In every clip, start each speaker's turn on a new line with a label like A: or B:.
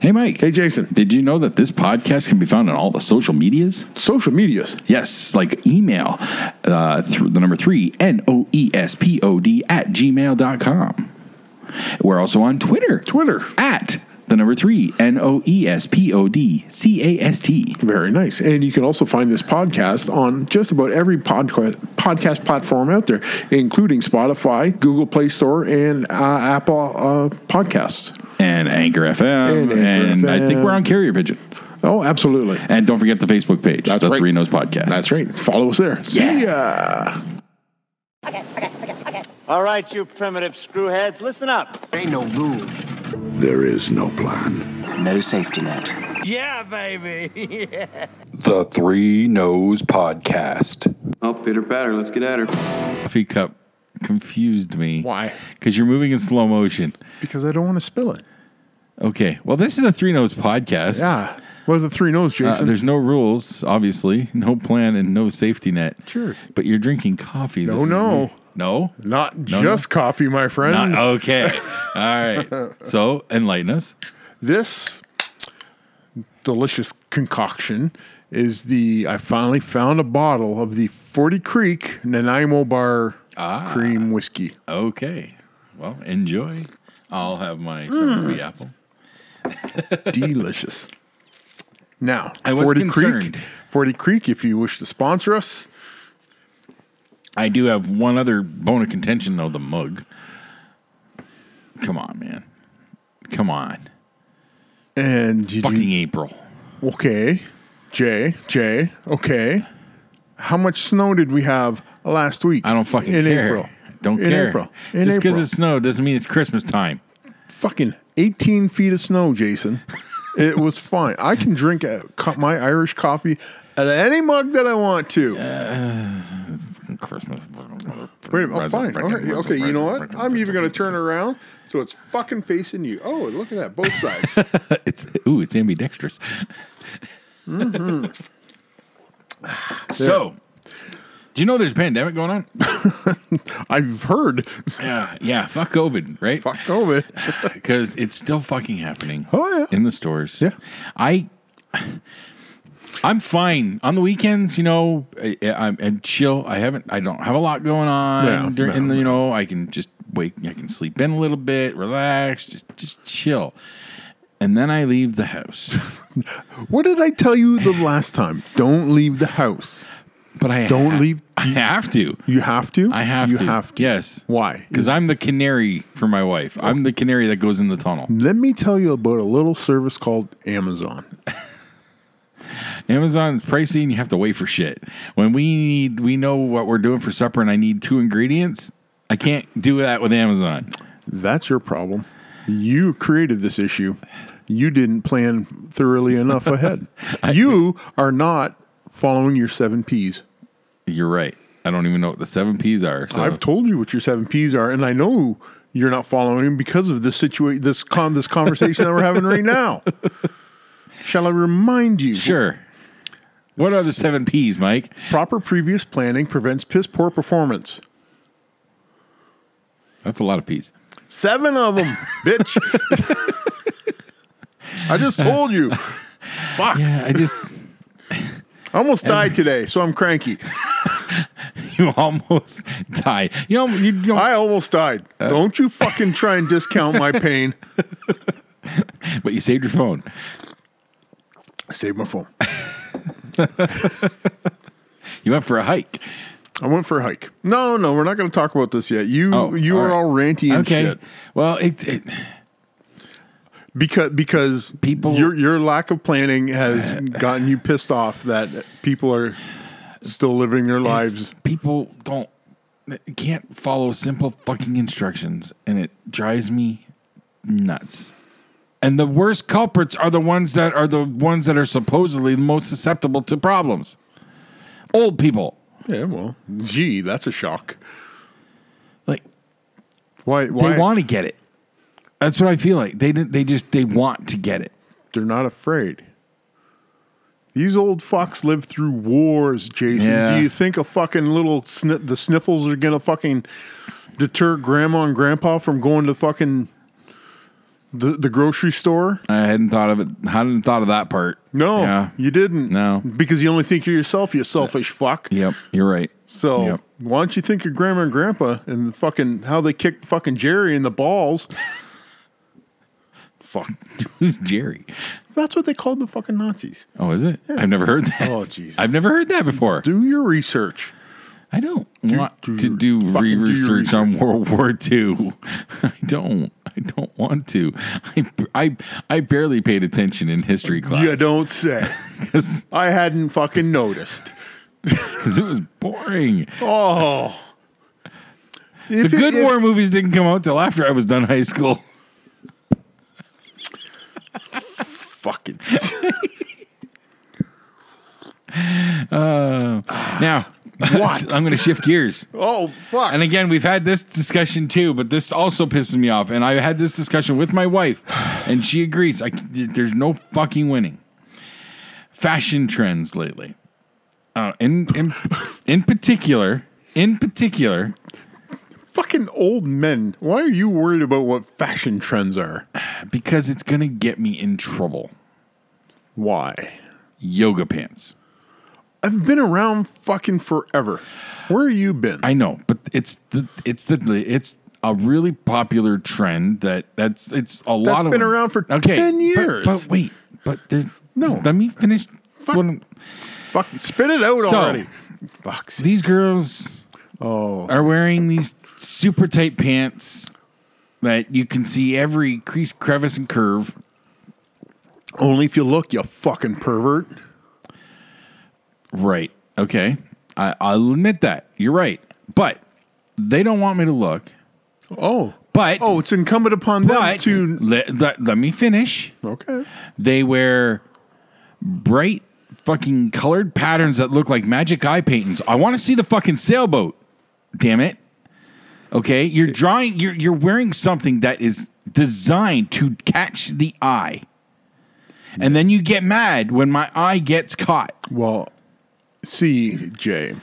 A: Hey, Mike.
B: Hey, Jason.
A: Did you know that this podcast can be found on all the social medias?
B: Social medias.
A: Yes, like email, uh, th- the number three, N O E S P O D at gmail.com. We're also on Twitter.
B: Twitter.
A: At the number three, N O E S P O D C A S T.
B: Very nice. And you can also find this podcast on just about every podca- podcast platform out there, including Spotify, Google Play Store, and uh, Apple uh, Podcasts.
A: And Anchor FM.
B: And Anchor
A: And I think
B: FM.
A: we're on Carrier Pigeon.
B: Oh, absolutely.
A: And don't forget the Facebook page,
B: That's
A: the
B: right.
A: Three Nose Podcast.
B: That's right. Follow us there. See
A: Yeah.
B: ya.
C: All right, you primitive screwheads, listen up.
D: Ain't no rules.
E: There is no plan.
D: No safety net.
F: The Three Nose Podcast.
G: Oh, pitter patter. Let's get at her.
A: coffee cup confused me.
B: Why?
A: Because you're moving in slow motion.
B: Because I don't want to spill it.
A: Okay. Well, this is the Three Nose podcast.
B: Yeah. What are the three no's,
A: Uh,
B: Jason?
A: there's no rules, obviously, no plan, and no safety net.
B: Cheers.
A: But you're drinking coffee.
B: No,
A: This is
B: no.
A: weird. no,
B: Not
A: No,
B: just coffee, my friend.
A: Not- okay. All right. So enlighten us.
B: this delicious concoction is the I finally found a bottle of the Forty Creek Nanaimo Bar
A: Ah.
B: cream whiskey.
A: Okay. Well, enjoy. I'll have
B: Mm.
A: my sesame apple.
B: Delicious. Now,
A: I was
B: Forty
A: concerned.
B: Creek, Forty Creek, if you wish to sponsor us,
A: I do have one other bone of contention, though the mug. Come on, man. Come on.
B: and you do-
A: Fucking April.
B: okay, Jay, Jay, okay. How much snow did we have last week?
A: I don't fucking
B: in
A: care.
B: April.
A: Don't
B: in
A: care.
B: April. In
A: Just because
B: April.
A: it snowed doesn't mean it's Christmas time.
B: fucking 18 feet of snow, Jason. it was fine. I can drink a, co- my Irish coffee out of any mug that I want to.
A: Christmas.
B: Wait a minute. Oh, fine. All right. Okay, you know what? I'm even going to turn around so it's fucking facing you. Oh, look at that. Both sides.
A: It's ooh, it's ambidextrous.
B: Mm-hmm.
A: so, do you know there's a pandemic going on?
B: I've heard.
A: Yeah, yeah. Fuck COVID, right?
B: Fuck COVID.
A: because it's still fucking happening.
B: Oh, yeah.
A: in the stores.
B: Yeah.
A: I. I'm fine on the weekends. You know, I, I'm and chill. I haven't. I don't have a lot going on.
B: No,
A: during,
B: no,
A: and, you know, I can just wake. I can sleep in a little bit, relax, just just chill. And then I leave the house.
B: What did I tell you the last time? Don't leave the house.
A: But I
B: Don't
A: ha-
B: leave-
A: I have to.
B: You have to?
A: I have
B: you
A: to.
B: You have to.
A: Yes.
B: Why?
A: Because I'm the canary for my wife. I'm the canary that goes in the tunnel.
B: Let me tell you about a little service called Amazon.
A: Amazon's pricey and you have to wait for shit. When we need, we know what we're doing for supper and I need two ingredients, I can't do that with Amazon.
B: That's your problem. You created this issue. You didn't plan thoroughly enough ahead. you are not following your seven P's.
A: You're right. I don't even know what the seven P's are. So
B: I've told you what your seven P's are, and I know you're not following them because of this situation, this con, this conversation that we're having right now. Shall I remind you?
A: sure. What are the seven P's, Mike?
B: Proper previous planning prevents piss poor performance.
A: That's a lot of P's.
B: Seven of them, bitch. I just told you. Fuck.
A: Yeah, I just
B: I almost died today, so I'm cranky.
A: you almost died. You know, you don't,
B: I almost died.
A: Uh.
B: Don't you fucking try and discount my pain.
A: but you saved your phone.
B: I saved my phone.
A: You went for a hike.
B: I went for a hike. No, no, we're not going to talk about this yet. You
A: Oh,
B: you
A: all
B: are
A: right.
B: all ranty and
A: okay.
B: shit
A: Well, it, it
B: because because
A: People- Uh,
B: your your lack of planning has gotten you pissed off that people are still living their
A: It's-
B: lives.
A: People don't can't follow simple fucking instructions, and it drives me nuts. And the worst culprits are the ones that are the ones that are supposedly the most susceptible to problems. Old people,
B: Yeah, well, gee, that's a shock.
A: like
B: Why? Why
A: they want to get it. That's what I feel like. They didn't. They just they want to get it.
B: they're not afraid? These old fucks lived through wars, Jason.
A: Yeah.
B: Do you think a fucking little sni the sniffles are gonna fucking deter grandma and grandpa from going to fucking The the grocery store?
A: I hadn't thought of it. Hadn't thought of that part.
B: No,
A: Yeah.
B: you didn't.
A: No.
B: because you only think of yourself. You selfish fuck.
A: Yep. You're right.
B: So
A: Yep.
B: why don't you think of grandma and grandpa and the fucking how they kicked fucking Jerry in the balls? Fuck.
A: Who's Jerry?
B: That's what they called the fucking Nazis.
A: Oh, is it? I've never heard that.
B: Oh, Jesus.
A: I've never heard that before.
B: Do your research.
A: I don't want
B: do
A: to
B: your-
A: do
B: fucking do
A: re
B: your
A: research on World War II. I don't. I don't want to. I, I, I barely paid attention in history class.
B: You don't say.
A: Because
B: I hadn't fucking noticed.
A: it was boring.
B: Oh.
A: The
B: If it-
A: good
B: if-
A: war movies didn't come out till after I was done high school.
B: Fucking.
A: Now,
B: What?
A: I'm going to shift gears.
B: Oh, fuck.
A: And again, we've had this discussion too, but this also pisses me off. And I had this discussion with my wife, and she agrees. I, there's no fucking winning. Fashion trends lately, uh, in in in particular, in particular,
B: fucking old men. Why are you worried about what fashion trends are?
A: because it's gonna get me in trouble.
B: Why?
A: Yoga pants.
B: I've been around fucking forever. Where have you been?
A: I know, but it's the it's the it's a really popular trend that that's it's a lot of
B: been around for 10
A: but-
B: years.
A: But, wait, but there,
B: No.
A: just let me finish.
B: Fuck.
A: what I'm-
B: Fuck, spit it out
A: So-
B: already. Fuck's
A: these girls
B: Oh.
A: are wearing these super tight pants that you can see every crease, crevice, and curve.
B: Only if you look, you fucking pervert.
A: Right. Okay. I, I'll admit that. You're right. But they don't want me to look.
B: Oh.
A: But
B: Oh, it's incumbent upon them
A: but
B: to.
A: let, let, let me finish.
B: Okay.
A: They wear bright fucking colored patterns that look like magic eye paintings. I want to see the fucking sailboat. Damn it. Okay, you're drawing you're you're wearing something that is designed to catch the eye. And then you get mad when my eye gets caught.
B: Well, see, Jay,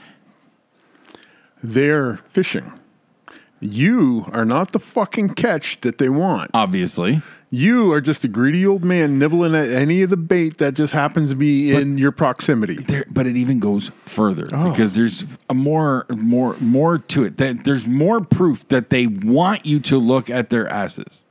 B: they're fishing. You are not the fucking catch that they want.
A: Obviously.
B: You are just a greedy old man nibbling at any of the bait that just happens to be in your proximity.
A: There, but it even goes further because there's a more more more to it. That there's more proof that they want you to look at their asses.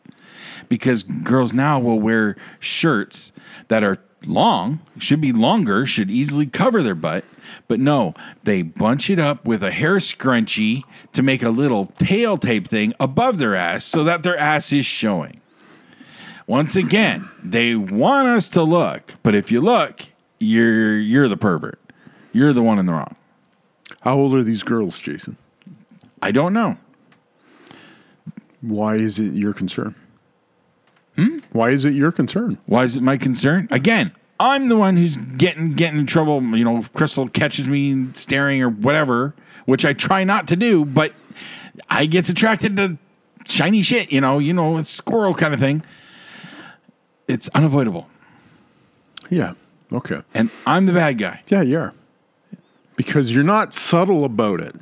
A: Because girls now will wear shirts that are long, should be longer, should easily cover their butt, but no, they bunch it up with a hair scrunchie to make a little tail tape thing above their ass so that their ass is showing. Once again, they want us to look, but if you look, you're you're the pervert. You're the one in the wrong.
B: How old are these girls, Jason?
A: I don't know.
B: Why is it your concern? Hmm? Why is it your concern?
A: Why is it my concern? Again, I'm the one who's getting getting in trouble. You know, if Crystal catches me staring or whatever, which I try not to do, but I gets attracted to shiny shit. You know, you know, it's squirrel kind of thing. It's unavoidable,
B: Yeah. Okay.
A: and I'm the bad guy.
B: Yeah, you are. Because you're not subtle about it.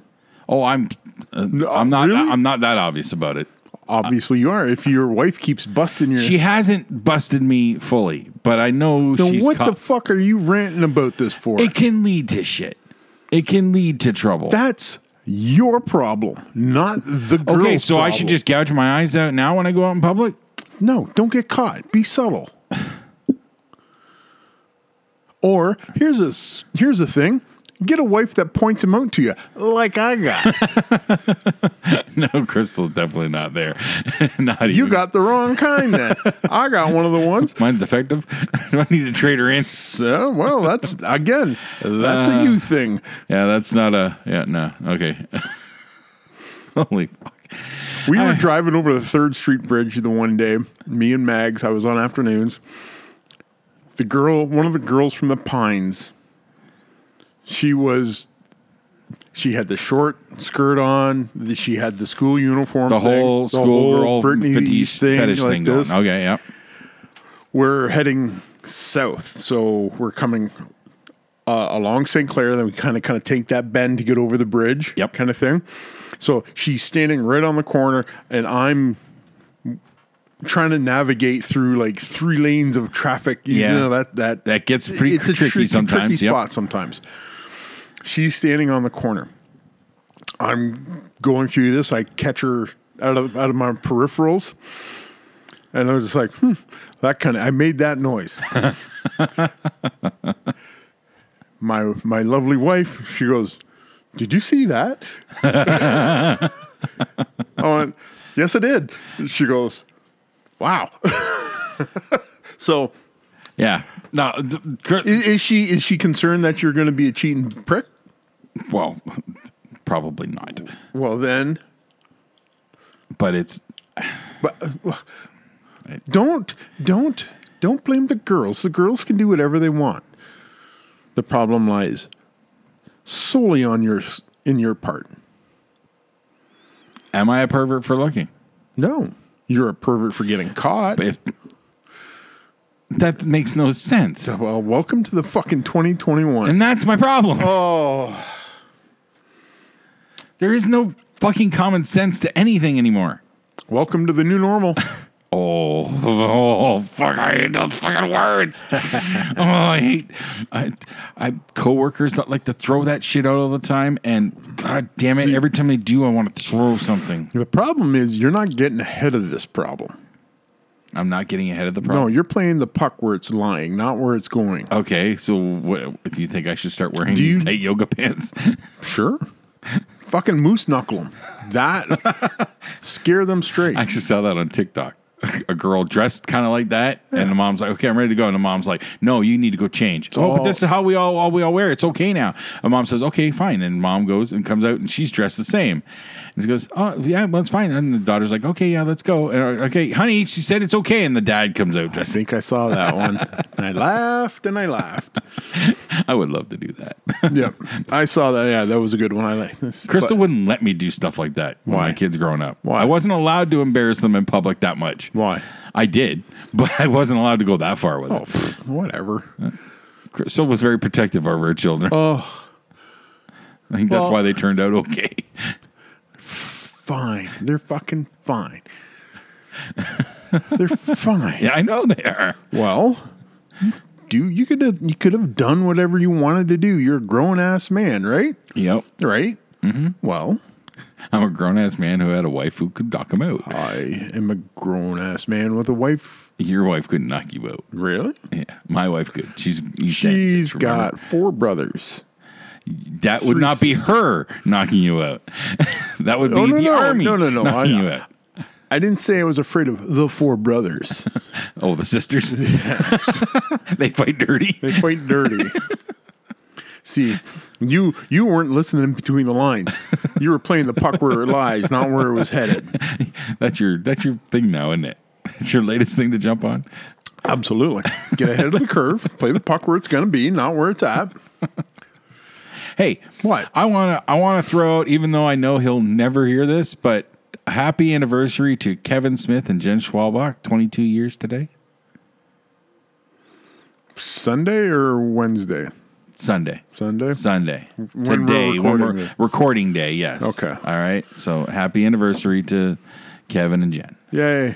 A: Oh, I'm uh, I'm not
B: really?
A: I'm not that obvious about it.
B: Obviously, you are. If your wife keeps busting your.
A: She hasn't busted me fully, but I know
B: then
A: she's
B: what
A: caught-
B: the fuck are you ranting about this for?
A: it can lead to shit. It can lead to trouble.
B: That's your problem, not the girl's
A: okay, so I
B: problem.
A: should just gouge my eyes out now when I go out in public?
B: No, don't get caught. Be subtle. or here's a s- here's the thing: get a wife that points them out to you, like I got.
A: No, Crystal's definitely not there. not
B: you
A: even.
B: got the wrong kind. Then I got one of the ones.
A: mine's defective. Do I need to trade her in?
B: So, well, that's again, that's a you thing.
A: Yeah, that's not a yeah. No, okay. Holy fuck!
B: We were driving over the Third Street Bridge the one day. Me and Mags. I was on afternoons. The girl, one of the girls from the Pines. She was. She had the short skirt on. the- She had the school uniform.
A: The
B: thing,
A: whole schoolgirl
B: Britney
A: fetish
B: thing,
A: fetish
B: like
A: thing going.
B: this.
A: Okay, yep.
B: We're heading south, so we're coming uh, along St. Clair. Then we kind of kind of take that bend to get over the bridge.
A: Yep.
B: kind of thing. So she's standing right on the corner, and I'm trying to navigate through like three lanes of traffic. You
A: Yeah.
B: know that that
A: That gets pretty tricky sometimes,
B: Tricky
A: yep.
B: spot sometimes. She's standing on the corner. I'm going through this. I catch her out of out of my peripherals, and I was just like, hmm, that kind of. I made that noise. my my lovely wife, she goes, "Did you see that?" I went, "Yes, I did." She goes, "Wow." so,
A: Yeah. No. th- cur-
B: is, is she is she concerned that you're going to be a cheating prick?
A: well, probably not.
B: Well, then,
A: But it's
B: but don't don't don't blame the girls. The girls can do whatever they want. The problem lies solely on your s- in your part.
A: am I a pervert for looking?
B: No, you're a pervert for getting caught.
A: If that makes no sense.
B: Well, welcome to the fucking 2021.
A: And that's my problem. Oh. There is no fucking common sense to anything anymore.
B: welcome to the new normal.
A: Oh, oh, fuck! I hate those fucking words. oh, I hate. I, I coworkers that like to throw that shit out all the time, and god damn it, every time they do, I want to throw something.
B: the problem is you're not getting ahead of this problem.
A: I'm not getting ahead of the
B: No,
A: problem.
B: you're playing the puck where it's lying, not where it's going.
A: Okay, so what do you think I should start wearing
B: Do
A: these
B: you-
A: tight yoga pants?
B: Sure. Fucking moose knuckle them. That scare them straight.
A: I actually saw that on TikTok. A girl dressed kind of like that, and the mom's like, "Okay, I'm ready to go." And the mom's like, "No, you need to go change." Oh, but
B: all-
A: this is how we all, all we all wear. it. It's okay now. And mom says, "Okay, fine." And mom goes and comes out, and she's dressed the same. And she goes, "Oh, yeah, well, it's fine." And the daughter's like, "Okay, yeah, let's go." And, okay, honey, she said it's okay. And the dad comes out
B: I
A: dressed.
B: think I saw that one. and I laughed and I laughed.
A: I would love to do that.
B: yep. I saw that. Yeah, that was a good one. I like this.
A: Crystal
B: But-
A: wouldn't let me do stuff like that when
B: Why?
A: my kids growing up.
B: Why?
A: I wasn't allowed to embarrass them in public that much.
B: Why?
A: I did, but I wasn't allowed to go that far with
B: Oh,
A: it.
B: pff, whatever.
A: Crystal was very protective over her children.
B: Oh,
A: I think that's
B: well-
A: why they turned out okay.
B: fine. They're fucking fine. They're fine.
A: Yeah, I know they are.
B: Well, do you could have, you could have done whatever you wanted to do. You're a grown ass man, right?
A: Yep.
B: Right. Mm-hmm. Well,
A: I'm a grown ass man who had a wife who could knock him out.
B: I am a grown ass man with a wife.
A: Your wife couldn't knock you out.
B: Really?
A: Yeah, my wife could. She's you sang,
B: She's
A: remember?
B: got four brothers.
A: that would
B: three
A: not be her knocking you out. that would be
B: Oh, no,
A: the
B: no.
A: army.
B: No, no, no.
A: knocking
B: I-
A: you out.
B: I didn't say I was afraid of the four brothers.
A: Oh, the sisters. they fight dirty.
B: They quite dirty. See, you you weren't listening between the lines. You were playing the puck where it lies, not where it was headed.
A: That's your that's your thing now, isn't it? It's your latest thing to jump on.
B: Absolutely. Get ahead of the curve. Play the puck where it's going to be, not where it's at.
A: Hey,
B: What?
A: I wanna I wanna throw out, even though I know he'll never hear this, but happy anniversary to Kevin Smith and Jen Schwalbach, twenty two years today.
B: Sunday or Wednesday?
A: Sunday.
B: Sunday.
A: Sunday.
B: When we're
A: Today. when
B: recording
A: we're
B: this.
A: recording day, yes.
B: Okay.
A: All right. So happy anniversary to Kevin and Jen.
B: Yay.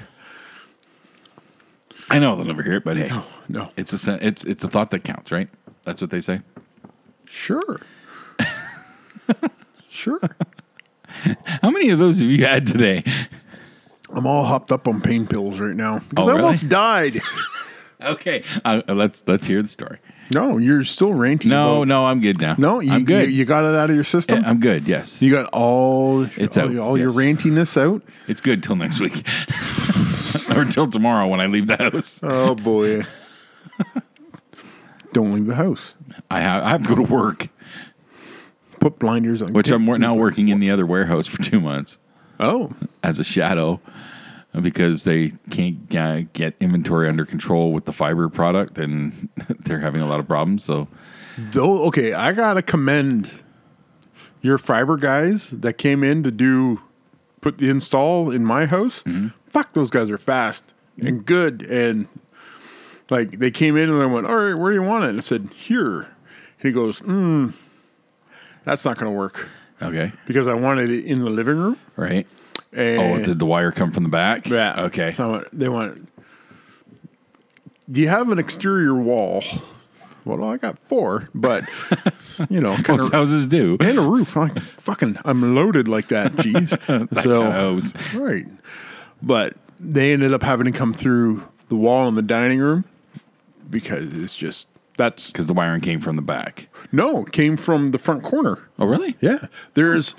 A: I know they'll never hear it, but hey.
B: Oh, No.
A: It's a sen- it's it's a thought that counts, right? That's what they say.
B: Sure. sure.
A: How many of those have you had today?
B: I'm all hopped up on pain pills right now. 'Cause
A: Oh,
B: I
A: really?
B: almost died.
A: Okay, uh, let's let's hear the story.
B: No, you're still ranting.
A: No,
B: about-
A: no, I'm good now.
B: No, you,
A: I'm good. Eh,
B: You, you got it out of your system?
A: I'm good. Yes,
B: You got all
A: It's
B: all,
A: out,
B: all your
A: yes.
B: rantiness out.
A: It's good till next week. or till tomorrow when I leave the house.
B: Oh boy! Don't leave the house.
A: I have, I have to go to work,
B: Put blinders on.
A: which I'm wor- now working in the other warehouse for two months
B: oh,
A: as a shadow because they can't uh, get inventory under control with the fiber product and they're having a lot of problems. So
B: though. Okay, I gotta commend your fiber guys that came in to do put the install in my house.
A: Mm-hmm.
B: Fuck, those guys are fast and good and like they came in and they went, "All right, where do you want it?" And I said, "Here." he goes, mm, "That's not gonna work
A: okay,
B: because I wanted it in the living room."
A: right, Oh,
B: And-
A: did the wire come from the back?
B: Yeah.
A: Okay.
B: So they want. Do you have an exterior wall? Well, I got four, but you know, kind
A: Most
B: of,
A: houses do.
B: and a roof. I, fucking, I'm loaded like that. Jeez. so
A: kinda hose.
B: right, but they ended up having to come through the wall in the dining room because it's just that's
A: Because the wiring came from the back.
B: no it came from the front corner.
A: Oh, really?
B: Yeah, there's.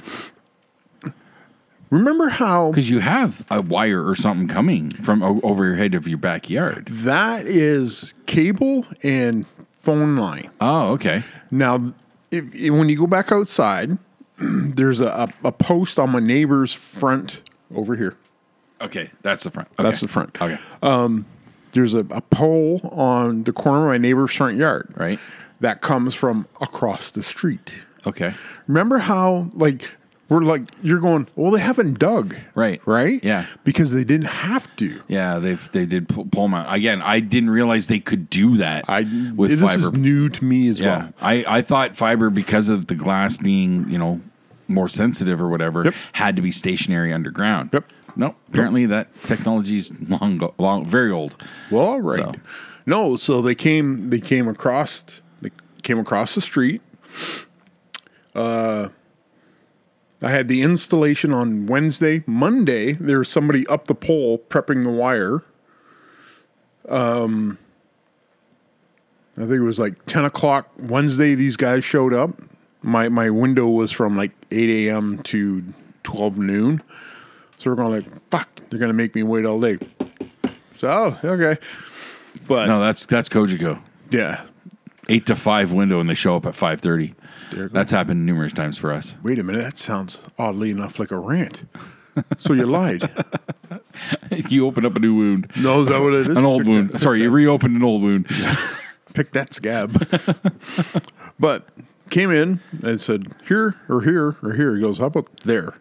B: Remember how
A: Because you have a wire or something coming from o- over your head of your backyard.
B: That is cable and phone line.
A: Oh, okay.
B: Now, if, if- when you go back outside, there's a, a, a post on my neighbor's front over here.
A: Okay, that's the front. Okay.
B: That's the front. Uh,
A: Okay.
B: There's a, a pole on the corner of my neighbor's front yard.
A: Right.
B: That comes from across the street.
A: Okay.
B: Remember how, like, we're like, you're going, well, they haven't dug.
A: Right.
B: Right?
A: Yeah.
B: Because they didn't have to.
A: Yeah, they have they did pull, pull 'em out again. I didn't realize they could do that.
B: I,
A: with
B: this
A: fiber.
B: is new to me as
A: yeah,
B: well.
A: I I thought fiber because of the glass being you know more sensitive or whatever
B: Yep.
A: had to be stationary underground.
B: Yep.
A: No, apparently that technology is long, go- long, very old.
B: Well, all right.
A: So-
B: No, so they came. They came across. They came across the street. Uh, I had the installation on Wednesday. Monday, there was somebody up the pole prepping the wire. Um, I think it was like ten o'clock Wednesday. These guys showed up. My my window was from like eight a.m. to twelve noon. So we're going like, fuck, they're gonna make me wait all day. So oh, okay, but
A: No, that's that's Kojiko.
B: yeah.
A: Eight to five window, and they show up at five thirty.
B: There it
A: That's happened numerous times for us.
B: Wait a minute, that sounds oddly enough like a rant. So you lied.
A: you open up a new wound,
B: No, is that what it is?
A: an old
B: Pick
A: wound.
B: that-
A: Sorry, you reopened an old wound.
B: Pick that scab. but came in and said, here or here or here. He goes, how about there?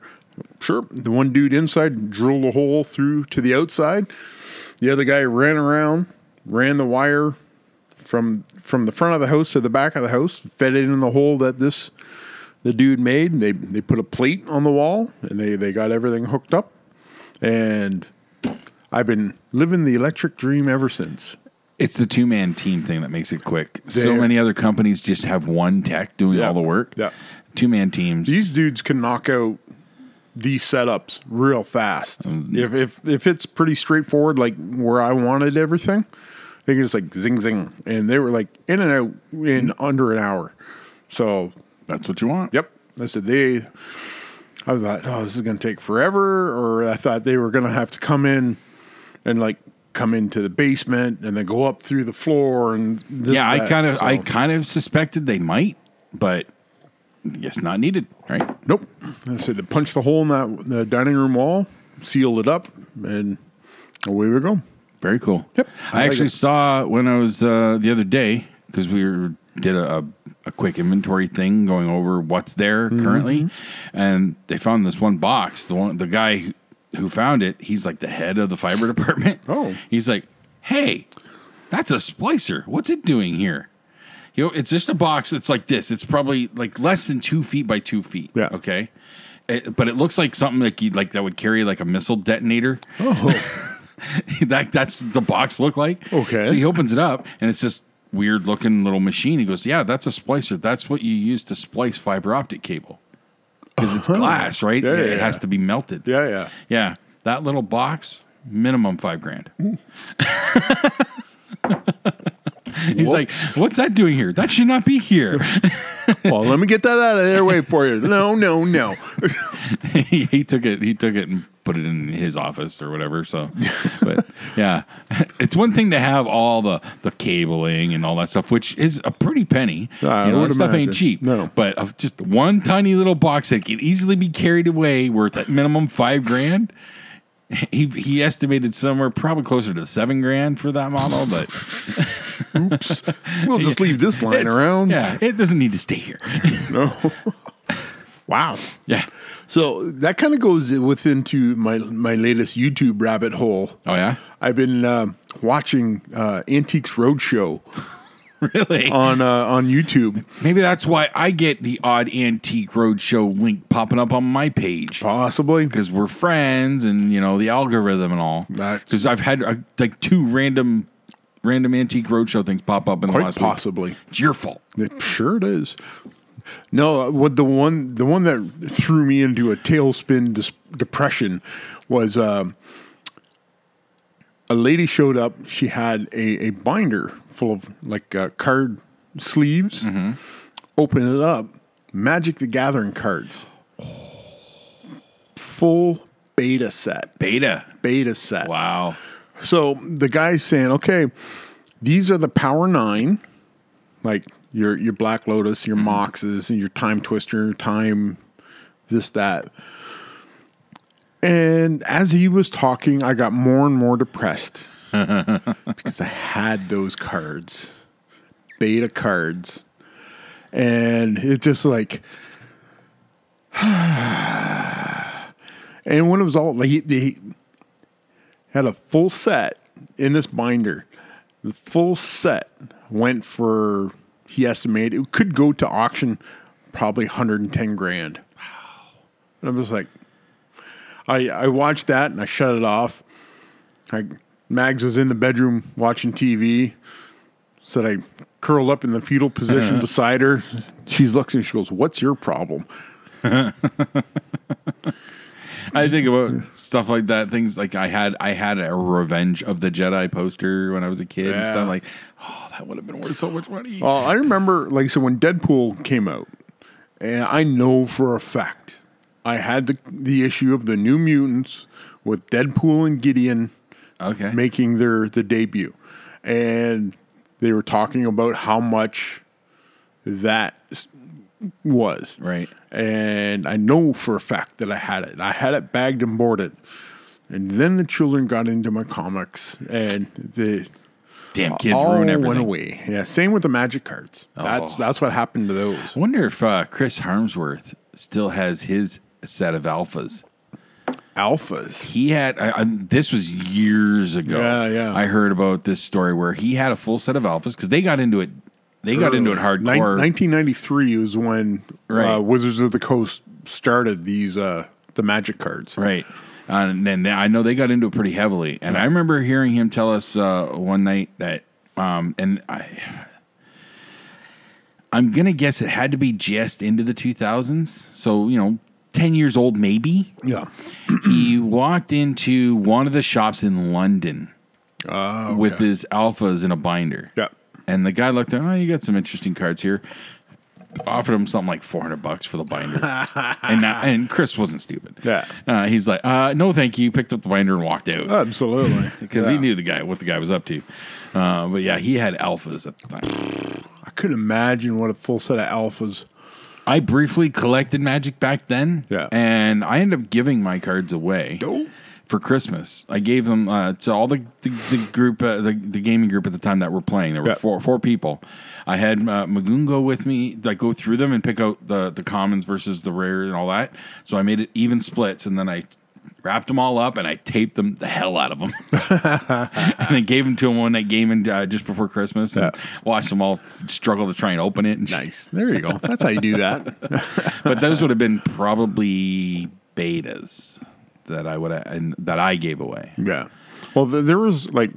B: Sure. The one dude inside drilled a hole through to the outside. The other guy ran around, ran the wire from from the front of the house to the back of the house, fed it in the hole that this the dude made. They they put a plate on the wall and they they got everything hooked up. And I've been living the electric dream ever since.
A: It's the two man team thing that makes it quick. so
B: There.
A: many other companies just have one tech doing
B: Yeah.
A: all the work.
B: Yeah.
A: Two man teams.
B: These dudes can knock out these setups real fast.
A: Um,
B: If if if it's pretty straightforward, like where I wanted everything, they can just like zing zing, and they were like in and out in
A: Mm-hmm.
B: under an hour. So
A: That's what you want.
B: Yep. I said they. I thought, oh, this is going to take forever, or I thought they were going to have to come in and like come into the basement and then go up through the floor and this,
A: yeah, I
B: that.
A: kind of,
B: So,
A: I kind of suspected they might, but yes, not needed. Right.
B: nope. I said they punched the hole in that the dining room wall, sealed it up, and away we go.
A: Very cool.
B: Yep.
A: I,
B: I like
A: actually
B: it.
A: saw when I was uh, the other day because we were, did a, a, a quick inventory thing going over what's there
B: Mm-hmm.
A: currently, and they found this one box. The one the guy who- who found it, he's like the head of the fiber department.
B: Oh.
A: he's like, hey, that's a splicer. What's it doing here? You know, it's just a box. It's like this. It's probably like less than two feet by two feet.
B: Yeah.
A: Okay. It, but it looks like something like you like that would carry like a missile detonator.
B: Oh,
A: that that's the box look like.
B: Okay.
A: So he opens it up and it's this weird looking little machine. He goes, "Yeah, that's a splicer. That's what you use to splice fiber optic cable because it's glass, right?
B: Uh-huh. Yeah, yeah,
A: it has
B: yeah.
A: to be melted.
B: yeah, yeah.
A: yeah. That little box, minimum five grand." He's like, "What's that doing here? That should not be here."
B: Well, let me get that out of their way for you. No, no, no.
A: he, he took it. He took it and put it in his office or whatever. So, but yeah, it's one thing to have all the the cabling and all that stuff, which is a pretty penny.
B: I
A: you know,
B: would
A: that stuff
B: imagine.
A: ain't cheap.
B: No.
A: but of just one tiny little box that can easily be carried away, worth at minimum five grand. He he estimated somewhere probably closer to seven grand for that model, but
B: We'll just leave this lying
A: it's-
B: around.
A: Yeah, it doesn't need to stay here.
B: Wow.
A: yeah.
B: So that kind of goes with into my my latest YouTube rabbit hole.
A: Oh yeah.
B: I've been um watching uh, Antiques Roadshow
A: really?
B: on uh, on YouTube.
A: Maybe that's why I get the odd antique roadshow link popping up on my page
B: Possibly.
A: because we're friends and you know the algorithm and all.
B: That's-
A: Because I've had uh, like two random, random antique roadshow things pop up in the
B: Quite
A: last week.
B: possibly.
A: It's your fault.
B: It sure it is. No, what the one the one that threw me into a tailspin dis- depression was um, a lady showed up. She had a, a binder full of like uh, card sleeves. Open it up, Magic the Gathering cards, full beta set,
A: Beta.
B: beta set.
A: Wow.
B: So the guy's saying, okay, these are the Power Nine, like your your Black Lotus, your Moxes, and your Time Twister, Time, this that. And as he was talking, I got more and more depressed because I had those cards, beta cards, and it just like. And when it was all like he, he, had a full set in this binder. The full set went for he estimated it could go to auction probably 110 grand. And I'm just like I I watched that and I shut it off. I Mags was in the bedroom watching TV. Said I curled up in the fetal position beside her. She's looking she goes, What's your problem?
A: I think about stuff like that. Things like I had, I had a Revenge of the Jedi poster when I was a kid and
B: Yeah. Oh,
A: stuff. Like, oh, that would have been worth so much money.
B: Well, Uh, I remember, like, so when Deadpool came out, and I know for a fact, I had the the issue of the New Mutants with Deadpool and Gideon
A: okay,
B: making their the debut, and they were talking about how much that s- was
A: Right.
B: and I know for a fact that I had it. I had it bagged and boarded, and then the children got into my comics, and the
A: damn kids
B: all
A: ruin
B: went
A: everything.
B: away. Yeah, same with the magic cards. That's
A: Oh.
B: that's what happened to those.
A: I wonder if uh, Chris Harmsworth still has his set of alphas.
B: Alphas.
A: He had I, I, this was years ago.
B: Yeah, yeah.
A: I heard about this story where he had a full set of alphas because they got into it. They got into it
B: Nin-
A: hardcore.
B: 1993 was when
A: Right.
B: uh, Wizards of the Coast started these uh, the magic cards.
A: Right. Uh, and then they, I know they got into it pretty heavily. And I remember hearing him tell us uh, one night that, um, and I, I'm going to guess it had to be just into the 2000s. So, you know, 10 years old, maybe.
B: Yeah.
A: he walked into one of the shops in London
B: Ah,
A: with his alphas in a binder.
B: Yeah.
A: And the guy looked at, him, oh, you got some interesting cards here. Offered him something like 400 bucks for the binder. and not, and Chris wasn't stupid.
B: Yeah.
A: Uh, he's like, uh, no, thank you. Picked up the binder and walked out
B: Absolutely.
A: because he
B: Yeah.
A: knew the guy, what the guy was up to. Uh, but yeah, he had alphas at the time.
B: I couldn't imagine what a full set of alphas.
A: I briefly collected magic back then.
B: Yeah.
A: And I ended up giving my cards away.
B: Dope.
A: for Christmas. I gave them uh, to all the the, the group, uh, the, the gaming group at the time that were playing. There were
B: Yeah.
A: four four people. I had uh, Magungo with me. Like go through them and pick out the the commons versus the rare and all that. So I made it even splits, and then I wrapped them all up and I taped them the hell out of them, and then gave them to him one night gaming uh, just before Christmas, and
B: Yeah.
A: watched them all struggle to try and open it. And
B: Nice. There you go. That's how you do that.
A: but those would have been probably betas that I would have, and that I gave away.
B: yeah. Well, th- there was like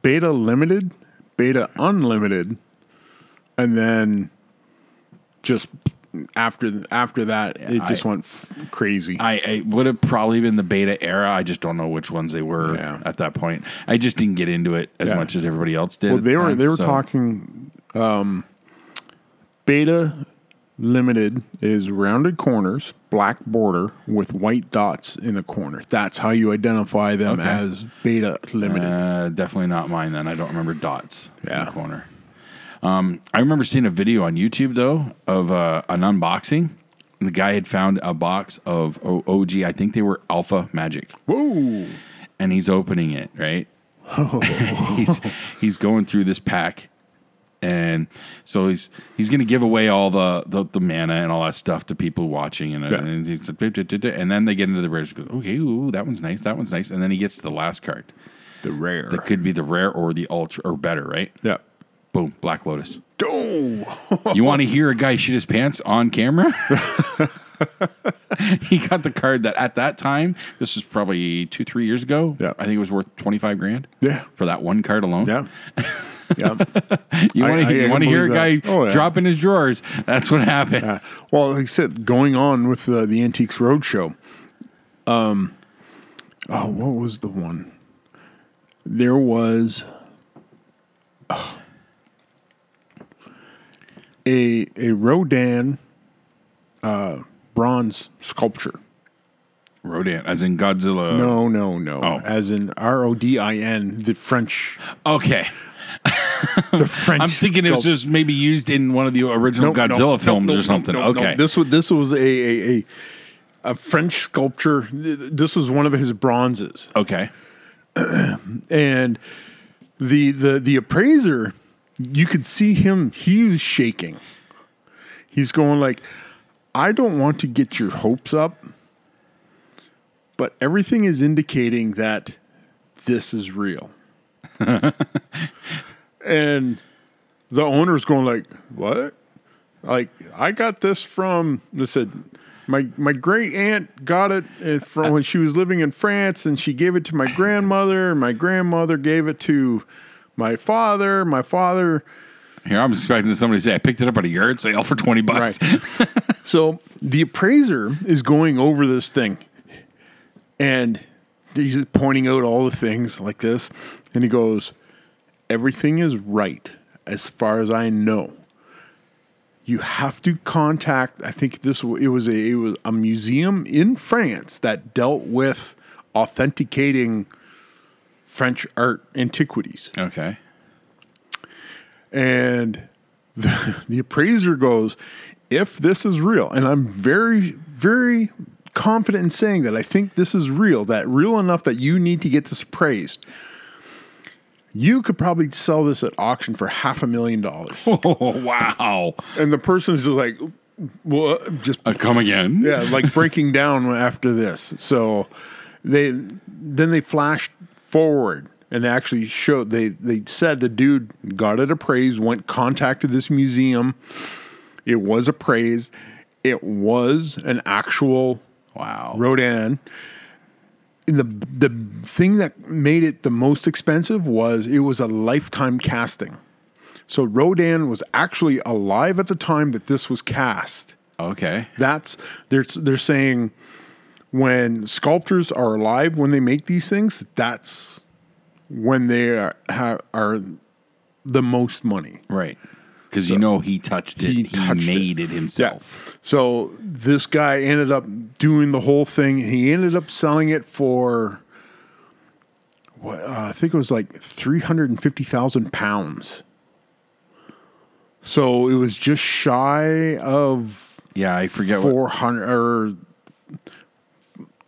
B: beta limited, beta unlimited, and then just after after that, it just
A: I-
B: went f- crazy.
A: I, I would have probably been the beta era. I just don't know which ones they were
B: Yeah.
A: at that point. I just didn't get into it as
B: Yeah.
A: much as everybody else did.
B: Well,
A: at
B: they
A: the
B: were
A: time,
B: they were
A: so-
B: talking um, beta limited is rounded corners, black border with white dots in the corner. That's how you identify them
A: Okay.
B: as beta limited.
A: Uh, definitely not mine then. I don't remember dots in
B: Yeah.
A: the corner. Um, I remember seeing a video on YouTube though of uh, an unboxing. The guy had found a box of O- OG. I think they were Alpha Magic.
B: Whoa!
A: and he's opening it right. he's he's going through this pack, and so he's he's going to give away all the, the the mana and all that stuff to people watching, and and, he's, and then they get into the rares. Goes okay, ooh, that one's nice, that one's nice, and then he gets to the last card
B: The rare.
A: that could be the rare or the ultra or better, right?
B: yeah.
A: Boom, Black Lotus.
B: Oh,
A: You want to hear a guy shit his pants on camera? he got the card that at that time, this was probably two, three years ago.
B: Yeah.
A: I think it was worth 25 grand.
B: Yeah.
A: For that one card alone.
B: yeah, yeah.
A: You
B: I-
A: want
B: I- I
A: to you
B: can
A: want to hear a guy
B: believe that. Oh, yeah.
A: dropping his drawers. That's what happened.
B: Uh, well, like I said, going on with uh, the Antiques Roadshow. Um, oh, what was the one? There was ah, a a Rodin uh, bronze sculpture.
A: Rodan, as in Godzilla.
B: No, no, no.
A: Oh.
B: As in R O D I N, the French,
A: Okay.
B: the French.
A: I'm thinking it was
B: sculpt-
A: just maybe used in one of the original
B: Nope, nope,
A: Godzilla
B: nope,
A: films
B: nope,
A: or
B: nope,
A: something.
B: nope, nope.
A: okay.
B: This was this was a a, a a French sculpture. This was one of his bronzes,
A: okay.
B: and the the the appraiser, you could see him. He was shaking. He's going like, "I don't want to get your hopes up, but everything is indicating that this is real." and the owner's going like, "What?" Like I got this from they said my my great aunt got it uh, from when she was living in France, and she gave it to my grandmother. My grandmother gave it to my father. My father,
A: Here, I'm expecting somebody to say, I picked it up at a yard sale for 20 bucks.
B: so the appraiser is going over this thing, and he's pointing out all the things like this, and he goes, "Everything is right as far as I know." you have to contact i think this w- it was a it was a museum in france that dealt with authenticating french art antiquities
A: Okay.
B: and the, the appraiser goes if this is real and i'm very very confident in saying that i think this is real that real enough that you need to get this appraised you could probably sell this at auction for half a million dollars
A: Oh, wow.
B: and the person's just like what just
A: Uh, come again.
B: yeah, like breaking down after this. So they then they flashed forward and they actually showed they they said the dude got it appraised, went contacted this museum. It was appraised. It was an actual
A: Wow.
B: Rodin. And the the thing that made it the most expensive was it was a lifetime casting. So Rodin was actually alive at the time that this was cast.
A: Okay.
B: That's they're they're saying when sculptors are alive when they make these things, that's when they are ha, are the most money.
A: Right. Because you know he touched it. He,
B: touched it.
A: made it, himself.
B: So this guy ended up doing the whole thing. He ended up selling it for what uh, I think it was like three hundred and fifty thousand pounds. So it was just shy of
A: Yeah, I forget what.
B: four hundred or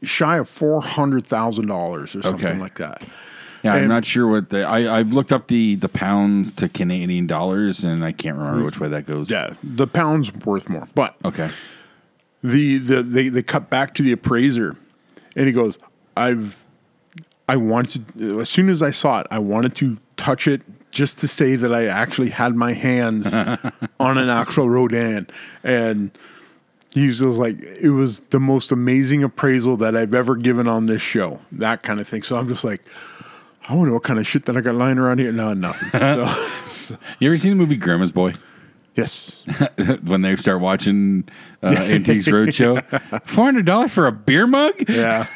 B: shy of four hundred thousand dollars or something
A: Okay.
B: like that.
A: Yeah, I'm
B: and-
A: not sure what the. I, I've looked up the, the pounds to Canadian dollars and I can't remember which way that goes.
B: Yeah, the pound's worth more, but
A: Okay.
B: the the they, they cut back to the appraiser, and he goes, "I've I wanted to, as soon as I saw it, I wanted to touch it just to say that I actually had my hands on an actual Rodin." And he's just like, "It was the most amazing appraisal that I've ever given on this show." That kind of thing. So I'm just like. I wonder what kind of shit that I got lying around here. No, nothing. So,
A: You ever seen the movie Grandma's Boy?
B: yes.
A: when they start watching uh, Antiques Roadshow. Four hundred dollars for a beer mug?
B: Yeah.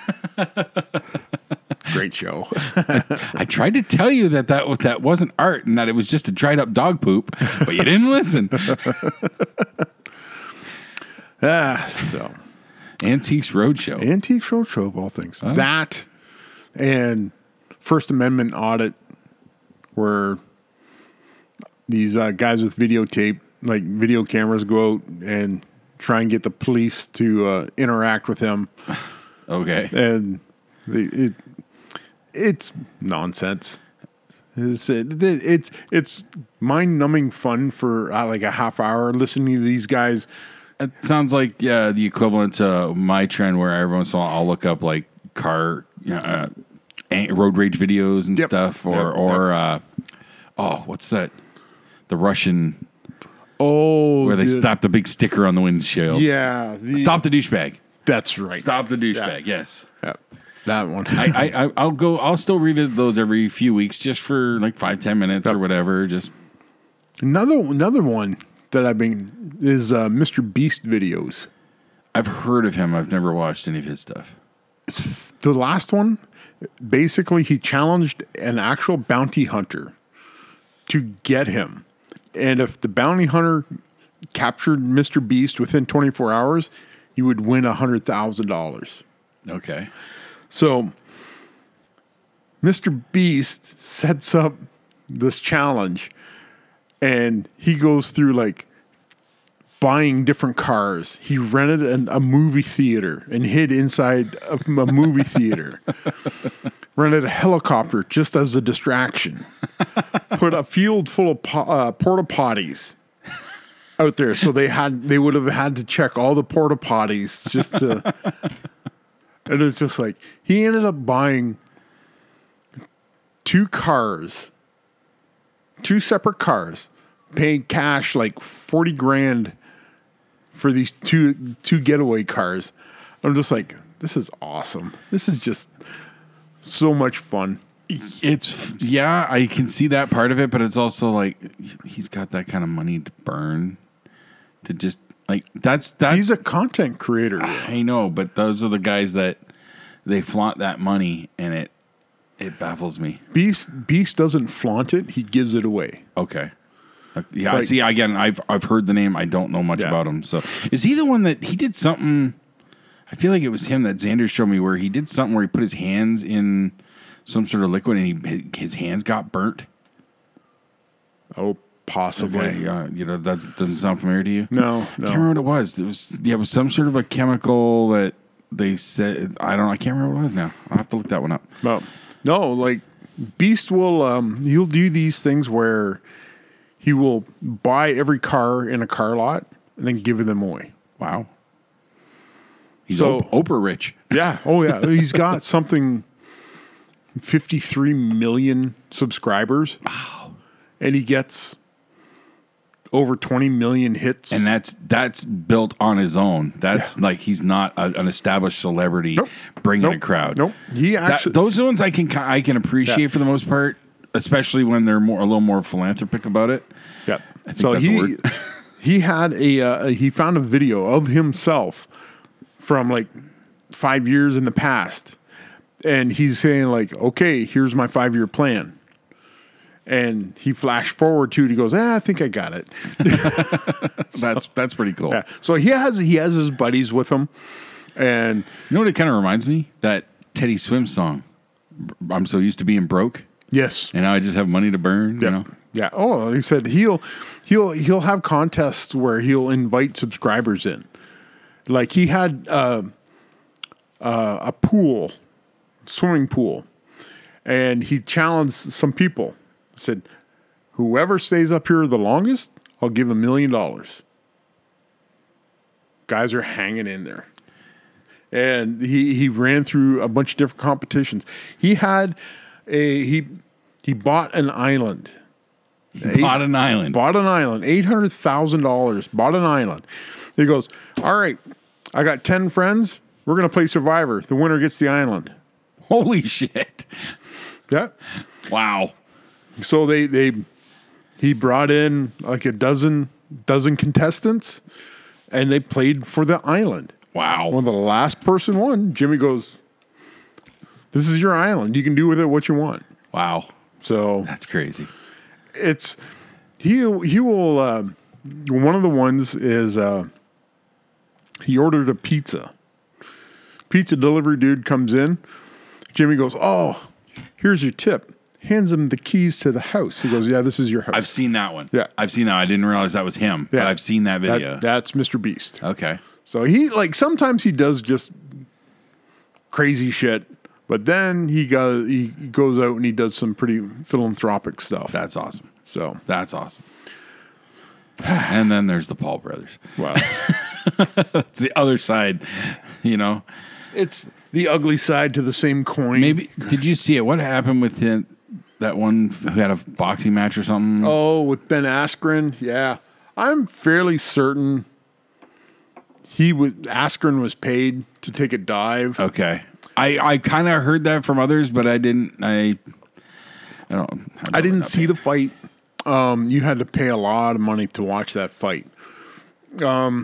B: Great show.
A: I tried to tell you that that was, that wasn't art and that it was just a dried up dog poop, but you didn't listen.
B: Ah, so.
A: Antiques Roadshow.
B: Antiques Roadshow of all things. That and First Amendment audit where these uh, guys with videotape, like video cameras, go out and try and get the police to uh, interact with them,
A: Okay.
B: and they, it it's nonsense. It's it, it's it's mind numbing fun for uh, like a half hour listening to these guys.
A: It sounds like yeah, the equivalent to my trend where every once in a while I'll look up like car uh, an- road rage videos and
B: Yep.
A: stuff, or
B: Yep,
A: or Uh, oh, what's that? the Russian
B: Oh,
A: where they
B: the-
A: stopped the big sticker on the windshield.
B: Yeah, the-
A: Stop the douchebag.
B: That's right.
A: Stop the douchebag. Yes.
B: Yeah, that one.
A: I, I, I- I'll go. I'll still revisit those every few weeks, just for like five, ten minutes or whatever. Just
B: another another one that I've been is uh, Mr. Beast videos.
A: I've heard of him. I've never watched any of his stuff.
B: The last one, basically, he challenged an actual bounty hunter to get him, and if the bounty hunter captured Mr. Beast within 24 hours, you would win hundred thousand dollars.
A: Okay.
B: So, Mr. Beast sets up this challenge and he goes through like buying different cars. He rented an, a movie theater and hid inside a, a movie theater, rented a helicopter just as a distraction, put a field full of po- uh, porta potties. Out there, so they had they would have had to check all the porta potties just to and it's just like he ended up buying two cars, two separate cars, paying cash like forty grand for these two two getaway cars. I'm just like, this is awesome. This is just so much fun.
A: It's yeah, I can see that part of it, but it's also like he's got that kind of money to burn to just like that's that's
B: He's a content creator.
A: I know, but those are the guys that they flaunt that money, and it it baffles me.
B: Beast Beast doesn't flaunt it; he gives it away.
A: Okay. Uh, Yeah, I
B: Like-
A: see again. I've I've heard the name. I don't know much
B: Yeah.
A: about him. So is he the one that he did something? I feel like it was him that Xander showed me where he did something where he put his hands in some sort of liquid and he his hands got burnt.
B: Oh, possibly.
A: Okay, uh, you know that doesn't sound familiar to you.
B: No,
A: I
B: no.
A: can't remember what it was. It was yeah, it was some sort of a chemical that they said. I don't. know. I can't remember what it was now. I'll have to look that one up.
B: Well, no, like Beast will um he'll do these things where he will buy every car in a car lot and then give them away.
A: Wow. He's
B: So-
A: Op- Oprah rich.
B: Yeah. Oh yeah. He's got something 53 million subscribers. Wow. And he gets over 20 million hits.
A: and that's that's built on his own. That's like he's not a, an established celebrity
B: Nope.
A: bringing a
B: Nope.
A: crowd.
B: Nope. He
A: That-
B: actually-
A: those are the ones I can ki- I can appreciate for the most part, especially when they're more a little more philanthropic about it.
B: Yep.
A: think
B: So
A: that's a
B: he
A: word.
B: he had a uh, he found a video of himself from like five years in the past, and he's saying like, "Okay, here's my five year plan." And he flashed forward to it. He goes, "Ah, I think I got it."
A: That's that's pretty cool.
B: Yeah. So he has he has his buddies with him, and
A: You know what it kind of reminds me that Teddy Swim song. B- I'm so used to being broke,
B: yes,
A: and now I just have money to burn. You know,
B: yeah. Oh, he said he'll he'll he'll have contests where he'll invite subscribers in. Like he had uh, uh, a pool, swimming pool, and he challenged some people. Said, "Whoever stays up here the longest, I'll give a million dollars." Guys are hanging in there, and he he ran through a bunch of different competitions. He had a he he bought an island
A: bought an island.
B: bought an island, eight hundred thousand dollars. Bought an island. He goes, all right, I got ten friends. We're gonna play Survivor. The winner gets the island.
A: Holy shit!
B: Yeah.
A: Wow.
B: So they they he brought in like a dozen dozen contestants, and they played for the island.
A: Wow.
B: When the last person won, Jimmy goes, "This is your island. You can do with it what you want."
A: wow.
B: So
A: That's crazy.
B: it's he he will um one of the ones is uh he ordered a pizza pizza delivery dude comes in jimmy goes oh here's your tip hands him the keys to the house he goes yeah this is your house
A: I've seen that one.
B: Yeah.
A: I've seen that. I didn't realize that was him,
B: Yeah.
A: but I've seen that
B: That-
A: video.
B: that's mr beast
A: okay.
B: so he like sometimes he does just crazy shit but then he goes he goes out and he does some pretty philanthropic stuff
A: That's awesome.
B: so
A: That's awesome. and then there's the Paul brothers.
B: wow
A: It's the other side, you know.
B: it's the ugly side to the same coin
A: Maybe did you see it? What happened with him? That one who had a boxing match or something.
B: Oh, with Ben Askren, yeah, I'm fairly certain he was Askren was paid to take a dive.
A: Okay. I, I kind of heard that from others, but I didn't. I I don't.
B: I didn't see the fight. Um, you had to pay a lot of money to watch that fight. Um,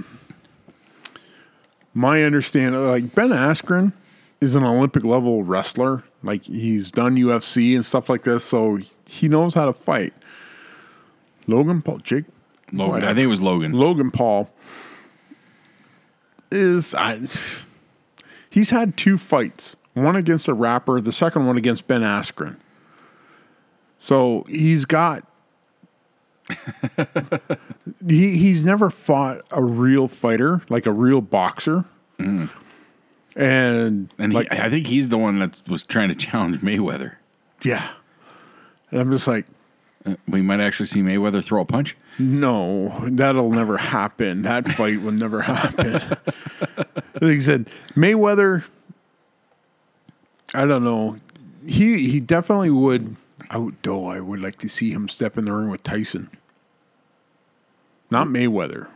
B: my understanding, like Ben Askren, is an Olympic level wrestler. Like he's done UFC and stuff like this, so he knows how to fight. Logan Paul, Jake
A: Logan. I think it was Logan.
B: Logan Paul is I, he's had two fights, one against a rapper, the second one against Ben Askren. So he's got he he's never fought a real fighter, like a real boxer. And
A: Mm. and he,
B: like,
A: I think he's the one that was trying to challenge Mayweather.
B: yeah. And I'm just like,
A: We might actually see Mayweather throw a punch.
B: No, that'll never happen. That fight will never happen. like I said, Mayweather. I don't know. He he definitely would. I would, though I would like to see him step in the ring with Tyson. Not Mayweather.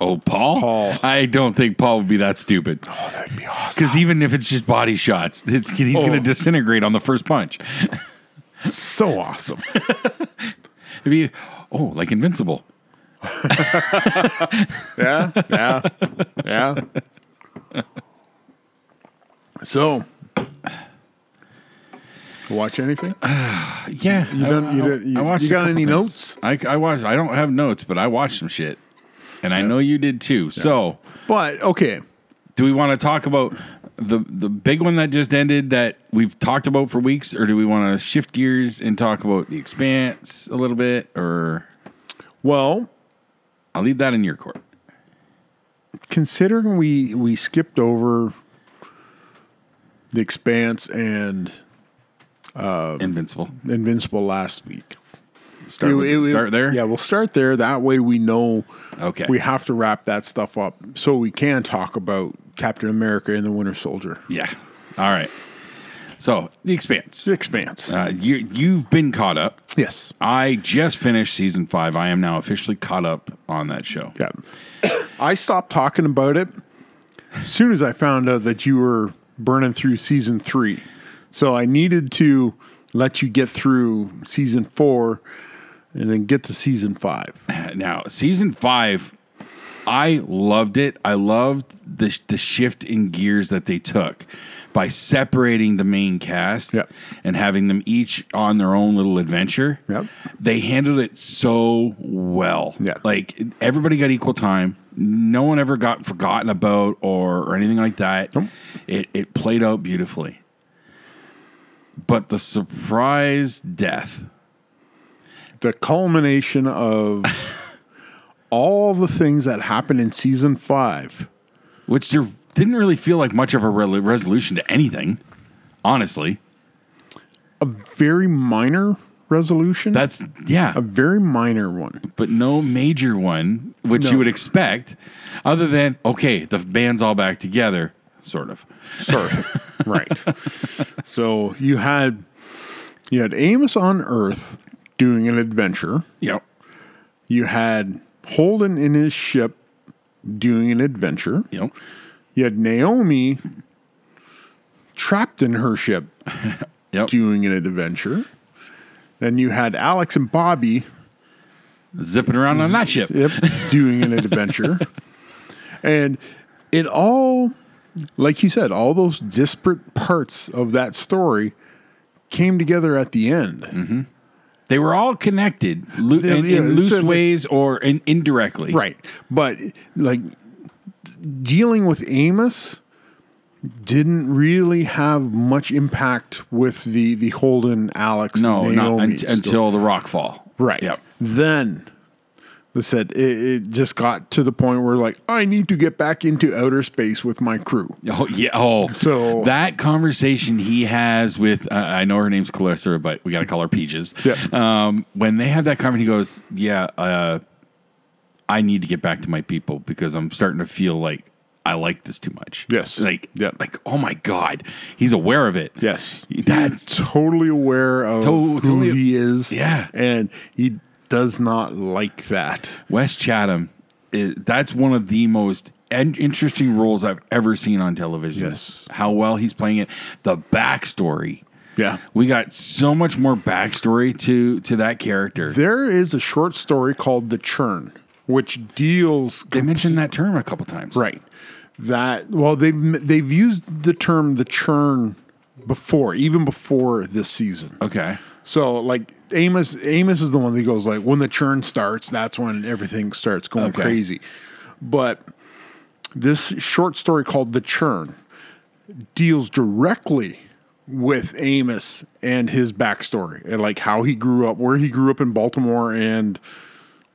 A: Oh, Paul?
B: Paul.
A: I don't think Paul would be that stupid.
B: Oh, that'd be awesome.
A: Because even if it's just body shots, it's, he's going
B: Oh.
A: to disintegrate on the first punch.
B: So awesome.
A: It'd be, oh, like Invincible.
B: yeah, yeah, yeah. So, watch anything?
A: Yeah. You,
B: don't- you don't- you- you
A: a
B: got
A: couple
B: any
A: things. I, I watched. I don't have notes, but I watched some shit, and I know you did too. So,
B: But okay.
A: do we want to talk about the the big one that just ended that we've talked about for weeks, or do we want to shift gears and talk about the Expanse a little bit? Or
B: Well,
A: I'll leave that in your court.
B: considering we we skipped over the Expanse and
A: Invincible.
B: Invincible last week.
A: Start,
B: It-
A: with-
B: it-
A: start there.
B: Yeah, we'll start there. That way we know
A: Okay.
B: we have to wrap that stuff up so we can talk about Captain America and the Winter Soldier.
A: Yeah. All right. So the Expanse.
B: The Expanse.
A: Uh, you you've been caught up.
B: yes.
A: I just finished season five. I am now officially caught up on that show.
B: Yeah. I stopped talking about it as soon as I found out that you were burning through season three. So I needed to let you get through season four and then get to season five.
A: Now season five, I loved it. I loved the the shift in gears that they took by separating the main cast
B: Yeah.
A: and having them each on their own little adventure.
B: Yep.
A: They handled it so well.
B: Yeah.
A: Like everybody got equal time. No one ever got forgotten about or, or anything like that. It it played out beautifully. But the surprise death.
B: The culmination of all the things that happened in season five.
A: which there didn't really feel like much of a re- resolution to anything. Honestly,
B: Very minor resolution.
A: that's yeah,
B: a very minor one.
A: but no major one, which
B: No.
A: you would expect, other than okay, the band's all back together, sort of.
B: Sorry. right. So you had you had Amos on Earth doing an adventure.
A: Yep.
B: You had Holden in his ship doing an adventure.
A: Yep.
B: You had Naomi trapped in her ship
A: Yep.
B: doing an adventure. Then you had Alex and Bobby
A: Zipping around on that ship.
B: yep, doing an adventure. and it all, like you said, all those disparate parts of that story came together at the end.
A: Mm-hmm. They were all connected lo-
B: Yeah,
A: in,
B: yeah,
A: in loose
B: certainly.
A: ways or in, indirectly.
B: Right. But like dealing with Amos didn't really have much impact with the the Holden Alex
A: No, not
B: Naomi
A: un-
B: story.
A: until the rock fall.
B: right.
A: Yep.
B: Then they said it, it just got to the point where like I need to get back into outer space with my crew.
A: Oh yeah. Oh,
B: So-
A: that conversation he has with uh, I know her name's Calista, but we got to call her Peaches.
B: Yeah.
A: Um, when they have that conversation, he goes, "Yeah, uh, I need to get back to my people because I'm starting to feel like I like this too much.
B: Yes.
A: Like,
B: Yeah.
A: like oh my God. He's aware of it.
B: Yes.
A: That's
B: He's totally aware of
A: To-
B: who
A: totally-
B: he is.
A: Yeah.
B: And he does not like that.
A: West Chatham. Is, that's one of the most en- interesting roles I've ever seen on television.
B: Yes.
A: How well he's playing it. The backstory.
B: Yeah.
A: We got so much more backstory to to that character.
B: There is a short story called The Churn, which deals
A: They mentioned that term a couple times.
B: Right. That well, they've they've used the term the churn before, even before this season.
A: Okay.
B: So like Amos, Amos is the one that goes like, when the churn starts, that's when everything starts going
A: Okay.
B: crazy. But this short story called "The Churn" deals directly with Amos and his backstory and like how he grew up, where he grew up in Baltimore, and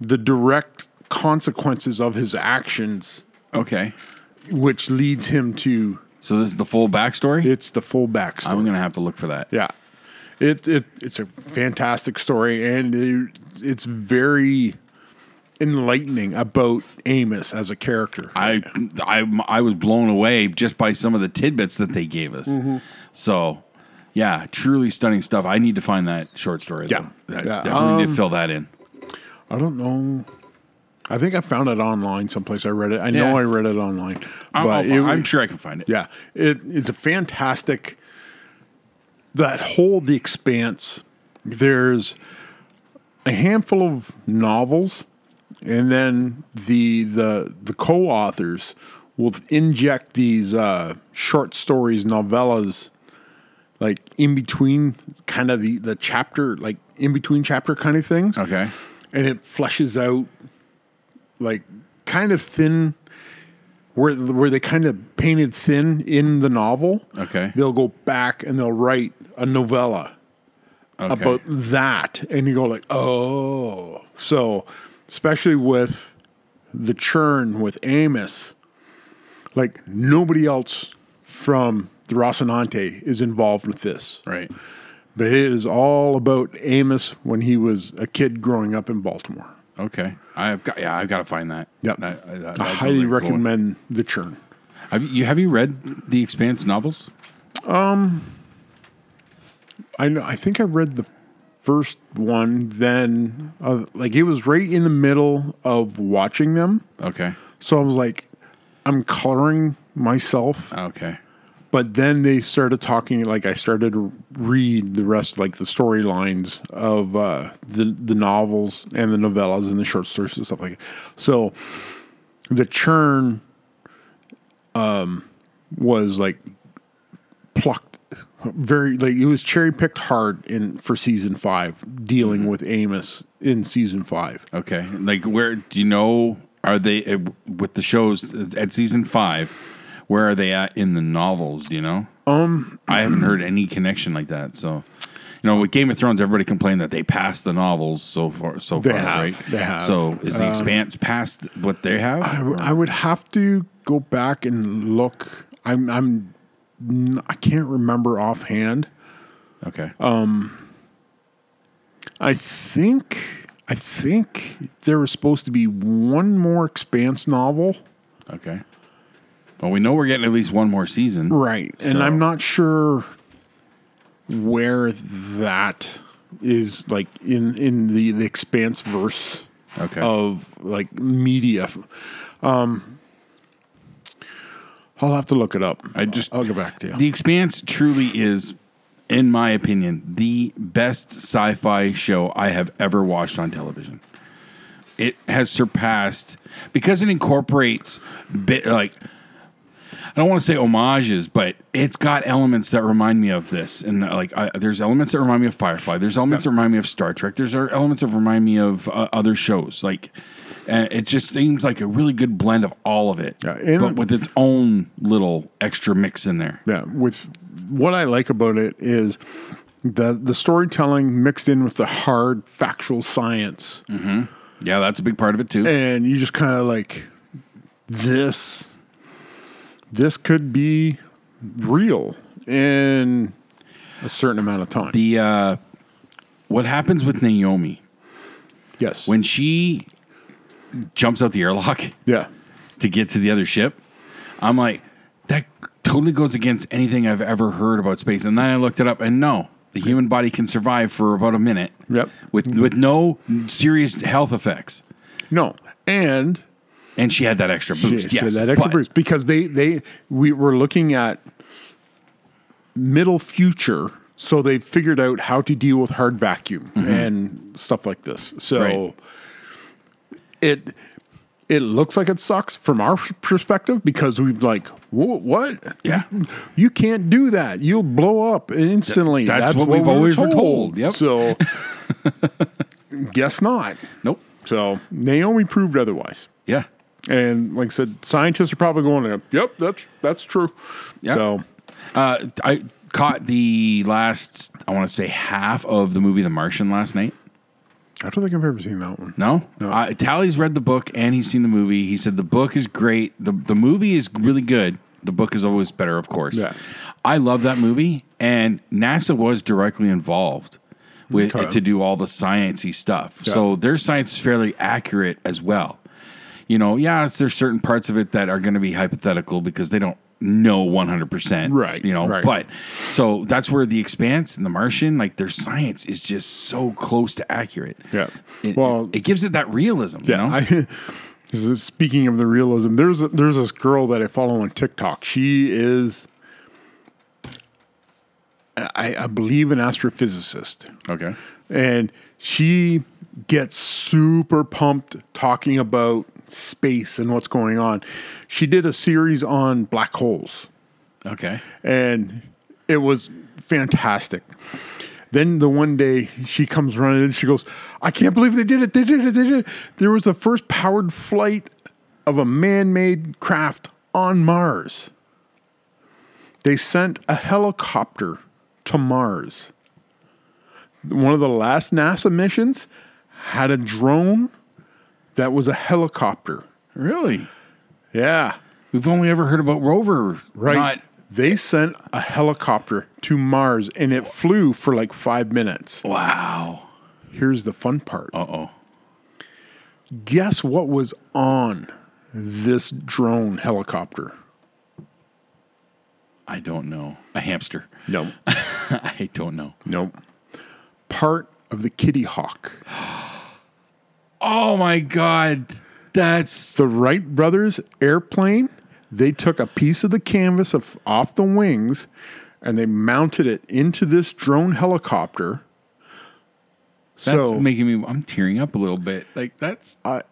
B: the direct consequences of his actions
A: Okay.
B: which leads him to
A: So this is the full backstory.
B: it's the full backstory.
A: I'm gonna have to look for that.
B: yeah, it it it's a fantastic story, and it, it's very enlightening about Amos as a character.
A: I I I was blown away just by some of the tidbits that they gave us.
B: Mm-hmm.
A: So, yeah, truly stunning stuff. I need to find that short story.
B: Yeah.
A: though. I
B: Yeah. Um,
A: definitely need to fill that in.
B: I don't know. I think I found it online someplace. I read it. I
A: Yeah.
B: know I read it online,
A: I'll, I'll
B: but
A: fi-
B: it,
A: I'm sure I can find it.
B: Yeah, it, it's a fantastic. That whole the expanse. There's a handful of novels, and then the the the co-authors will inject these uh, short stories, novellas, like in between, kind of the the chapter, like in between chapter kind of things
A: Okay.
B: and it fleshes out like kind of thin where where they kind of painted thin in the novel.
A: Okay.
B: They'll go back and they'll write a novella
A: Okay.
B: about that and you go like, "Oh." So, especially with the churn with Amos, like nobody else from the Rocinante is involved with this.
A: right.
B: But it is all about Amos when he was a kid growing up in Baltimore.
A: Okay. I've got yeah. I've got to find that.
B: Yep.
A: That- that- that-
B: I
A: that's
B: highly
A: really cool.
B: recommend The Churn.
A: Have you have you read the Expanse novels?
B: I know. I think I read the first one. Then, uh, like, it was right in the middle of watching them,
A: Okay.
B: so I was like, I'm coloring myself.
A: Okay.
B: But then they started talking. Like, I started to read the rest, like the storylines of uh, the the novels and the novellas and the short stories and stuff like that. So, the churn um, was like plucked very like it was cherry picked hard in for season five, dealing with Amos in season five.
A: Okay. Like, where do you know? Are they uh, with the shows at season five? Where are they at in the novels? Do you know? Um, I haven't heard any connection like that. So, you know, with Game of Thrones, everybody complained that they passed the novels so far. So
B: They
A: far,
B: have.
A: right?
B: They have. Um,
A: So, is the Expanse past what they have?
B: I, w- I would have to go back and look. I'm I'm n- I can't remember offhand.
A: okay.
B: Um, I think I think there was supposed to be one more Expanse novel,
A: okay. Well, we know we're getting at least one more season.
B: right? And
A: So-
B: I'm not sure where that is like in in the the Expanse verse.
A: Okay.
B: of like media. Um, I'll have to look it up.
A: I just-
B: I'll get back to you.
A: The Expanse truly is, in my opinion, the best sci fi show I have ever watched on television. It has surpassed because it incorporates bit like I don't want to say homages, but it's got elements that remind me of this, and uh, like I, there's elements that remind me of Firefly. There's elements that remind me of Star Trek. There's uh, elements that remind me of uh, other shows. Like, and it just seems like a really good blend of all of it,
B: Yeah, and-
A: but with its own little extra mix in there.
B: yeah, with what I like about it is the the storytelling mixed in with the hard factual science,
A: Yeah, that's a big part of it too.
B: and you just kind of like this. This could be real in a certain amount of time.
A: The uh, what happens with Naomi
B: yes.
A: when she jumps out the airlock
B: yeah.
A: to get to the other ship? I'm like, that totally goes against anything I've ever heard about space. And then I looked it up, and no, the human body can survive for about a minute.
B: Yep.
A: With with no serious health effects.
B: No, and
A: And she had that extra boost.
B: Yeah,
A: yes,
B: that extra
A: but-
B: boost because they they we were looking at middle future, so they figured out how to deal with hard vacuum and stuff like this. So
A: Mm-hmm. Right.
B: it it looks like it sucks from our perspective because we've like Whoa, what
A: Yeah.
B: you can't do that you'll blow up instantly
A: That's what we've
B: we were
A: always were told. Yep.
B: so guess not
A: Nope.
B: so Naomi proved otherwise.
A: Yeah.
B: And like I said, scientists are probably going, "Yep, that's that's true."
A: Yeah.
B: So
A: Uh, I caught the last, I want to say half of the movie The Martian last night.
B: I don't think I've ever seen that one.
A: No, Uh, Tally's read the book and he's seen the movie. He said the book is great. the The movie is really good. The book is always better, of course.
B: Yeah.
A: I love that movie, and NASA was directly involved with
B: Okay.
A: to do all the sciencey stuff.
B: Yeah.
A: So their science is fairly accurate as well. You know, yeah, it's, there's certain parts of it that are going to be hypothetical because they don't know 100 percent,
B: Right,
A: You know,
B: right.
A: but so that's where the Expanse and the Martian, like their science is just so close to accurate.
B: Yeah.
A: It,
B: Well-
A: it gives it that realism.
B: Yeah.
A: you know?
B: I, this is- speaking of the realism, there's a, there's this girl that I follow on TikTok. She is, I, I believe, an astrophysicist.
A: okay.
B: and she gets super pumped talking about space and what's going on. She did a series on black holes,
A: Okay.
B: and it was fantastic. Then the one day she comes running and she goes, I can't believe they did it. They did it. They did it. There was the first powered flight of a man made craft on Mars. They sent a helicopter to Mars. One of the last NASA missions had a drone that was a helicopter.
A: Really?
B: Yeah.
A: We've only ever heard about Rover.
B: Right.
A: Not,
B: they sent a helicopter to Mars and it flew for like five minutes.
A: wow.
B: Here's the fun part.
A: Uh oh.
B: Guess what was on this drone helicopter?
A: I don't know. A hamster.
B: Nope.
A: I don't know.
B: nope. Part of the Kitty Hawk.
A: Oh my God. That's
B: The Wright brothers airplane, they took a piece of the canvas of, off the wings and they mounted it into this drone helicopter.
A: that's
B: So
A: making me. I'm tearing up a little bit. Like that's
B: I-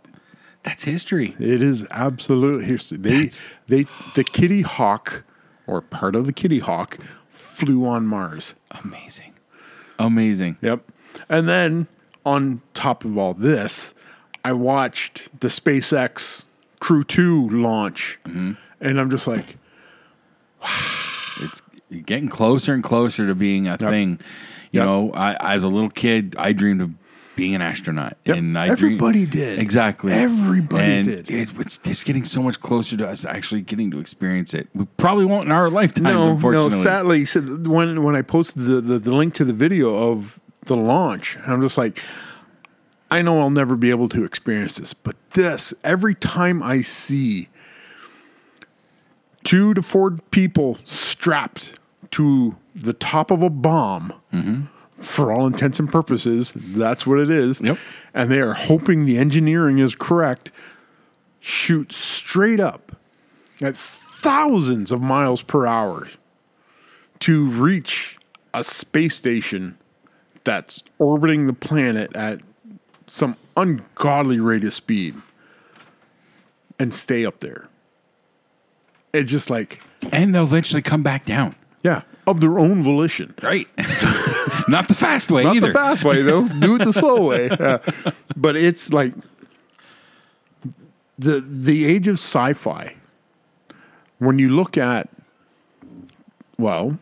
A: that's history.
B: It is absolute history. They
A: That's-
B: they the Kitty Hawk or part of the Kitty Hawk flew on Mars.
A: Amazing. Amazing.
B: Yep. And then on top of all this, I watched the SpaceX Crew 2 launch.
A: Mm-hmm.
B: And I'm just like,
A: it's getting closer and closer to being a thing. You
B: Yep.
A: know, I as a little kid, I dreamed of being an astronaut,
B: Yep.
A: and I
B: Everybody
A: dreamed,
B: did.
A: exactly.
B: Everybody
A: And
B: did.
A: It, it's just getting so much closer to us actually getting to experience it. We probably won't in our lifetimes,
B: no, no,
A: unfortunately.
B: sadly, so when when I posted the, the, the link to the video of the launch, I'm just like, I know I'll never be able to experience this, but this, every time I see two to four people strapped to the top of a bomb, for all intents and purposes, that's what it is.
A: Yep.
B: And they are hoping the engineering is correct, shoot straight up at thousands of miles per hour to reach a space station that's orbiting the planet at some ungodly rate of speed and stay up there. It's just like,
A: and they'll eventually come back down,
B: yeah, of their own volition.
A: right? Not the fast way
B: Not
A: either.
B: the fast way, though. Do it the slow way. Uh, but it's like the the age of sci-fi. When you look at, well,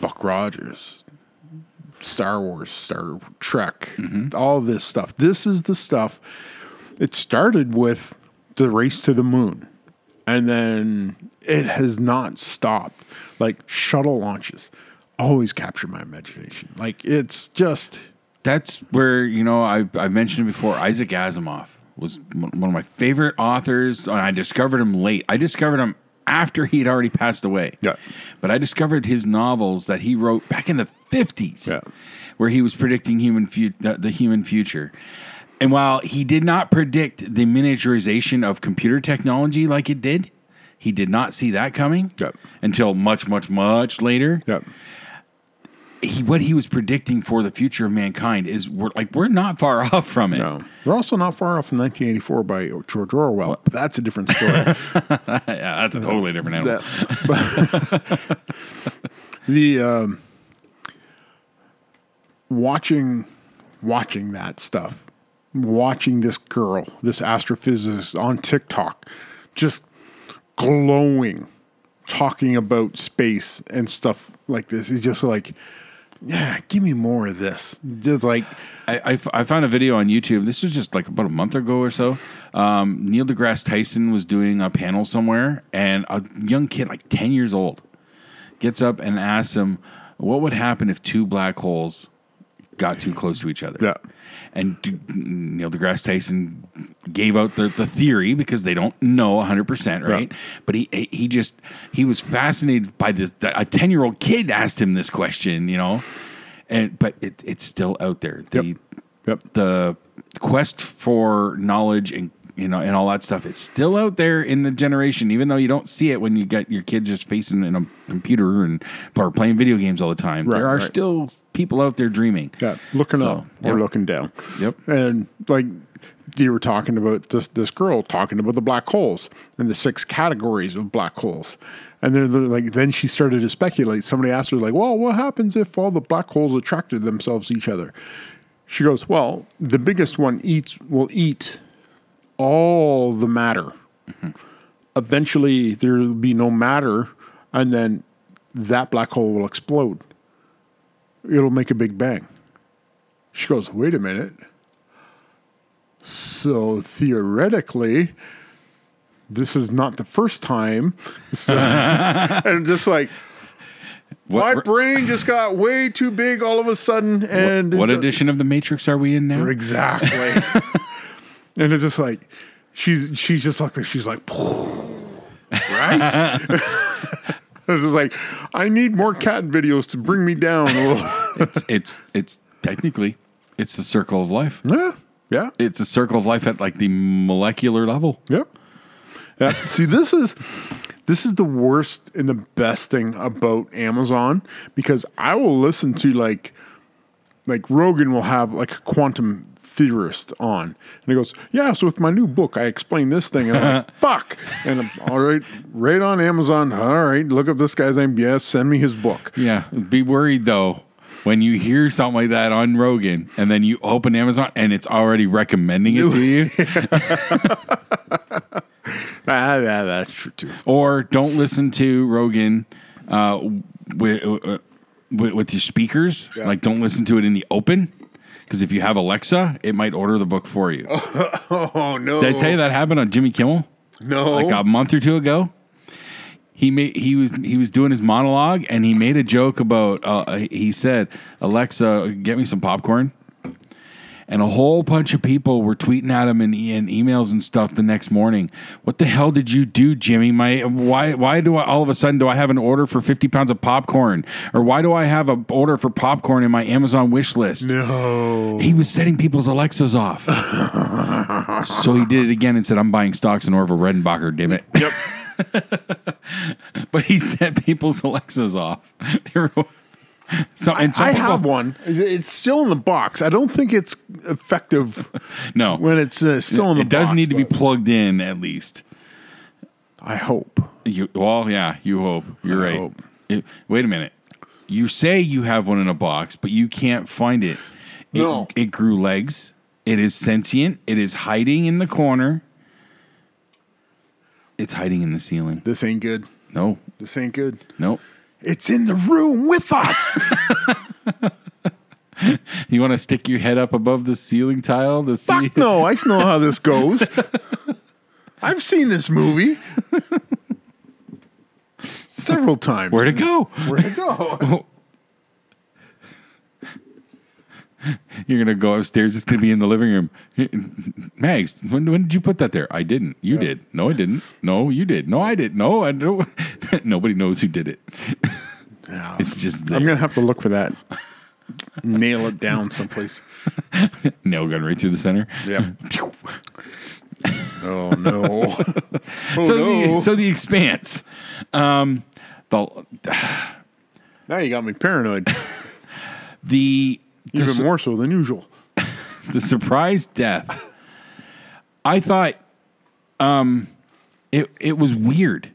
B: Buck Rogers, Star Wars, Star Trek, all this stuff. This is the stuff. It started with the race to the moon, and then it has not stopped. Like shuttle launches, always capture my imagination. Like it's just
A: that's where you know I I mentioned it before. Isaac Asimov was one one of my favorite authors, and I discovered him late. I discovered him after he'd already passed away.
B: Yeah.
A: But I discovered his novels that he wrote back in the 50s
B: Yeah.
A: where he was predicting human fu- the, the human future. And while he did not predict the miniaturization of computer technology like it did, he did not see that coming
B: Yeah.
A: until much, much, much later
B: Yeah.
A: he, what he was predicting for the future of mankind is we're like we're not far off from it.
B: No. We're also not far off from 1984 by George Orwell. But that's a different story.
A: Yeah, that's a totally different animal.
B: that the um, watching watching that stuff watching this girl this astrophysicist on tiktok just glowing talking about space and stuff like this is just like yeah give me more of this just like
A: I, I f- I found a video on YouTube. This was just like about a month ago or so. Um, Neil deGrasse Tyson was doing a panel somewhere, and a young kid, like 10 years old, gets up and asks him, What would happen if two black holes got too close to each other?
B: Yeah.
A: And d- Neil deGrasse Tyson gave out the, the theory because they don't know 100%, right? But he he just, he was fascinated by this. that A 10 year old kid asked him this question, you know? And, but it, it's still out there. The,
B: Yep. yep
A: the quest for knowledge and you know and all that stuff it's still out there in the generation even though you don't see it when you got your kids just facing in a computer and or playing video games all the time
B: Right,
A: there are
B: right.
A: still people out there dreaming
B: Yeah, looking
A: So,
B: up or
A: yep.
B: looking down.
A: Yep.
B: And like you were talking about this this girl talking about the black holes and the six categories of black holes. And then they're like then she started to speculate. Somebody asked her like, "Well, what happens if all the black holes attracted themselves to each other?" She goes, "Well, the biggest one eats will eat all the matter.
A: Mm-hmm.
B: Eventually there will be no matter and then that black hole will explode. It'll make a big bang." She goes, wait a minute. So theoretically, this is not the first time. So, and just like, my
A: what,
B: brain just got way too big all of a sudden. And
A: what
B: it-
A: edition of the matrix are we in now
B: Exactly. and it's just like, she's she's just like this. She's like, right? it's just like, I need more cat videos to bring me down a little.
A: it's, it's it's technically it's the circle of life
B: yeah. Yeah.
A: it's a circle of life at like the molecular level
B: Yep. Yeah. See, this is this is the worst and the best thing about Amazon because I will listen to like like Rogan will have like a quantum theorist on and he goes, Yeah, so with my new book I explain this thing and I'm like, fuck. And I'm all right, right on Amazon, all right, look up this guy's name. Yes, send me his book.
A: Yeah. Be worried though when you hear something like that on Rogan and then you open Amazon and it's already recommending it to you.
B: Ah, yeah, that's true too.
A: or don't listen to Rogan uh, with, uh, with with your speakers. Like don't listen to it in the open because if you have Alexa, it might order the book for you.
B: Oh no.
A: Did I tell you that happened on Jimmy Kimmel?
B: No.
A: like a month or two ago. He made he was he was doing his monologue and he made a joke about uh, he said Alexa get me some popcorn, and a whole bunch of people were tweeting at him and, and emails and stuff the next morning. What the hell did you do, Jimmy? My why why do I all of a sudden do I have an order for fifty pounds of popcorn or why do I have an order for popcorn in my Amazon wish list?
B: no.
A: He was setting people's Alexas off. so he did it again and said, I'm buying stocks in Orville Redenbacher, damn it. Yep. but he set people's Alexas off. They were- so, and some
B: I
A: people-
B: have one. It's still in the box. I don't think it's effective
A: No.
B: when it's uh, still in the
A: it does
B: box,
A: need to be
B: but
A: plugged in at least.
B: I hope.
A: You Well, yeah, you hope. You're
B: I
A: right.
B: hope.
A: It- wait a minute. You say you have one in a box, but you can't find it. It,
B: No.
A: it grew legs. It is sentient. It is hiding in the corner. It's hiding in the ceiling.
B: This ain't good.
A: No,
B: This ain't good.
A: no.
B: It's in the room with us.
A: You want to stick your head up above the ceiling tile to see?
B: Fuck no, I know how this goes. I've seen this movie several times.
A: Where'd it go?
B: Where'd it go?
A: You're gonna go upstairs. It's gonna be in the living room. Mags, when, when did you put that there? I didn't. You did. No, I didn't. No, you did. No, I did. No, I don't. Nobody knows who did it. it's just there.
B: I'm gonna have to look for that. Nail it down someplace.
A: nail gun right through the center.
B: Yeah. Oh no. oh
A: so,
B: no.
A: the, so the expanse. Um, the
B: now you got me paranoid,
A: the the,
B: even
A: su-
B: more so than usual.
A: the surprise death. I thought, um, it it was weird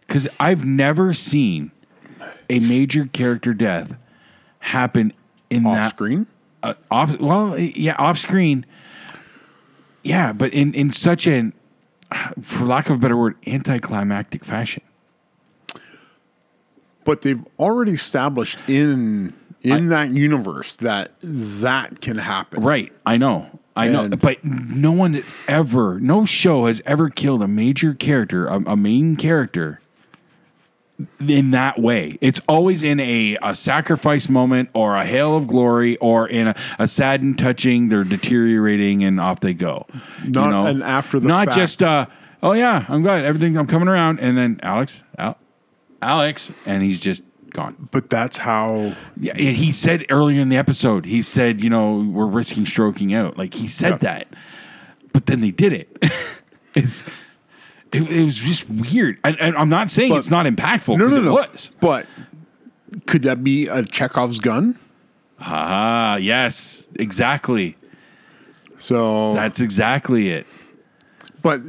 A: because I've never seen a major character death happen in
B: Off
A: that
B: screen.
A: uh, off well yeah off screen yeah but in in such an for lack of a better word anticlimactic fashion
B: but they've already established in in that universe that that can happen.
A: Right. I know. I know.
B: And-
A: but no one has ever, no show has ever killed a major character, a, a main character in that way. It's always in a, a sacrifice moment or a hail of glory or in a, a sad and touching, they're deteriorating and off they go.
B: Not an after the
A: Not
B: fact.
A: just, uh, oh yeah, I'm glad everything, I'm coming around. And then Alex, Al, Alex, and he's just gone.
B: But that's how
A: Yeah, and he said earlier in the episode, he said, you know, we're risking stroking out. Like he said that, but then they did it. it's it, it was just weird, and, and I'm not saying
B: But-
A: it's not impactful.
B: no
A: 'cause
B: no
A: it
B: no.
A: was.
B: But could that be a Chekhov's gun?
A: Ah, yes, exactly.
B: So,
A: That's exactly it.
B: but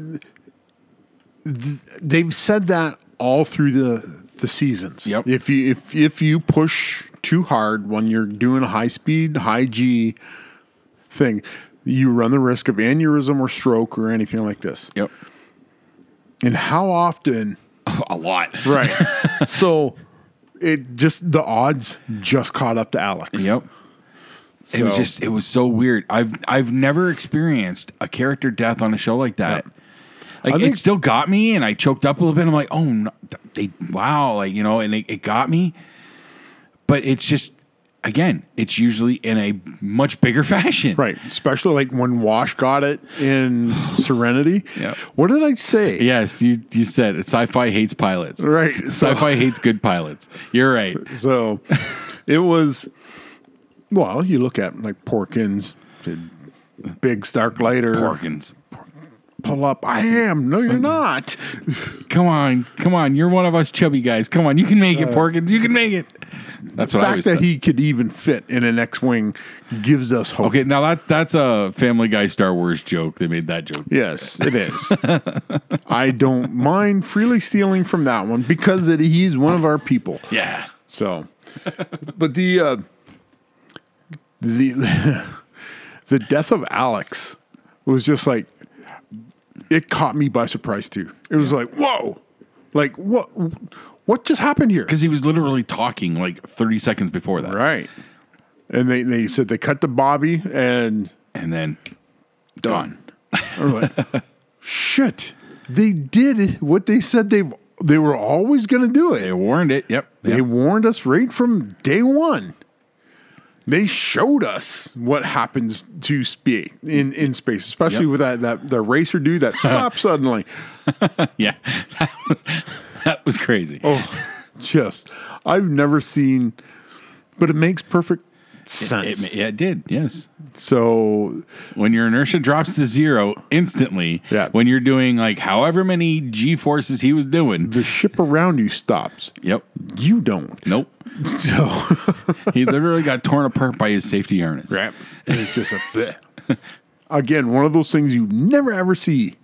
B: th- they've said that all through the the seasons.
A: Yep.
B: If you if if you push too hard when you're doing a high speed, high G thing, you run the risk of aneurysm or stroke or anything like this.
A: Yep,
B: And how often
A: a lot.
B: Right. so it just the odds just caught up to Alex.
A: Yep. It was
B: So-
A: just it was so weird. I've I've never experienced a character death on a show like that. Like
B: I think-
A: it still got me, and I choked up a little bit. I'm like, oh, no, th- they wow, like you know, and it, it got me. But it's just again, it's usually in a much bigger fashion,
B: Right. Especially like when Wash got it in Serenity.
A: Yep.
B: What did I say?
A: Yes, you you said it. Sci-fi hates pilots.
B: Right. So,
A: Sci-fi hates good pilots. You're right.
B: so it was well, you look at like Porkins, Big Stark Lighter,
A: Porkins,
B: pull up. I am. No, you're not.
A: come on, come on. You're one of us chubby guys. Come on, you can make it, Porkins. You can make it. That's
B: The
A: what I
B: fact
A: was.
B: that he could even fit in an X Wing gives us hope.
A: Okay, now that that's a Family Guy Star Wars joke. They made that joke.
B: Yes, it is. I don't mind freely stealing from that one because it, he's one of our people.
A: Yeah.
B: So, but the uh, the the death of Alex was just like it caught me by surprise too. It was like whoa, like what what just happened here?
A: Because he was literally talking like 30 seconds before that.
B: Right. And they, they said they cut to Bobby and
A: And then
B: done. I was like, Shit, they did what they said they they were always going to do
A: they
B: it.
A: warned it. Yep.
B: They
A: Yep.
B: warned us right from day one. They showed us what happens to speed in, in space, especially
A: Yep.
B: with that that the racer dude that stopped suddenly.
A: Yeah. That was, that was crazy.
B: Oh, just I've never seen, but it makes perfect sense.
A: It, yeah, it did. Yes.
B: so
A: When your inertia drops to zero instantly,
B: Yeah.
A: when you're doing like however many G forces he was doing.
B: the ship around you stops.
A: Yep.
B: You don't.
A: Nope.
B: So
A: He literally got torn apart by his safety harness.
B: Right. It's just a Again, one of those things you never ever see.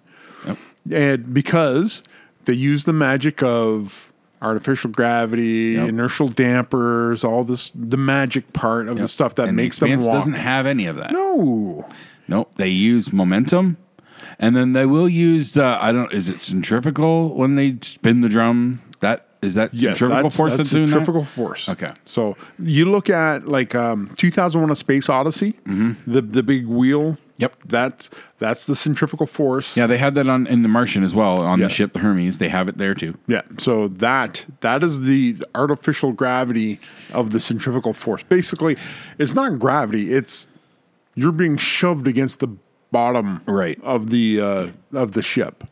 B: And because they use the magic of artificial gravity,
A: Yep.
B: inertial dampers, all this the magic part of the stuff that
A: And
B: makes
A: the
B: them
A: Expanse
B: walk.
A: doesn't have any of that.
B: no.
A: Nope. They use momentum, and then they will use. Uh, I don't. Is it centrifugal when they spin the drum? That is that centrifugal force that's, doing
B: centrifugal
A: that.
B: force.
A: Okay.
B: So you look at like um, 2001: A Space Odyssey, the the big
A: Mm-hmm.
B: wheel
A: Yep.
B: That's that's the centrifugal force.
A: Yeah, they had that on in The Martian as well on
B: Yeah.
A: the ship, the Hermes. They have it there too.
B: Yeah. So that that is the artificial gravity of the centrifugal force. Basically, it's not gravity. It's you're being shoved against the bottom
A: Right. Mm-hmm.
B: of the uh, of the ship.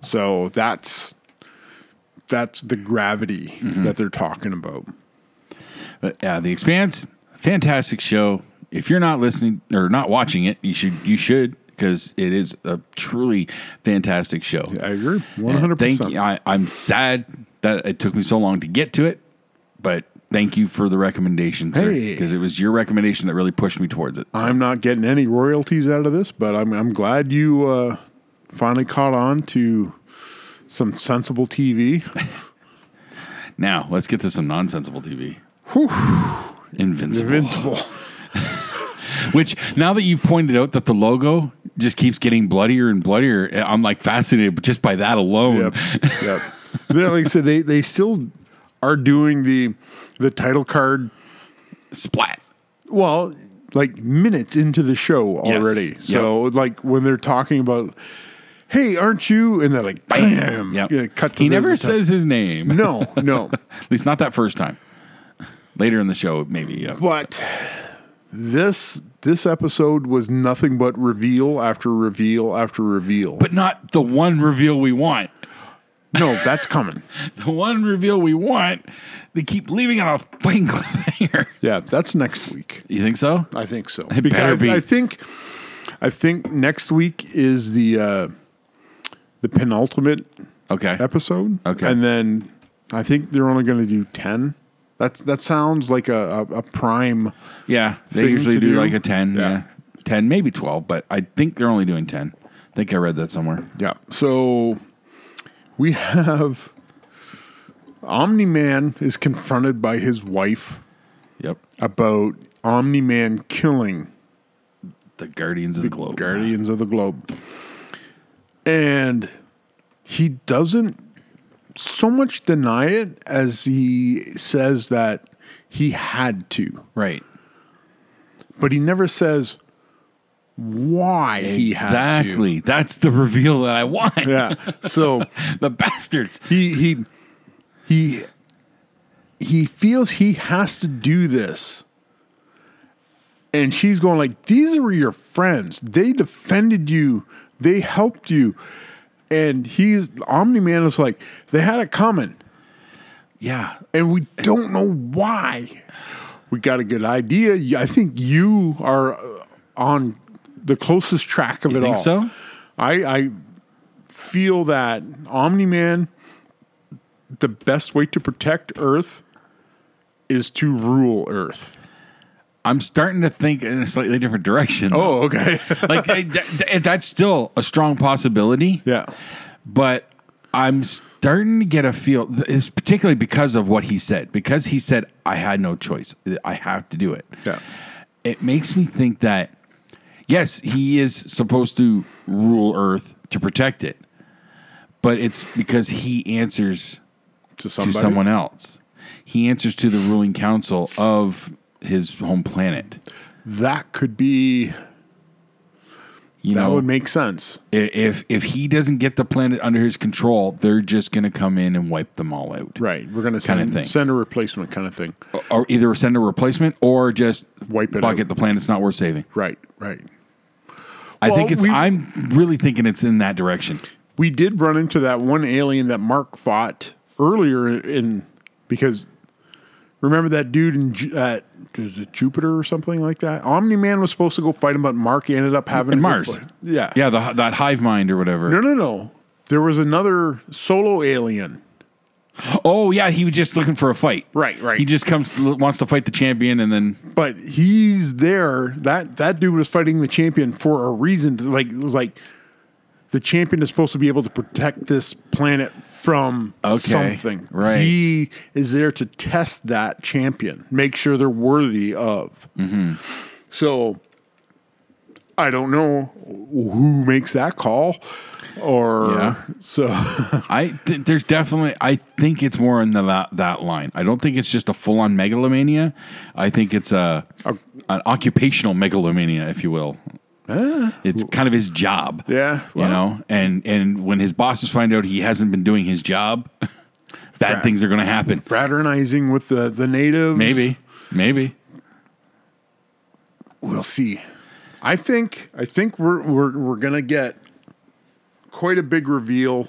B: So that's that's the gravity
A: Mm-hmm.
B: that they're talking about.
A: But yeah, The Expanse, fantastic show. If you're not listening or not watching it, you should you should because it is a truly fantastic show.
B: I agree. One
A: And
B: hundred
A: Thank
B: percent.
A: you. I, I'm sad that it took me so long to get to it, but thank you for the recommendation, sir,
B: Hey.
A: because it was your recommendation that really pushed me towards it. So,
B: I'm not getting any royalties out of this, but I'm I'm glad you uh, finally caught on to some sensible TV.
A: now let's get to some nonsensible TV. Invincible.
B: Invincible.
A: Which now that you've pointed out that the logo just keeps getting bloodier and bloodier, I'm like fascinated just by that alone.
B: Yep. Yep. They're- like I said, they they still are doing the the title card.
A: Splat.
B: Well, like minutes into the show
A: Yes.
B: already. So like when they're talking about, hey, aren't you? And they're like, bam.
A: Yep.
B: yeah, cut. To
A: he
B: the-
A: never
B: the ti-
A: says his name.
B: no, no.
A: At least not that first time. Later in the show, maybe. uh, Yeah.
B: But this this episode was nothing but reveal after reveal after reveal.
A: But not the one reveal we want.
B: no, that's coming.
A: The one reveal we want, they keep leaving it off fucking cliffhanger.
B: Yeah, that's next week.
A: You think so?
B: I think so.
A: It
B: Because
A: better
B: I,
A: be.
B: I think I think next week is the uh the penultimate
A: Okay.
B: episode.
A: Okay.
B: And then I think they're only gonna do ten. That that sounds like a, a, a prime
A: Yeah. They
B: Thing
A: usually
B: to
A: do,
B: do?
A: like a 10. Yeah.
B: Yeah.
A: 10, maybe 12, but I think they're only doing 10. I think I read that somewhere.
B: Yeah. So we have Omni Man is confronted by his wife
A: Yep.
B: about Omni Man killing
A: The Guardians of the Globe.
B: Guardians of the Globe. And he doesn't so much deny it as he says that he had to,
A: Right.
B: but he never says why he had to.
A: Exactly. That's the reveal that I want.
B: Yeah. So
A: the bastards.
B: he he he he feels he has to do this and she's going like these are your friends they defended you they helped you and he's omni-man is like they had it coming
A: Yeah.
B: and we don't know why we got a good idea Y- i think you are uh, on the closest track of
A: You
B: it
A: think
B: all
A: so?
B: i i feel that omni-man the best way to protect earth is to rule earth
A: I'm starting to think in a slightly different direction.
B: Oh.
A: though.
B: okay
A: Oh, Like, I- that- that's still a strong possibility.
B: yeah
A: but I'm starting to get a feel. It's particularly because of what he said. Because he said, "I had no choice. I have to do it."
B: yeah
A: It makes me think that yes, he is supposed to rule Earth to protect it, but it's because he answers
B: to somebody
A: to someone else. He answers to the ruling council of his home planet.
B: that could be
A: You
B: that
A: know,
B: would make sense
A: i- if if he doesn't get the planet under his control, they're just going to come in and wipe them all out.
B: right we're gonna
A: Kinda
B: send,
A: thing.
B: send a replacement kind of thing
A: or either send a replacement or just
B: Wipe it
A: Bucket
B: out.
A: the planet's not worth saving.
B: right right
A: I
B: Well,
A: think it's.
B: we-
A: I'm really thinking it's in that direction.
B: we did run into that one alien that Mark fought earlier in because remember that dude in Ju- uh, is it Jupiter or something like that? Omni Man was supposed to go fight him, but Mark ended up having
A: In
B: to go
A: Mars,
B: fight- Yeah,
A: yeah, the, that hive mind or whatever.
B: No, no, no. There was another solo alien.
A: Oh yeah, he was just looking for a fight.
B: Right, right.
A: He just comes wants to fight the champion, and then
B: but he's there. That that dude was fighting the champion for a reason. Like it was like the champion is supposed to be able to protect this planet from
A: Okay,
B: something.
A: right.
B: He is there to test that champion, make sure they're worthy of.
A: Mm-hmm.
B: So I don't know who makes that call, or
A: Yeah.
B: so
A: I th- there's definitely I think it's more in the that, that line. I don't think it's just a full on megalomania. I think it's a, an occupational megalomania, if you will. It's kind of his job.
B: Ah. Yeah, well.
A: you know, and and when his bosses find out he hasn't been doing his job, bad things are going to happen.
B: Fraternizing with the, the natives.
A: Maybe, maybe.
B: We'll see. I think I think we're we're we're gonna get quite a big reveal.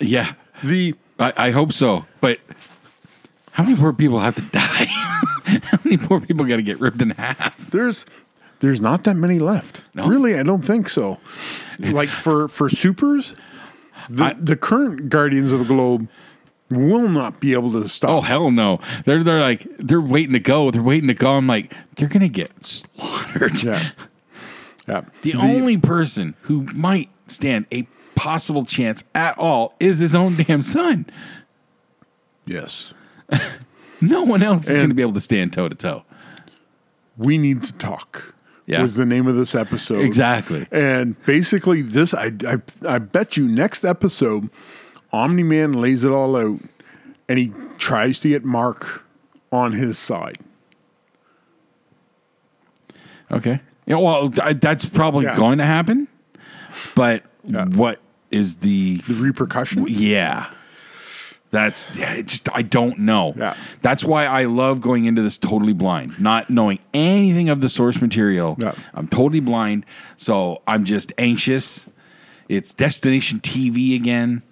A: Yeah,
B: The
A: I, I hope so. But how many poor people have to die? how many poor people got to get ripped in half?
B: there's there's not that many left.
A: No?
B: Really, I don't think so. Like for for supers, the
A: I-
B: the current Guardians of the Globe will not be able to
A: Oh
B: stop.
A: hell no! They're they're like they're waiting to go. They're waiting to go. I'm like they're gonna get slaughtered.
B: yeah, yeah.
A: The, only person who might stand a possible chance at all is his own damn son.
B: yes,
A: No one else is
B: And-
A: going to be able to stand toe to toe.
B: we need to talk.
A: Yeah.
B: was the name of this episode
A: Exactly.
B: And basically, this I I, I bet you next episode, Omni Man lays it all out, and he tries to get Mark on his side.
A: Okay. Yeah, well, I, that's probably
B: Yeah.
A: going to happen. But what is the
B: The repercussions.
A: Yeah. That's yeah, it just I don't know.
B: Yeah.
A: That's why I love going into this totally blind, not knowing anything of the source material.
B: Yeah.
A: I'm totally blind, so I'm just anxious. It's destination TV again,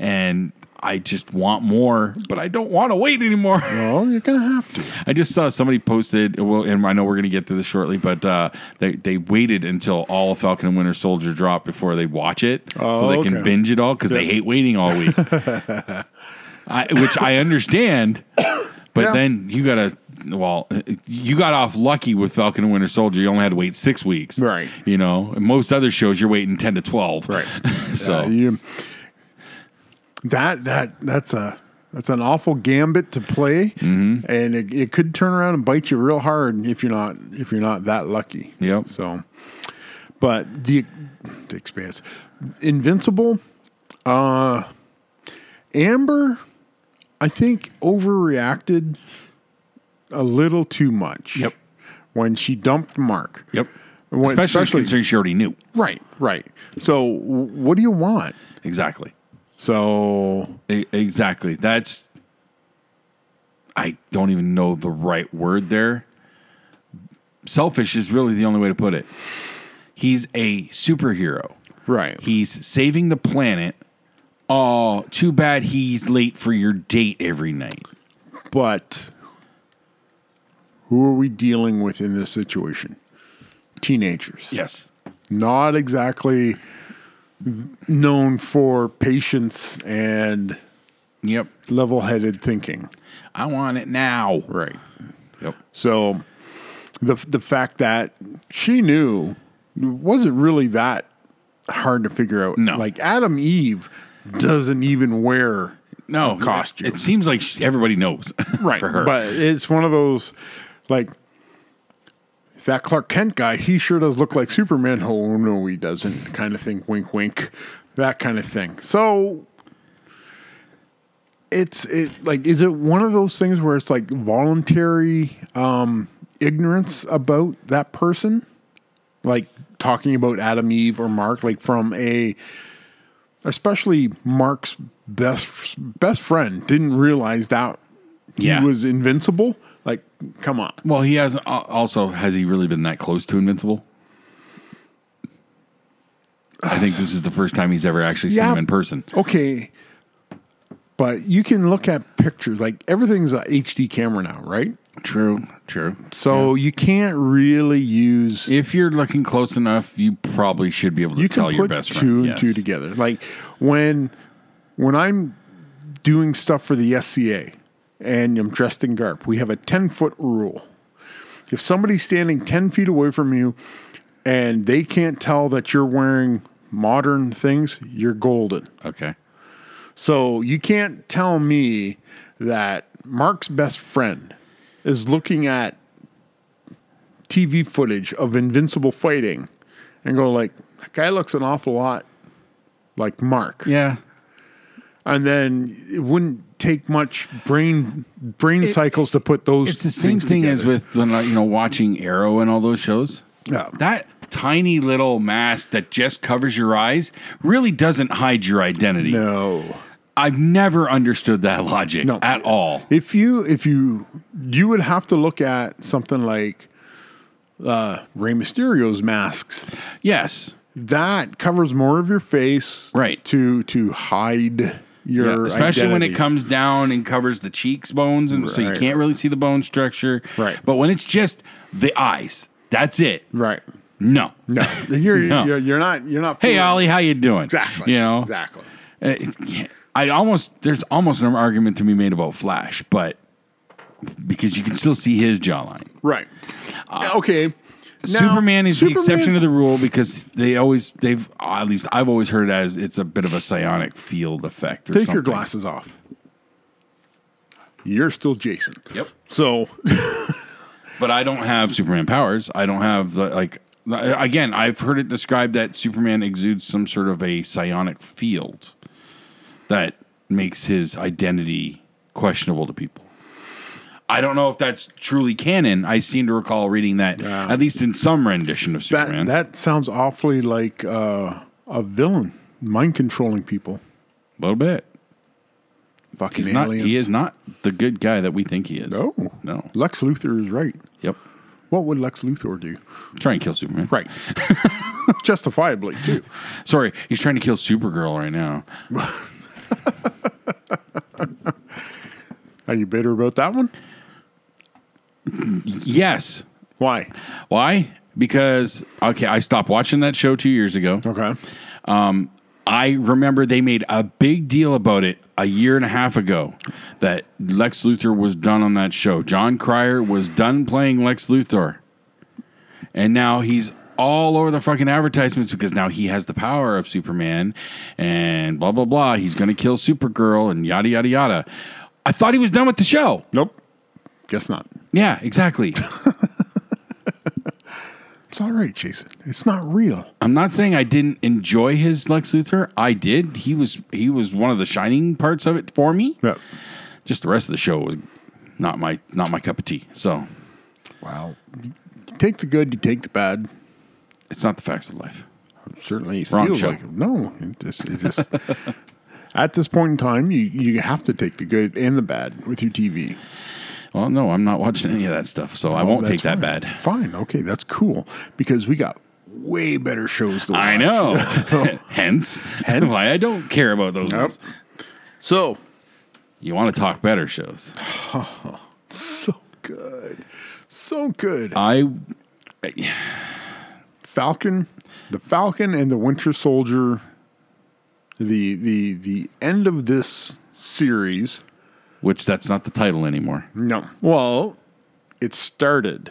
A: and I just want more, but I don't want to wait anymore.
B: Well, you're gonna have to.
A: I just saw somebody posted. Well, and I know we're going to get to this shortly, but uh, they they waited until all of Falcon and Winter Soldier drop before they watch it, so
B: Oh,
A: they can
B: okay.
A: binge it all because they hate waiting all week. I, which I understand, but
B: Yeah.
A: then you got to. Well, you got off lucky with Falcon and Winter Soldier. You only had to wait six weeks,
B: Right.
A: You know, And most other shows you're waiting ten to twelve,
B: Right.
A: so
B: Uh, you, that that that's a that's an awful gambit to play,
A: Mm-hmm.
B: and it, it could turn around and bite you real hard if you're not if you're not that lucky.
A: Yep.
B: So, but the the expanse, Invincible, uh, Amber, I think overreacted a little too much.
A: Yep.
B: When she dumped Mark.
A: yep.
B: When-
A: especially, considering she already knew
B: Right, right. So, w- what do you want?
A: exactly.
B: So,
A: E- Exactly. That's I don't even know the right word there. Selfish is really the only way to put it. He's a superhero.
B: right.
A: He's saving the planet. Oh, too bad he's late for your date every night.
B: but who are we dealing with in this situation? Teenagers.
A: Yes.
B: Not exactly known for patience and
A: Yep.
B: level headed thinking.
A: I want it now.
B: Right.
A: Yep.
B: So the the fact that she knew wasn't really that hard to figure out.
A: No.
B: Like Adam Eve doesn't even wear
A: No
B: a costume.
A: It seems like she, everybody knows.
B: right
A: for her.
B: But it's one of those like that Clark Kent guy. He sure does look like Superman. Oh no, he doesn't. Kind of thing. Wink, wink. That kind of thing. So it's it like is it one of those things where it's like voluntary um ignorance about that person like talking about adam eve or mark like from a especially mark's best best friend didn't realize that he
A: Yeah.
B: was invincible like come on
A: well, he has al- also has he really been that close to invincible? I think this is the first time he's ever actually seen
B: Yeah.
A: him in person.
B: okay but you can look at pictures like everything's a hd camera now right
A: True, true.
B: so you can't really use
A: If you're looking close enough, you probably should be able to
B: you
A: tell
B: can
A: your
B: put
A: best
B: two
A: friend.
B: and
A: Yes.
B: two together. Like when when I'm doing stuff for the SCA and I'm dressed in garb, we have a ten foot rule. If somebody's standing ten feet away from you and they can't tell that you're wearing modern things, you're golden.
A: Okay.
B: So you can't tell me that Mark's best friend is looking at TV footage of Invincible fighting and go like, that guy looks an awful lot like Mark.
A: Yeah.
B: And then it wouldn't take much brain brain cycles to put those.
A: It's the same
B: things
A: thing as
B: together.
A: with you know watching Arrow and all those shows.
B: Yeah.
A: That tiny little mask that just covers your eyes really doesn't hide your identity.
B: No.
A: I've never understood that logic
B: No.
A: at all.
B: If you if you you would have to look at something like uh Rey Mysterio's masks.
A: Yes.
B: That covers more of your face
A: Right.
B: to to hide your
A: Yeah, especially when it
B: identity.
A: comes down and covers the cheeks bones and so you
B: Right.
A: can't really see the bone structure.
B: Right.
A: But when it's just the eyes, that's it.
B: Right.
A: No.
B: No. You're,
A: No.
B: you're you're not you're not
A: Hey
B: feeling-
A: Ollie, how you doing?
B: Exactly.
A: You know.
B: Exactly.
A: It- I almost there's almost an argument to be made about Flash, but because you can still see his jawline.
B: Right. okay. Now,
A: Uh, Superman is the
B: Superman-
A: exception to the rule because they always they've at least I've always heard it as it's a bit of a psionic field effect. Or
B: Take
A: something.
B: your glasses off. You're still Jason.
A: Yep.
B: So
A: But I don't have Superman powers. I don't have the like. Again, I've heard it described that Superman exudes some sort of a psionic field that makes his identity questionable to people. I don't know if that's truly canon. I seem to recall reading that at least in some rendition of
B: that
A: Superman.
B: that sounds awfully like uh, a villain, mind controlling people.
A: a little bit.
B: Fucking
A: He's not.
B: aliens.
A: He is not the good guy that we think he is.
B: No.
A: No.
B: Lex Luthor is right.
A: Yep.
B: What would Lex Luthor do?
A: Try and kill Superman.
B: Right. Justifiably too.
A: Sorry, he's trying to kill Supergirl right now.
B: Are you bitter about that one?
A: Yes.
B: Why?
A: Why? Because okay, I stopped watching that show two years ago.
B: Okay.
A: I remember they made a big deal about it a year and a half ago that Lex Luthor was done on that show. John Cryer was done playing Lex Luthor, and now he's all over the fucking advertisements because now he has the power of Superman and blah blah blah. He's going to kill Supergirl and yada yada yada. I thought he was done with the show.
B: Nope. Guess not.
A: Yeah, exactly.
B: It's all right, Jason. It's not real.
A: I'm not saying I didn't enjoy his Lex Luthor. I did. He was he was one of the shining parts of it for me.
B: Yeah.
A: Just the rest of the show was not my not my cup of tea. So
B: Wow. You take the good, you take the bad.
A: it's not the facts of life.
B: certainly
A: Wrong
B: feels
A: show.
B: like it. No, it just, it just at this point in time, you you have to take the good and the bad with your TV.
A: Well, no, I'm not watching any of that stuff, so I
B: Well,
A: won't
B: Oh,
A: take
B: that's
A: that
B: fine.
A: bad.
B: Fine, okay, that's cool because we got way better shows. To watch.
A: I know. Hence,
B: Hence.
A: why I don't care about those ones.
B: So
A: You want to talk better shows.
B: so good, so good.
A: I
B: Falcon, the Falcon and the Winter Soldier. The the the end of this series.
A: which that's not the title anymore.
B: No, well, it started.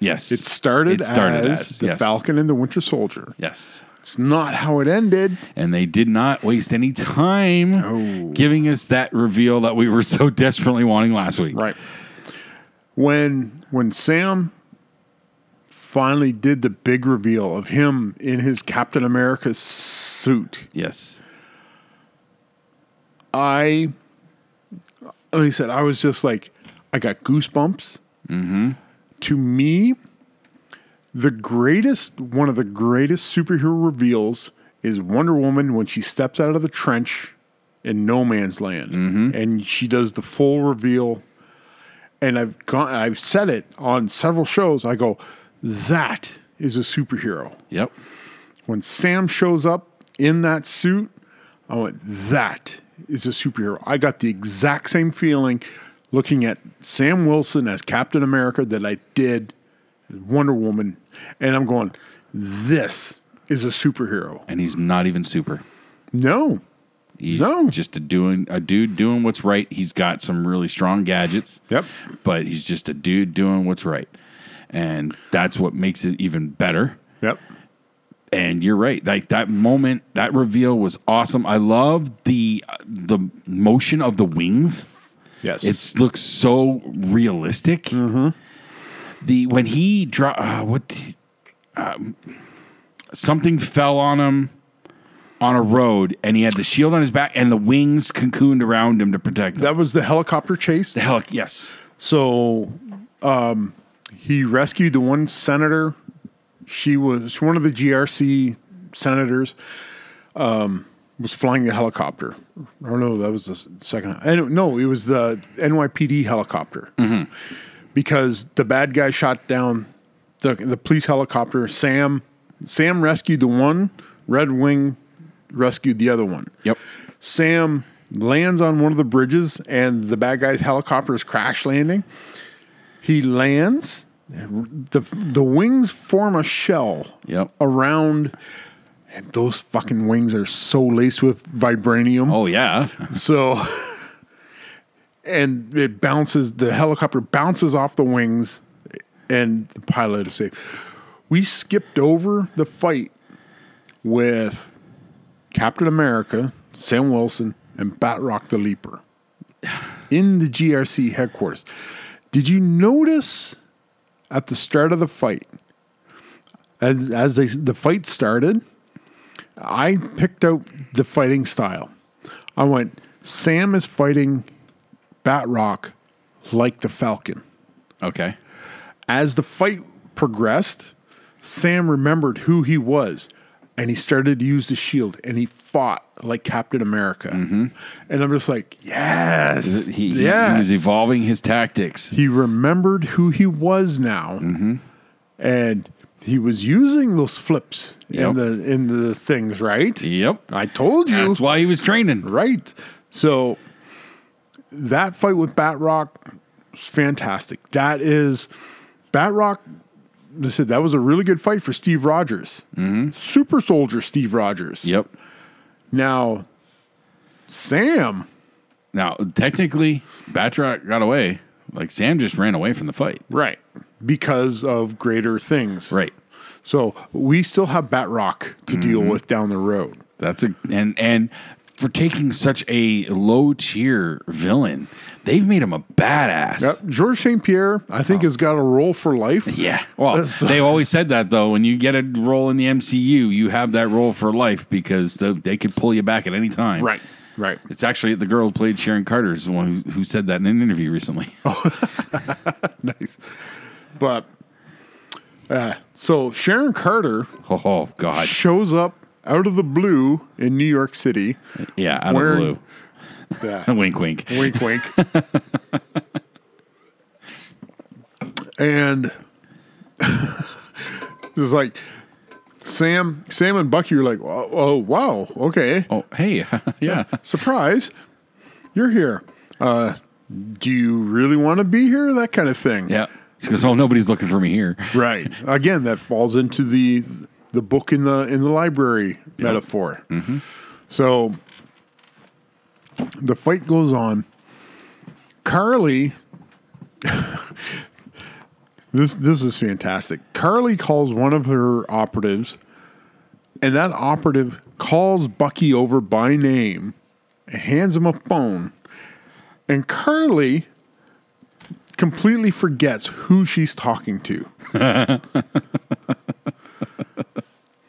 A: Yes.
B: It started, as, the
A: yes.
B: Falcon and the Winter Soldier.
A: Yes.
B: It's not how it ended.
A: and they did not waste any time giving us that reveal that we were so desperately wanting last week.
B: When when Sam finally did the big reveal of him in his Captain America suit,
A: Yes.
B: I like I said, I was just like, I got goosebumps. Mm-hmm. To me, the greatest one of the greatest superhero reveals is Wonder Woman when she steps out of the trench in no man's land and she does the full reveal. And I've gone I've said it on several shows. I go, that is a superhero.
A: Yep.
B: When Sam shows up in that suit, I went, that is a superhero. I got the exact same feeling looking at Sam Wilson as Captain America that I did Wonder Woman. And I'm going, this is a superhero.
A: And he's not even super.
B: No.
A: He's
B: No.
A: just a doing a dude doing what's right. He's got some really strong gadgets.
B: Yep.
A: But he's just a dude doing what's right. And that's what makes it even better.
B: Yep.
A: and you're right. Like that moment, that reveal was awesome. I love the the motion of the wings.
B: Yes.
A: it looks so realistic. The when he draw uh, what the- um, something fell on him on a road, and he had the shield on his back and the wings cocooned around him to protect him.
B: That was the helicopter chase.
A: the hell, yes,
B: So um, he rescued the one senator She was one of the GRC senators. Um, was flying a helicopter. I don't know. That was the s- second. I don't, no, it was the NYPD helicopter because the bad guy shot down the the police helicopter. Sam Sam rescued the one. Red Wing rescued the other one.
A: Yep.
B: Sam lands on one of the bridges and the bad guy's helicopter is crash landing. He lands. The the wings form a shell
A: Yep.
B: around and those fucking wings are so laced with vibranium.
A: Oh yeah.
B: So and it bounces the helicopter bounces off the wings and the pilot is safe. We skipped over the fight with Captain America, Sam Wilson, and Batrock the Leaper in the GRC headquarters. Did you notice at the start of the fight, as, as they, the fight started, I picked out the fighting style. I went, Sam is fighting Batrock like the Falcon
A: Okay.
B: as the fight progressed, Sam remembered who he was and he started to use the shield and he fought like Captain America. And I'm just like, yes.
A: Mm-hmm. He, he- he
B: yes.
A: was evolving his tactics.
B: He remembered who he was now,
A: Mm-hmm.
B: and he was using those flips
A: Yep.
B: in the in the things, right?
A: Yep.
B: I told you.
A: That's why he was training.
B: Right. So that fight with Batrock was fantastic. That is Batrock. I said that was a really good fight for Steve Rogers, super soldier Steve Rogers.
A: Yep.
B: Now, Sam,
A: Now, technically, Batroc got away. Like Sam just ran away from the fight.
B: right? Because of greater things,
A: Right.
B: So we still have Batrock to deal with down the road.
A: That's a and and for taking such a low tier villain, they've made him a badass.
B: Yep. Oh. George St. Pierre, I think, has got a role for life.
A: Yeah. Well,
B: That's-
A: they've always said that though. When you get a role in the MCU, you have that role for life because the, they could pull you back at any time.
B: Right. Right.
A: It's actually the girl who played Sharon Carter is the one who, who said that in an interview recently.
B: Oh. nice. But uh, so Sharon Carter
A: Oh, God.
B: shows up out of the blue in New York City.
A: Yeah. Out
B: Where-
A: of the blue. wink, wink.
B: Wink, wink. and it's like Sam, Sam and Bucky are like, oh, oh wow, okay,
A: Oh, hey. yeah.
B: surprise, you're here. Uh, do you really want to be here? That kind of thing.
A: Yeah. She goes, oh, nobody's looking for me here.
B: right again that falls into the the book in the in the library metaphor so the fight goes on carly this this is fantastic carly calls one of her operatives and that operative calls bucky over by name and hands him a phone and carly completely forgets who she's talking to.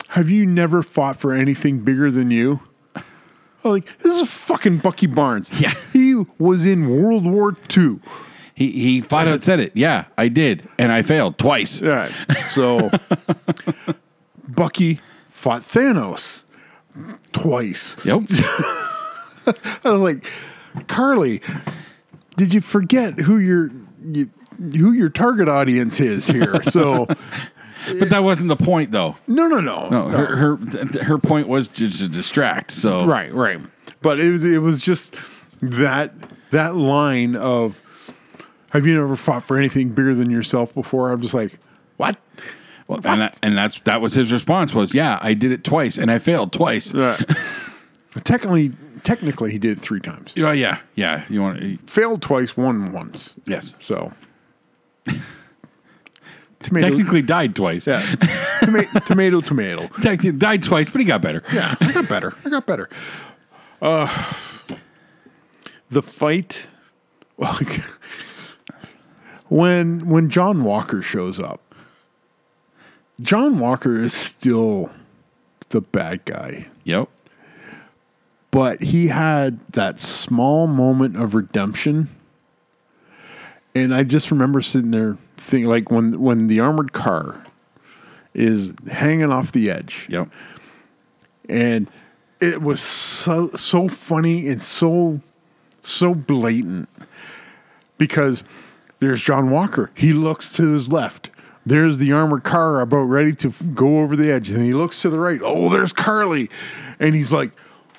B: Have you never fought for anything bigger than you? I'm like, this is fucking Bucky Barnes.
A: Yeah.
B: He was in World War II.
A: He, he flat out said it. Yeah, I did. And I failed twice.
B: Yeah. So Bucky fought Thanos twice.
A: Yep.
B: I was like, Carly, did you forget who your you, who your target audience is here? So
A: but that wasn't the point, though.
B: no, no, no,
A: No, her her, th- th- her point was to, to distract. So
B: Right, right. But it was it was just that that line of have you never fought for anything bigger than yourself before? I'm just like, what?
A: Well, and that, and that's that was his response was, yeah, I did it twice and I failed twice. Yeah,
B: technically, technically, he did it three times.
A: yeah, yeah. You want
B: Failed twice, won once.
A: yes.
B: So tomato,
A: Technically died twice.
B: yeah. tomato, tomato, tomato.
A: Technically died twice, but he got better.
B: Yeah, I got better. I got better. Uh, the fight. when when John Walker shows up, John Walker is still the bad guy,
A: Yep.
B: but he had that small moment of redemption. And I just remember sitting there thinking, like when when the armored car is hanging off the edge.
A: Yep.
B: And it was so so funny and so so blatant because there's John Walker. He looks to his left. There's the armored car about ready to f- go over the edge. And he looks to the right. Oh, there's Carly. And he's like,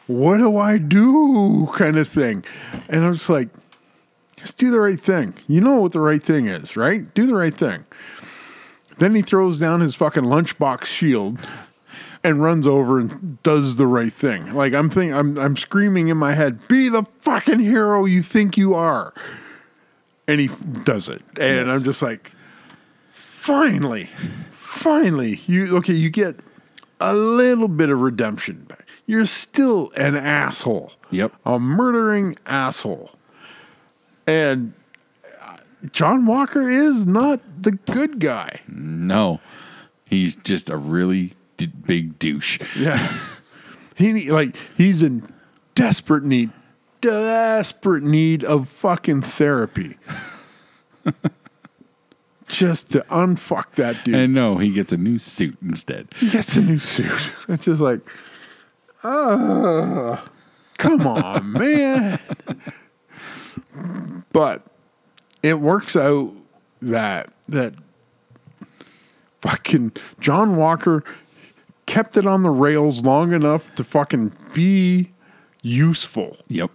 B: What do I do? kind of thing. And I'm just like, Just do the right thing. You know what the right thing is, right? Do the right thing. Then he throws down his fucking lunchbox shield and runs over and does the right thing. Like I'm thinking, I'm I'm screaming in my head, "Be the fucking hero you think you are," and he does it. And I'm just like, finally, finally, you okay? You get a little bit of redemption. back. You're still an asshole.
A: Yep.
B: a murdering asshole. And uh, John Walker is not the good guy.
A: No, he's just a really d- big douche.
B: Yeah. he need- like he's in desperate need, desperate need of fucking therapy. just to unfuck that dude.
A: And no, he gets a new suit instead.
B: he gets a new suit. It's just like, ah, come on, man. But it works out that that fucking John Walker kept it on the rails long enough to fucking be useful.
A: Yep.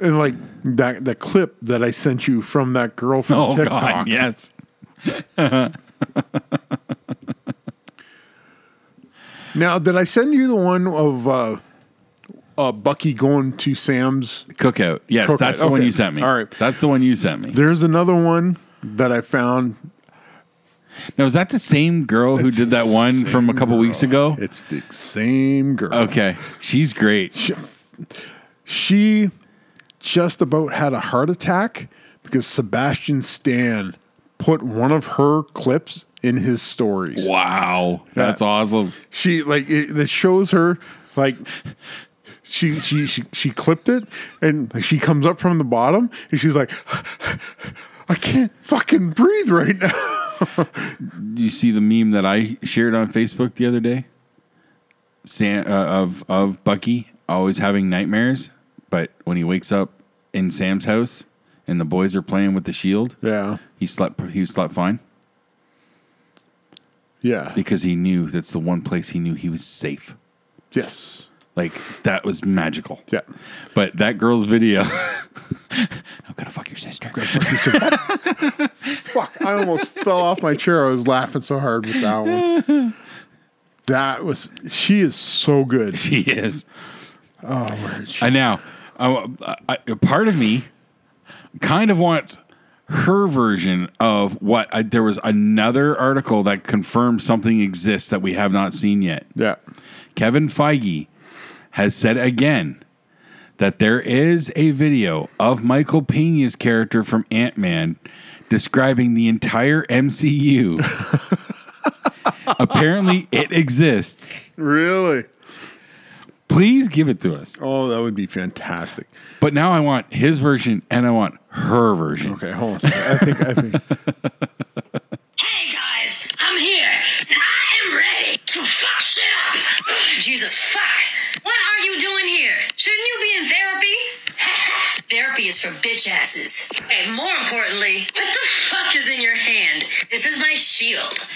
B: And like that the clip that I sent you from that girl from
A: Oh
B: TikTok.
A: God, yes.
B: Now, did I send you the one of uh, uh, Bucky going to Sam's?
A: Cookout. Yes,
B: Cookout,
A: that's the one
B: okay.
A: you sent me.
B: All right.
A: that's the one you sent me.
B: There's another one that I found.
A: Now is that the same girl who
B: It's
A: did that
B: the
A: one from a
B: same
A: couple weeks
B: girl.
A: ago?
B: It's the same girl.
A: Okay, she's great.
B: She just about had a heart attack because Sebastian Stan put one of her clips in his stories.
A: Wow, that's
B: Yeah.
A: awesome.
B: She like it, it shows her like she she she she clipped it and she comes up from the bottom and she's like I can't fucking breathe right now.
A: Do you see the meme that I shared on Facebook the other day? Sam uh, of of Bucky always having nightmares, but when he wakes up in Sam's house and the boys are playing with the shield,
B: Yeah.
A: he slept he slept fine
B: Yeah.
A: because he knew that's the one place he knew he was safe.
B: Yes.
A: Like that was magical.
B: Yeah.
A: But that girl's video. I'm gonna fuck your sister.
B: Fuck, I almost fell off my chair. I was laughing so hard with that one. That was she is so good.
A: She is.
B: Oh, where is she?
A: And now, I, I, a part of me kind of wants her version of what I, there was another article that confirmed something exists that we have not seen yet.
B: yeah.
A: Kevin Feige has said again that there is a video of Michael Pena's character from Ant Man describing the entire MCU. Apparently, it exists.
B: Really?
A: Please give it to us.
B: Oh, that would be fantastic.
A: But now I want his version and I want her version.
B: Okay, hold on a second. I think I think
H: Hey guys, I'm here. and I'm ready to fuck shit up. Ugh, Jesus fuck. What are you doing here? Shouldn't you be in therapy? therapy is for bitch asses. Hey, more importantly, what the fuck is in your hand? This is my shield.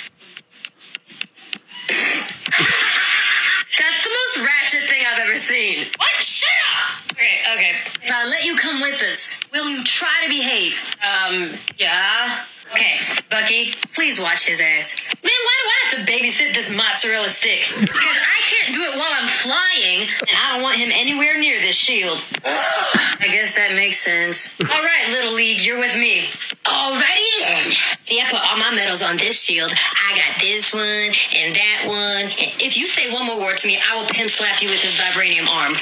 H: That's the most ratchet thing I've ever seen. What? Shut up! Okay, okay. If I let you come with us, will you try to behave? Um, yeah. Okay, Bucky, please watch his ass. Man, why do I have to babysit this mozzarella stick? Because I can't do it while I'm flying, and I don't want him anywhere near this shield. I guess that makes sense. All right, Little League, you're with me. Alrighty then. See, I put all my medals on this shield. I got this one and that one. And if you say one more word to me, I will pimp slap you with this vibranium arm.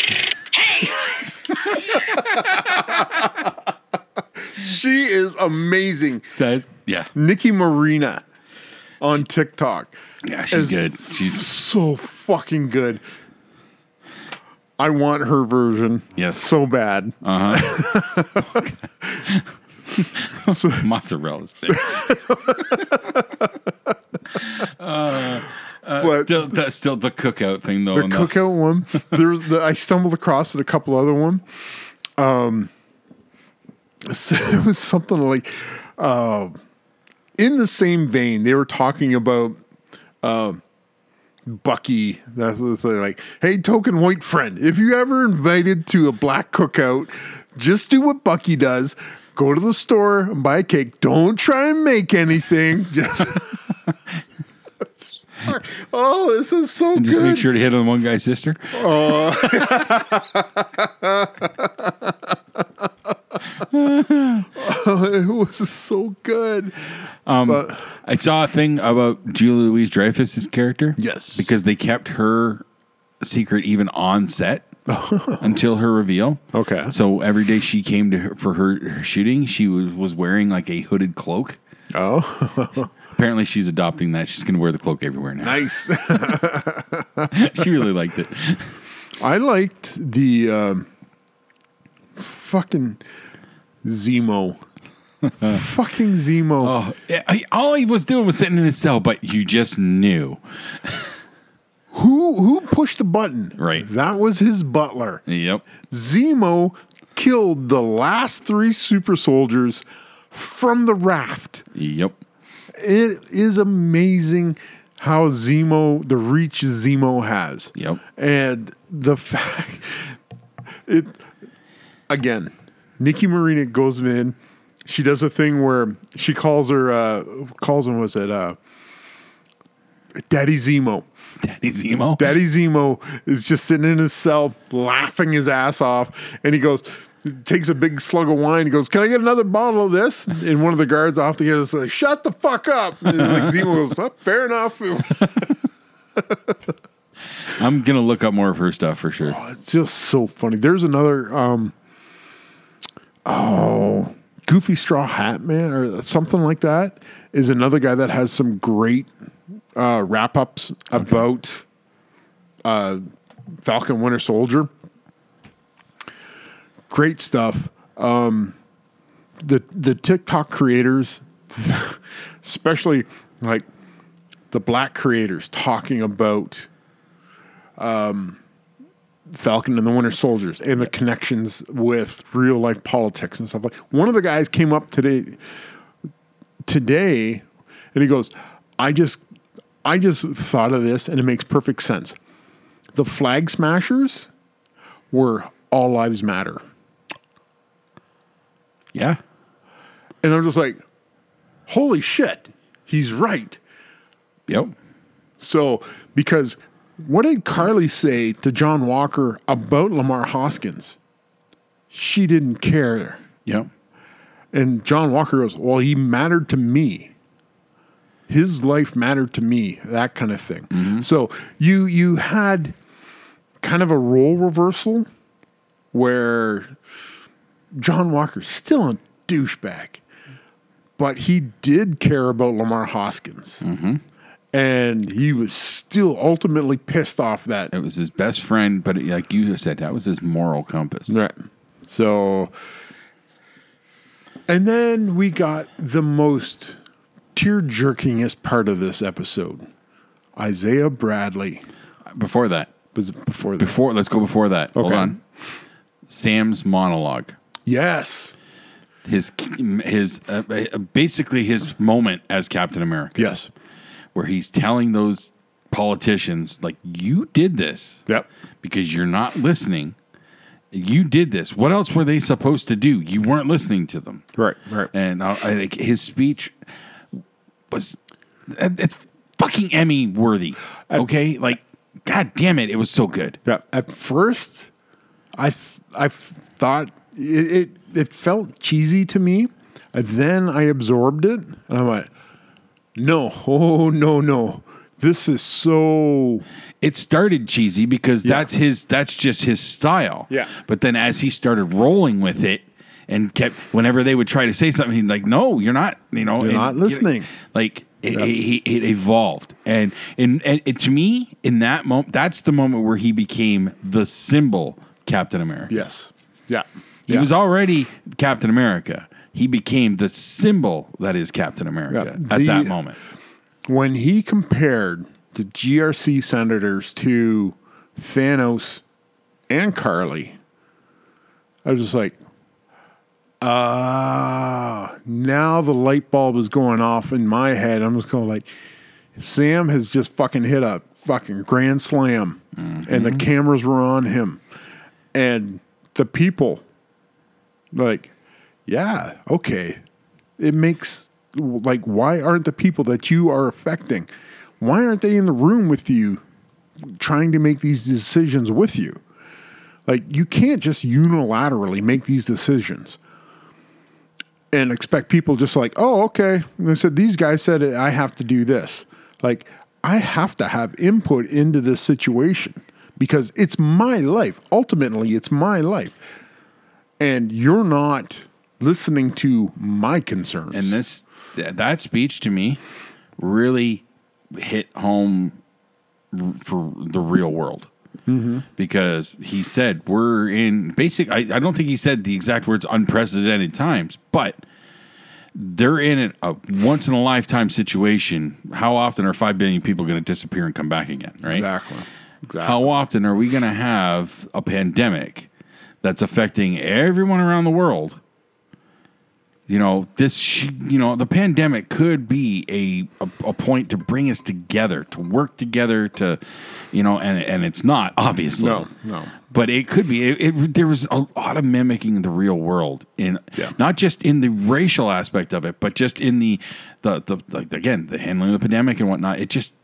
H: Hey, guys! I'm here.
B: she is amazing.
A: That- yeah.
B: Nikki Marina on TikTok.
A: Yeah, she's
B: As-
A: good. She's
B: So fucking good. I want her version.
A: Yes. Uh,
B: So bad.
A: mozzarella stick.
B: but
A: Still, that's still the cookout thing though.
B: the
A: and
B: cookout one. There was the, I stumbled across it a couple other one. Um, so it was something like, uh, in the same vein, they were talking about um, Bucky. That's what it's like. Hey, token white friend, if you ever invited to a black cookout, just do what Bucky does. Go to the store and buy a cake. Don't try and make anything. Just. oh, this is so
A: and
B: good.
A: just make sure to hit on one guy's sister.
B: it was so good.
A: I saw a thing about Julie Louise Dreyfus's character.
B: Yes.
A: because they kept her secret even on set until her reveal.
B: Okay.
A: so every day she came to her, for her, her shooting, she was, was wearing like a hooded cloak.
B: Oh,
A: Apparently, she's adopting that. She's going to wear the cloak everywhere now.
B: nice.
A: she really liked it.
B: I liked the um, fucking Zemo. fucking Zemo.
A: Oh, I- all he was doing was sitting in his cell, but you just knew.
B: Who who pushed the button?
A: Right.
B: That was his butler.
A: Yep.
B: Zemo killed the last three super soldiers from the raft.
A: Yep.
B: It is amazing how Zemo, the reach Zemo has.
A: Yep.
B: And the fact it again, Nikki Marina goes in. She does a thing where she calls her uh calls him was it uh Daddy Zemo.
A: Daddy Zemo.
B: Daddy Zemo is just sitting in his cell laughing his ass off and he goes takes a big slug of wine and goes, Can I get another bottle of this? And one of the guards off the other is like, Shut the fuck up. And like Zemo goes, oh, fair enough.
A: I'm going to look up more of her stuff for sure.
B: It's just so funny. There's another um oh Goofy Straw Hat Man or something like that is another guy that has some great uh wrap ups about uh Falcon Winter Soldier. Great stuff. Um the the TikTok creators especially like the black creators talking about Falcon and the Winter Soldiers and the connections with real life politics and stuff like. One of the guys came up today, today, and he goes, "I just, I just thought of this, and it makes perfect sense. The flag smashers were all lives matter."
A: Yeah.
B: And I'm just like, holy shit, he's right.
A: Yep.
B: So, because what did Carly say to John Walker about Lamar Hoskins? She didn't care.
A: Yep.
B: And John Walker goes, Well, he mattered to me. His life mattered to me, that kind of thing. So you you had kind of a role reversal where John Walker's still a douchebag, but he did care about Lamar Hoskins. And he was still ultimately pissed off that
A: It was his best friend, but it, like you said, that was his moral compass.
B: Right. So, and then we got the most tear jerkingest part of this episode Isaiah Bradley.
A: Before that,
B: Was it before that?
A: before let's go before that. Hold
B: Okay.
A: on. Sam's monologue.
B: Yes.
A: His his uh, uh, basically his moment as Captain America,
B: Yes.
A: where he's telling those politicians like, "You did this
B: Yep.
A: because you're not listening. You did this. What else were they supposed to do? You weren't listening to them."
B: Right. Right.
A: and I, I think his speech was it- it's fucking Emmy worthy. Okay, like god damn it, it was so good.
B: Yeah. At first, I th- I f- thought it, it it felt cheesy to me. And then I absorbed it, and I went, "No, oh no, no, this is so."
A: It started cheesy because that's his that's just his style.
B: Yeah.
A: But then as he started rolling with it and kept whenever they would try to say something, he'd like, no, you're not, you know,
B: You're
A: and-
B: not listening.
A: Like it, it, it evolved, and and, and it, to me, in that moment, that's the moment where he became the symbol Captain America.
B: Yes. Yeah.
A: He was already Captain America. He became the symbol that is Captain America
B: Yeah.
A: at
B: The-
A: that moment.
B: when he compared the GRC senators to Thanos and Carly. I was just like, ah, now the light bulb is going off in my head. I'm just going like, Sam has just fucking hit a fucking grand slam, and the cameras were on him, and the people, like, yeah, okay, it makes like why aren't the people that you are affecting why aren't they in the room with you trying to make these decisions with you like you can't just unilaterally make these decisions and expect people just like oh okay they said these guys said it, i have to do this like i have to have input into this situation because it's my life ultimately it's my life and you're not listening to my concerns
A: And this th- that speech to me really hit home r- for the real world. Because he said we're in basic. I, I don't think he said the exact words unprecedented times, but they're in an- a once in a lifetime situation. How often are five billion people going to disappear and come back again? Right?
B: Exactly. Exactly.
A: How often are we going to have a pandemic that's affecting everyone around the world? You know, this, sh- you know, the pandemic could be a, a, a point to bring us together, to work together, to, you know, and, and it's not, obviously.
B: No, no.
A: But it could be. It, it, there was a lot of mimicking the real world in,
B: Yeah.
A: not just in the racial aspect of it, but just in the, the, the, like, again, the handling of the pandemic and whatnot. It just,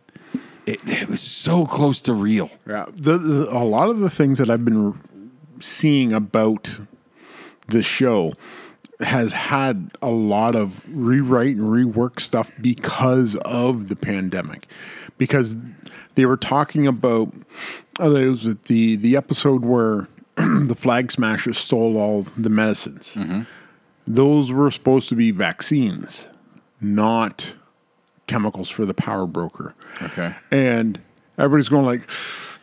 A: it, it was so close to real.
B: Yeah, the, the, a lot of the things that I've been seeing about the show has had a lot of rewrite and rework stuff because of the pandemic, because they were talking about oh, there was the the episode where the flag smashers stole all the medicines. Those were supposed to be vaccines, not chemicals for the power broker
A: Okay.
B: and everybody's going like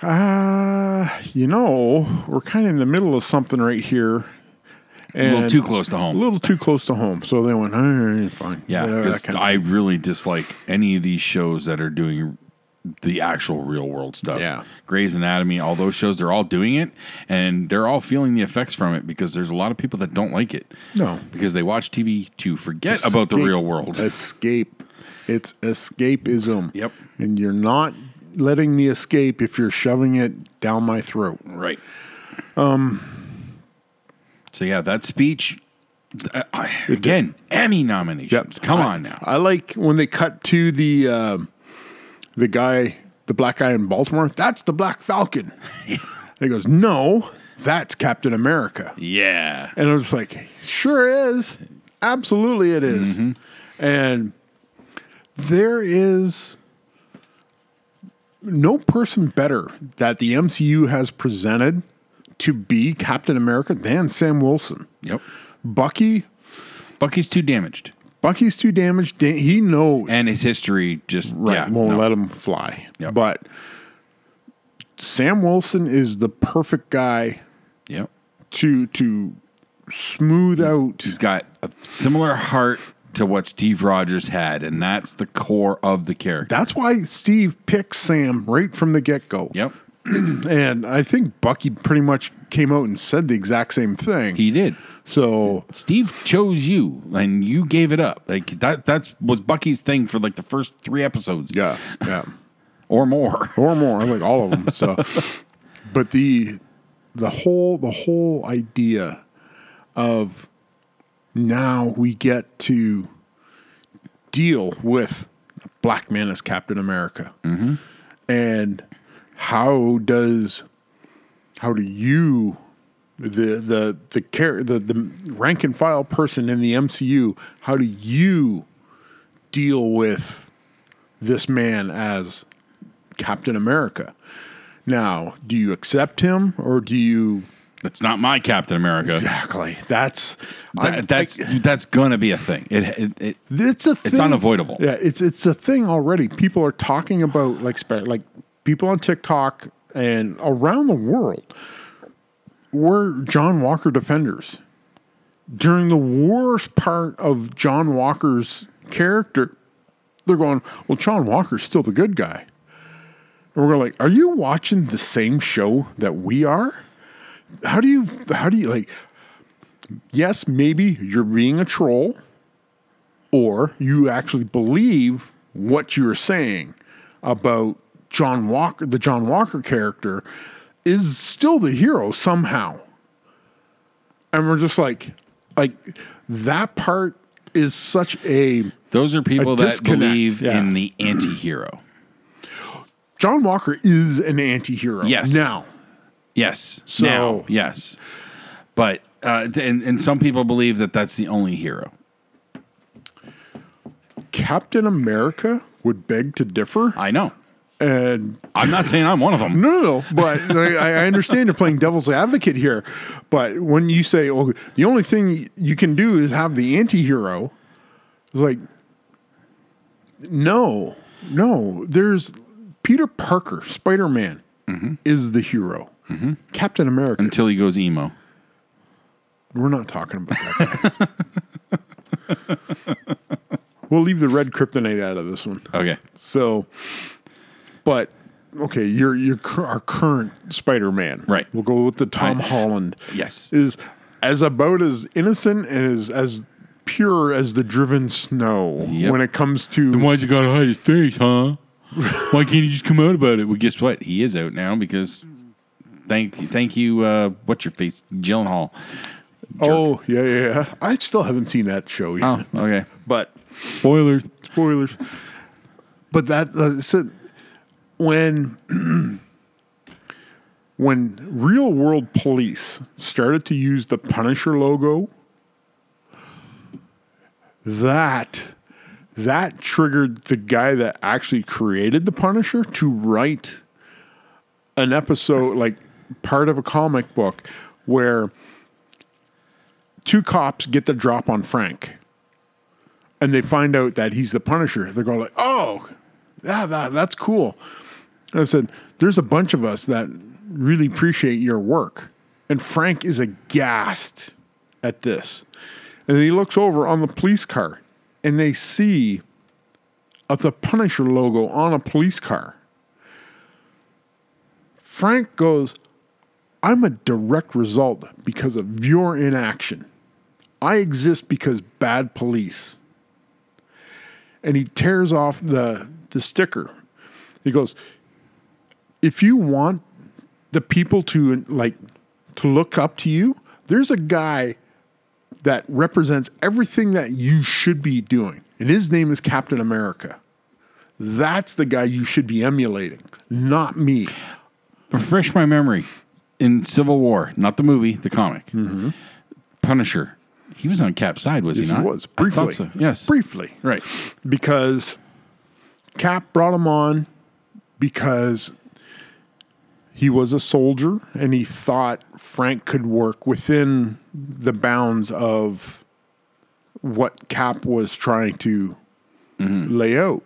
B: ah you know we're kind of in the middle of something right here and
A: a little too close to
B: a
A: home.
B: little too close to home so they went all right, fine
A: yeah,
B: that
A: 'cause
B: kind of-
A: I really dislike any of these shows that are doing the actual real world stuff.
B: Yeah.
A: Grey's Anatomy, all those shows, they're all doing it and they're all feeling the effects from it because there's a lot of people that don't like it.
B: No.
A: Because they watch TV to forget about the
B: Escape.
A: real world.
B: escape it's escapism
A: Yep.
B: and you're not letting me escape if you're shoving it down my throat
A: Right. Um. So yeah, that speech. I, I, again, Emmy nominations. Come
B: I-
A: on now.
B: I like when they cut to the um the guy, the black guy in Baltimore. That's the Black Falcon. and he goes, "No, that's Captain America."
A: Yeah.
B: And I was like, "Sure is. Absolutely, it is." And there is no person better that the MCU has presented to be Captain America than Sam Wilson.
A: Yep.
B: Bucky,
A: Bucky's too damaged,
B: Bucky's too damaged. Da- He knows.
A: and his history just
B: right,
A: yeah,
B: won't
A: no.
B: let him fly.
A: Yep.
B: But Sam Wilson is the perfect guy
A: Yep.
B: to to smooth out.
A: He's got a similar heart to what Steve Rogers had, and that's the core of the character.
B: That's why Steve picks Sam right from the get go.
A: Yep.
B: And I think Bucky pretty much came out and said the exact same thing.
A: He did.
B: so
A: Steve chose you, and you gave it up. Like that. That's was Bucky's thing for like the first three episodes,
B: yeah, yeah,
A: or more.
B: or more like all of them. So, but the the whole the whole idea of now we get to deal with a black man as Captain America, and how does how do you the the the care the, the rank and file person in the MCU how do you deal with this man as Captain America? Now, do you accept him or do you
A: That's not my Captain America.
B: exactly? That's I-
A: That, that's that's gonna be a thing. It, it, it
B: It's a thing.
A: unavoidable.
B: Yeah, it's it's a thing already. People are talking about like spe- like people on TikTok and around the world were John Walker defenders during the worst part of John Walker's character. They're going, well, John Walker's still the good guy. And we're like, are you watching the same show that we are? How do you, how do you like, yes, maybe you're being a troll or you actually believe what you're saying about John Walker, the John Walker character is still the hero somehow. And we're just like, like that part is such a
A: Those are people
B: A
A: that
B: disconnect,
A: believe
B: yeah.
A: in the anti-hero.
B: John Walker is an anti-hero
A: Yes.
B: now.
A: Yes.
B: So-
A: now, yes. But uh, th- and and some people believe that that's the only hero.
B: Captain America would beg to differ.
A: I know.
B: And
A: I'm not saying I'm one of them.
B: no, no, no. But I, I understand you're playing devil's advocate here. But when you say, "Oh, the only thing you can do is have the anti-hero," it's like, no, no. There's Peter Parker, Spider-Man, is the hero. Captain America.
A: Until he goes emo.
B: We're not talking about that. we'll leave the red kryptonite out of this one.
A: Okay.
B: So, but okay, your your cur- our current Spider Man,
A: Right.
B: We'll go with the Tom
A: Right.
B: Holland.
A: Yes.
B: is as about as innocent and as as pure as the driven snow
A: Yep.
B: when it comes to
A: you gotta hide his face, huh? Why can't you just come out about it? Well, guess what? He is out now because thank thank you. Uh, what's your face, Gyllenhaal?
B: oh yeah yeah yeah. I still haven't seen that show yet.
A: Oh, okay.
B: But
A: Spoilers.
B: spoilers. But that that's it. when when real world police started to use the Punisher logo, that that triggered the guy that actually created the Punisher to write an episode like part of a comic book where two cops get the drop on Frank and they find out that he's the Punisher, they're going like, "Oh, yeah, that, that's cool." And I said, "There's a bunch of us that really appreciate your work," and Frank is aghast at this, and he looks over on the police car, and they see a, the Punisher logo on a police car. Frank goes, "I'm a direct result because of your inaction." I exist because bad police and he tears off the the sticker. He goes, "If you want the people to like to look up to you, there's a guy that represents everything that you should be doing, and his name is Captain America. That's the guy you should be emulating, not me."
A: Refresh my memory. In Civil War, not the movie, the comic. Punisher. He was on Cap's side, was
B: Mm-hmm. Yes,
A: he
B: he
A: not?
B: was
A: I thought
B: briefly.
A: so, Yes.
B: briefly,
A: Right.
B: because Cap brought him on because he was a soldier and he thought Frank could work within the bounds of what Cap was trying to lay out.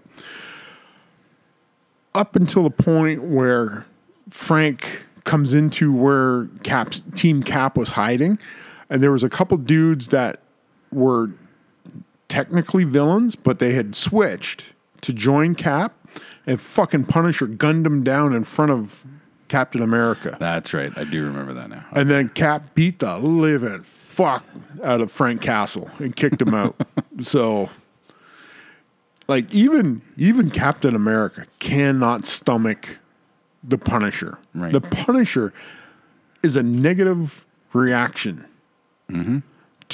B: Up until the point where Frank comes into where Cap's team Cap was hiding, and there was a couple dudes that were technically villains, but they had switched to join Cap, and fucking Punisher gunned him down in front of Captain America.
A: That's right. I do remember that now.
B: And then Cap beat the living fuck out of Frank Castle and kicked him out. So, like even even Captain America cannot stomach the Punisher.
A: Right.
B: The Punisher is a negative reaction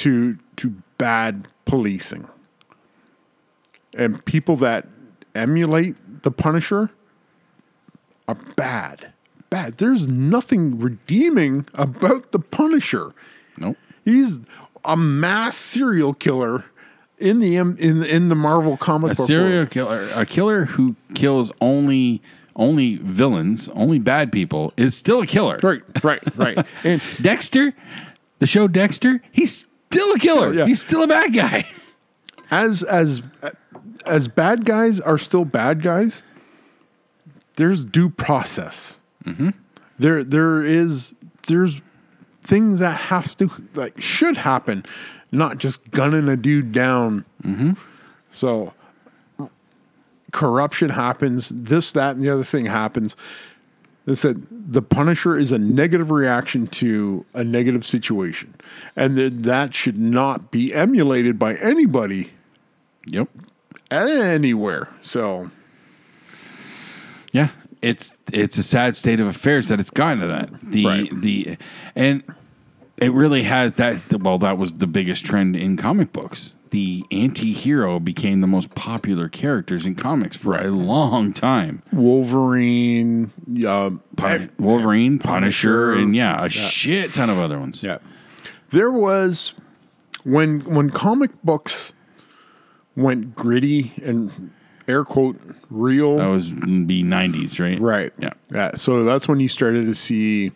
B: to to bad policing, and people that emulate the Punisher are bad. Bad. There's nothing redeeming about the Punisher.
A: Nope.
B: He's a mass serial killer in the M- in in the Marvel comic
A: a
B: book.
A: serial
B: world.
A: killer, a killer who kills only only villains, only bad people, is still a killer.
B: Right, right, right. and
A: Dexter, the show Dexter, he's still a killer.
B: Oh, Yeah.
A: He's still a bad guy.
B: as as as bad guys are still bad guys, there's due process. There there is there's things that have to like should happen, not just gunning a dude down. So corruption happens, this, that, and the other thing happens. They said the Punisher is a negative reaction to a negative situation, and that that should not be emulated by anybody
A: Yep.
B: anywhere. So
A: Yeah, it's it's a sad state of affairs that it's gotten to that. The
B: Right.
A: the and it really has that. Well, that was the biggest trend in comic books. The anti-hero became the most popular characters in comics for a long time.
B: Wolverine, uh,
A: Pun- Wolverine, Punisher,
B: Punisher.
A: and yeah, a shit ton of other ones.
B: Yeah. There was when when comic books went gritty and air quote real.
A: That was the nineties, right?
B: right.
A: Yeah.
B: Yeah. So that's when you started to see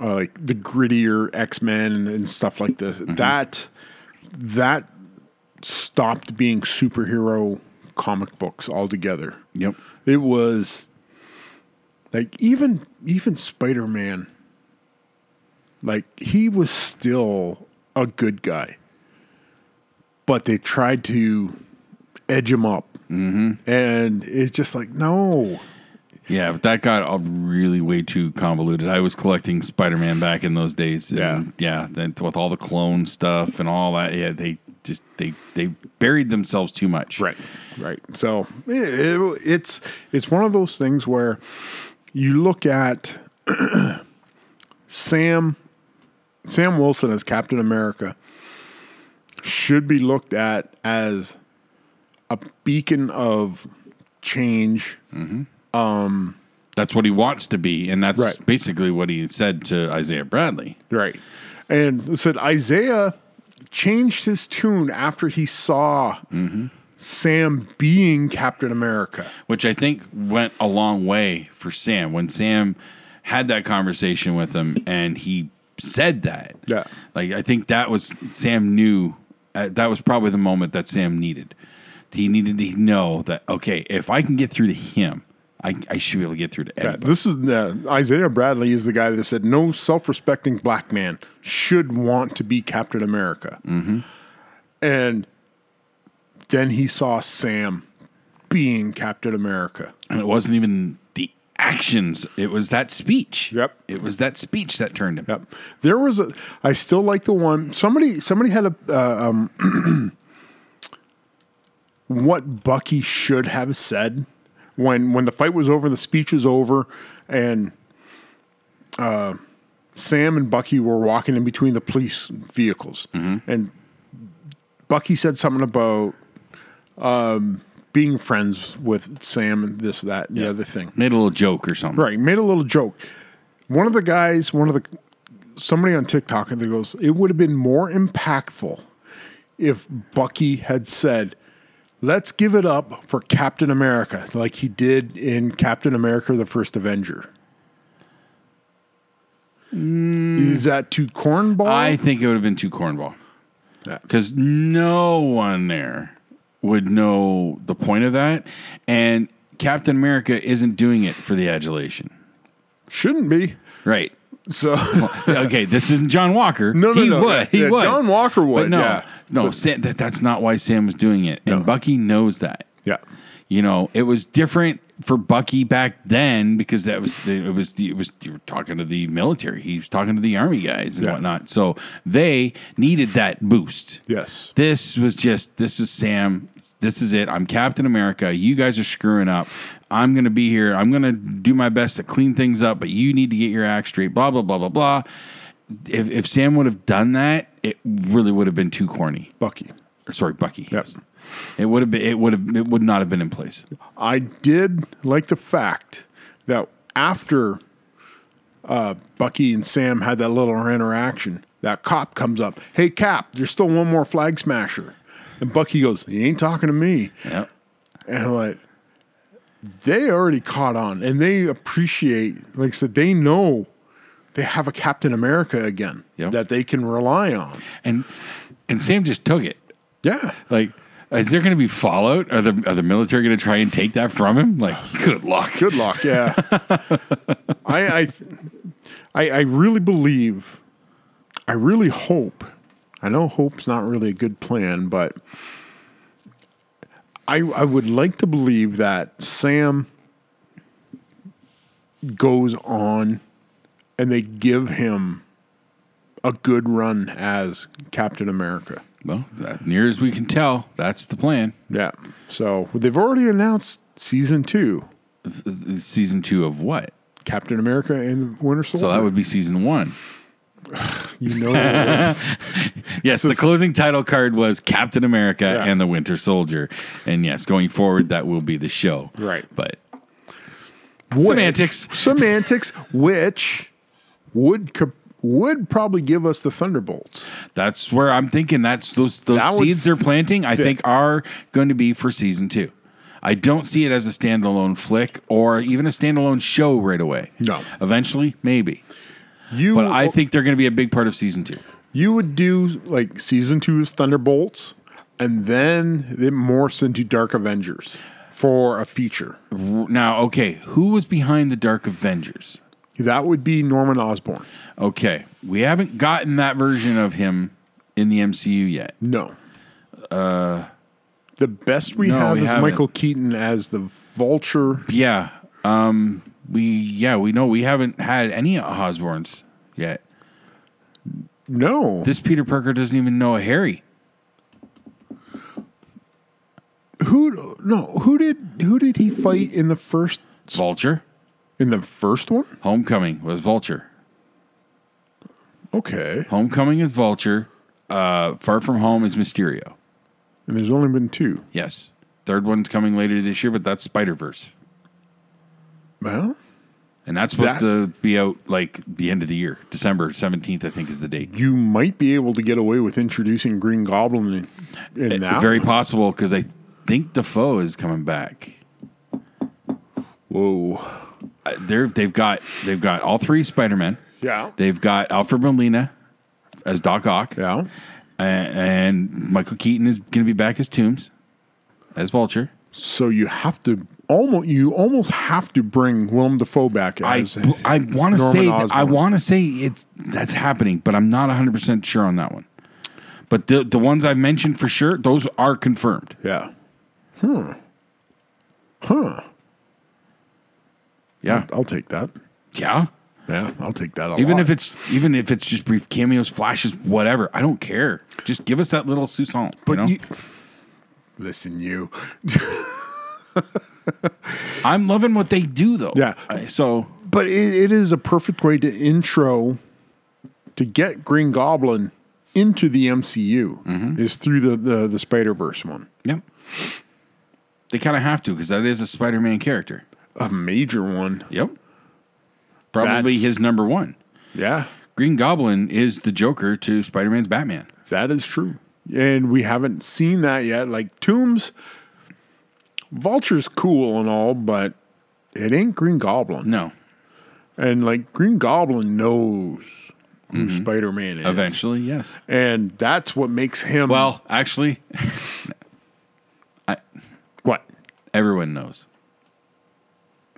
B: uh, like the grittier X Men and, and stuff like this. That that stopped being superhero comic books altogether.
A: Yep.
B: It was like even even Spider Man, like he was still a good guy, but they tried to edge him up, mm-hmm. and it's just like no,
A: Yeah, but that got all really way too convoluted. I was collecting Spider Man back in those days. and yeah. Then with all the clone stuff and all that, yeah, they just they they buried themselves too much.
B: right. So it, it- it's it's one of those things where you look at Sam Sam Wilson as Captain America should be looked at as a beacon of change.
A: That's what he wants to be, and that's
B: Right.
A: basically what he said to Isaiah Bradley.
B: Right. And it said Isaiah changed his tune after he saw Sam being Captain America.
A: which I think went a long way for Sam. When Sam had that conversation with him and he said that,
B: Yeah.
A: like I think that was Sam knew uh, that was probably the moment that Sam needed. He needed to know that okay, if I can get through to him, I, I should be able to get through to
B: Yeah,
A: anybody.
B: this is uh, Isaiah Bradley is the guy that said no self-respecting black man should want to be Captain America, and then he saw Sam being Captain America.
A: And it wasn't even the actions; it was that speech.
B: Yep.
A: it was that speech that turned him.
B: Yep. There was a. I still like the one. Somebody. Somebody had a. Uh, um, what Bucky should have said when when the fight was over, the speech was over, and uh, Sam and Bucky were walking in between the police vehicles, and Bucky said something about um, being friends with Sam and this, that, and the other thing.
A: Made a little joke or something.
B: Right. Made a little joke. One of the guys, one of the somebody on TikTok, and they goes, it would have been more impactful if Bucky had said, "Let's give it up for Captain America," like he did in Captain America: The First Avenger. Is that too cornball?
A: I think it would have been too cornball.
B: Yeah.
A: Because no one there would know the point of that. And Captain America isn't doing it for the adulation.
B: Shouldn't be.
A: Right.
B: So
A: okay, this isn't John Walker.
B: No, no,
A: he
B: no.
A: Would.
B: Yeah,
A: he
B: yeah,
A: would.
B: John Walker would,
A: But no,
B: yeah.
A: no. Sam, that, that's not why Sam was doing it, and Bucky knows that.
B: yeah,
A: You know, it was different for Bucky back then because that was the, it was the, it was you were talking to the military. He was talking to the army guys and
B: Yeah.
A: whatnot. So they needed that boost.
B: yes,
A: This was just this was Sam. This is it. I'm Captain America. You guys are screwing up. I'm gonna be here. I'm gonna do my best to clean things up, but you need to get your act straight. Blah blah blah blah blah. If, if Sam would have done that, it really would have been too corny.
B: Bucky.
A: Or, sorry, Bucky.
B: Yes.
A: It would have been. It would have. It would not have been in place.
B: I did like the fact that after uh, Bucky and Sam had that little interaction, that cop comes up, "Hey Cap, there's still one more flag smasher," and Bucky goes, "He ain't talking to me,"
A: Yep.
B: and I'm like, they already caught on, and they appreciate, like I said, they know they have a Captain America again
A: Yep.
B: that they can rely on.
A: And and Sam just took it.
B: Yeah,
A: Like, is there going to be fallout? Are the are the military going to try and take that from him? Like, good luck.
B: Oh, Good luck. Yeah. I, I, th- I, I really believe, I really hope, I know hope's not really a good plan, but I, I would like to believe that Sam goes on and they give him a good run as Captain America.
A: Well, that, near as we can tell, that's the plan.
B: Yeah. So they've already announced season two
A: F- f- Season two of what?
B: Captain America and the Winter Soldier.
A: So that would be season one.
B: you know, it was.
A: Yes, the closing title card was Captain America
B: Yeah.
A: and the Winter Soldier. And yes, going forward, that will be the show.
B: Right.
A: But
B: Which-
A: Semantics.
B: semantics, which would co- would probably give us the Thunderbolts.
A: that's where I'm thinking that's those those
B: That would
A: seeds they're planting, I
B: fit.
A: think, are going to be for season two. I don't see it as a standalone flick or even a standalone show right away.
B: No.
A: Eventually, maybe.
B: You,
A: But I think they're going to be a big part of season two.
B: you would do like season two is Thunderbolts, and then it morphs into Dark Avengers for a feature.
A: Now, okay, who was behind the Dark Avengers?
B: That would be Norman Osborn.
A: Okay, we haven't gotten that version of him in the MCU yet.
B: No. Uh, the best we
A: no,
B: have
A: we
B: is
A: haven't.
B: Michael Keaton as the Vulture.
A: Yeah. Um we yeah, we know we haven't had any Osborns yet.
B: No,
A: This Peter Parker doesn't even know a Harry.
B: who? No, who did? Who did he fight in the first?
A: Vulture.
B: In the first one?
A: Homecoming was Vulture.
B: Okay.
A: Homecoming is Vulture. Uh Far From Home is Mysterio.
B: And there's only been two.
A: Yes. Third one's coming later this year, but that's Spider Verse.
B: Well,
A: And that's supposed
B: That-
A: to be out like the end of the year. December 17th, I think, is the date.
B: you might be able to get away with introducing Green Goblin in, in that.
A: Eh, Very
B: one.
A: possible because I think Defoe is coming back.
B: Whoa.
A: Uh, They're, they've got they've got all three Spider Men.
B: Yeah.
A: They've got Alfred Molina as Doc Ock,
B: Yeah.
A: a- and, Michael Keaton is going to be back as Tombs, as Vulture.
B: So you have to almost you almost have to bring Willem Dafoe back
A: I
B: as
A: I want to
B: Norman
A: say that-
B: Osborn.
A: I want to say it's that's happening, but I'm not 100 percent sure on that one. But the the ones I've mentioned for sure, those are confirmed.
B: Yeah. Hmm.
A: Yeah,
B: I'll take that.
A: yeah.
B: Yeah, I'll take that. a
A: Even
B: lot.
A: if it's even if it's just brief cameos, flashes, whatever, I don't care. Just give us that little Susan.
B: but
A: you know?
B: you, listen, you.
A: I'm loving what they do though.
B: Yeah.
A: I- so
B: But it, it is a perfect way to intro to get Green Goblin into the MCU
A: Mm-hmm.
B: is through the the, the Spider Verse one,
A: Yep. They kind of have to because that is a Spider-Man character.
B: a major one.
A: Yep. Probably
B: That's-
A: his number one.
B: Yeah,
A: Green Goblin is the Joker to Spider-Man's Batman.
B: that is true. And we haven't seen that yet. Like Tombs, Vulture's cool and all, but it ain't Green Goblin.
A: No,
B: And like Green Goblin knows who
A: Mm-hmm.
B: Spider Man is
A: eventually, yes.
B: and that's what makes him
A: Well, actually,
B: What
A: everyone knows.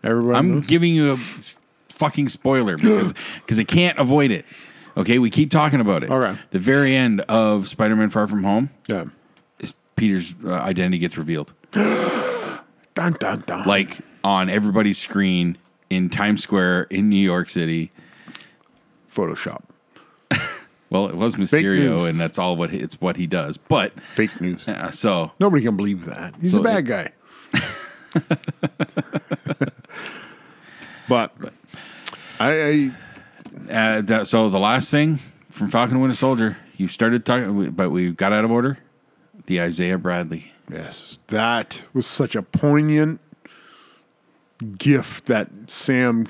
B: everybody
A: I'm
B: knows?
A: giving you a fucking spoiler because because I can't avoid it. Okay, we keep talking about it.
B: Okay.
A: The very end of Spider-Man: Far From Home,
B: Yeah.
A: is Peter's uh, identity gets revealed.
B: Dun dun dun.
A: like on everybody's screen in Times Square in New York City.
B: Photoshop.
A: Well, it was
B: news.
A: Mysterio, and that's all what he, it's what he does. But
B: Fake news.
A: uh, so
B: Nobody can believe that. He's
A: So
B: a bad guy. but, I,
A: uh, that, so the last thing from Falcon and Winter Soldier, you started talking, but we got out of order. The Isaiah Bradley.
B: I yes, that was such a poignant gift that Sam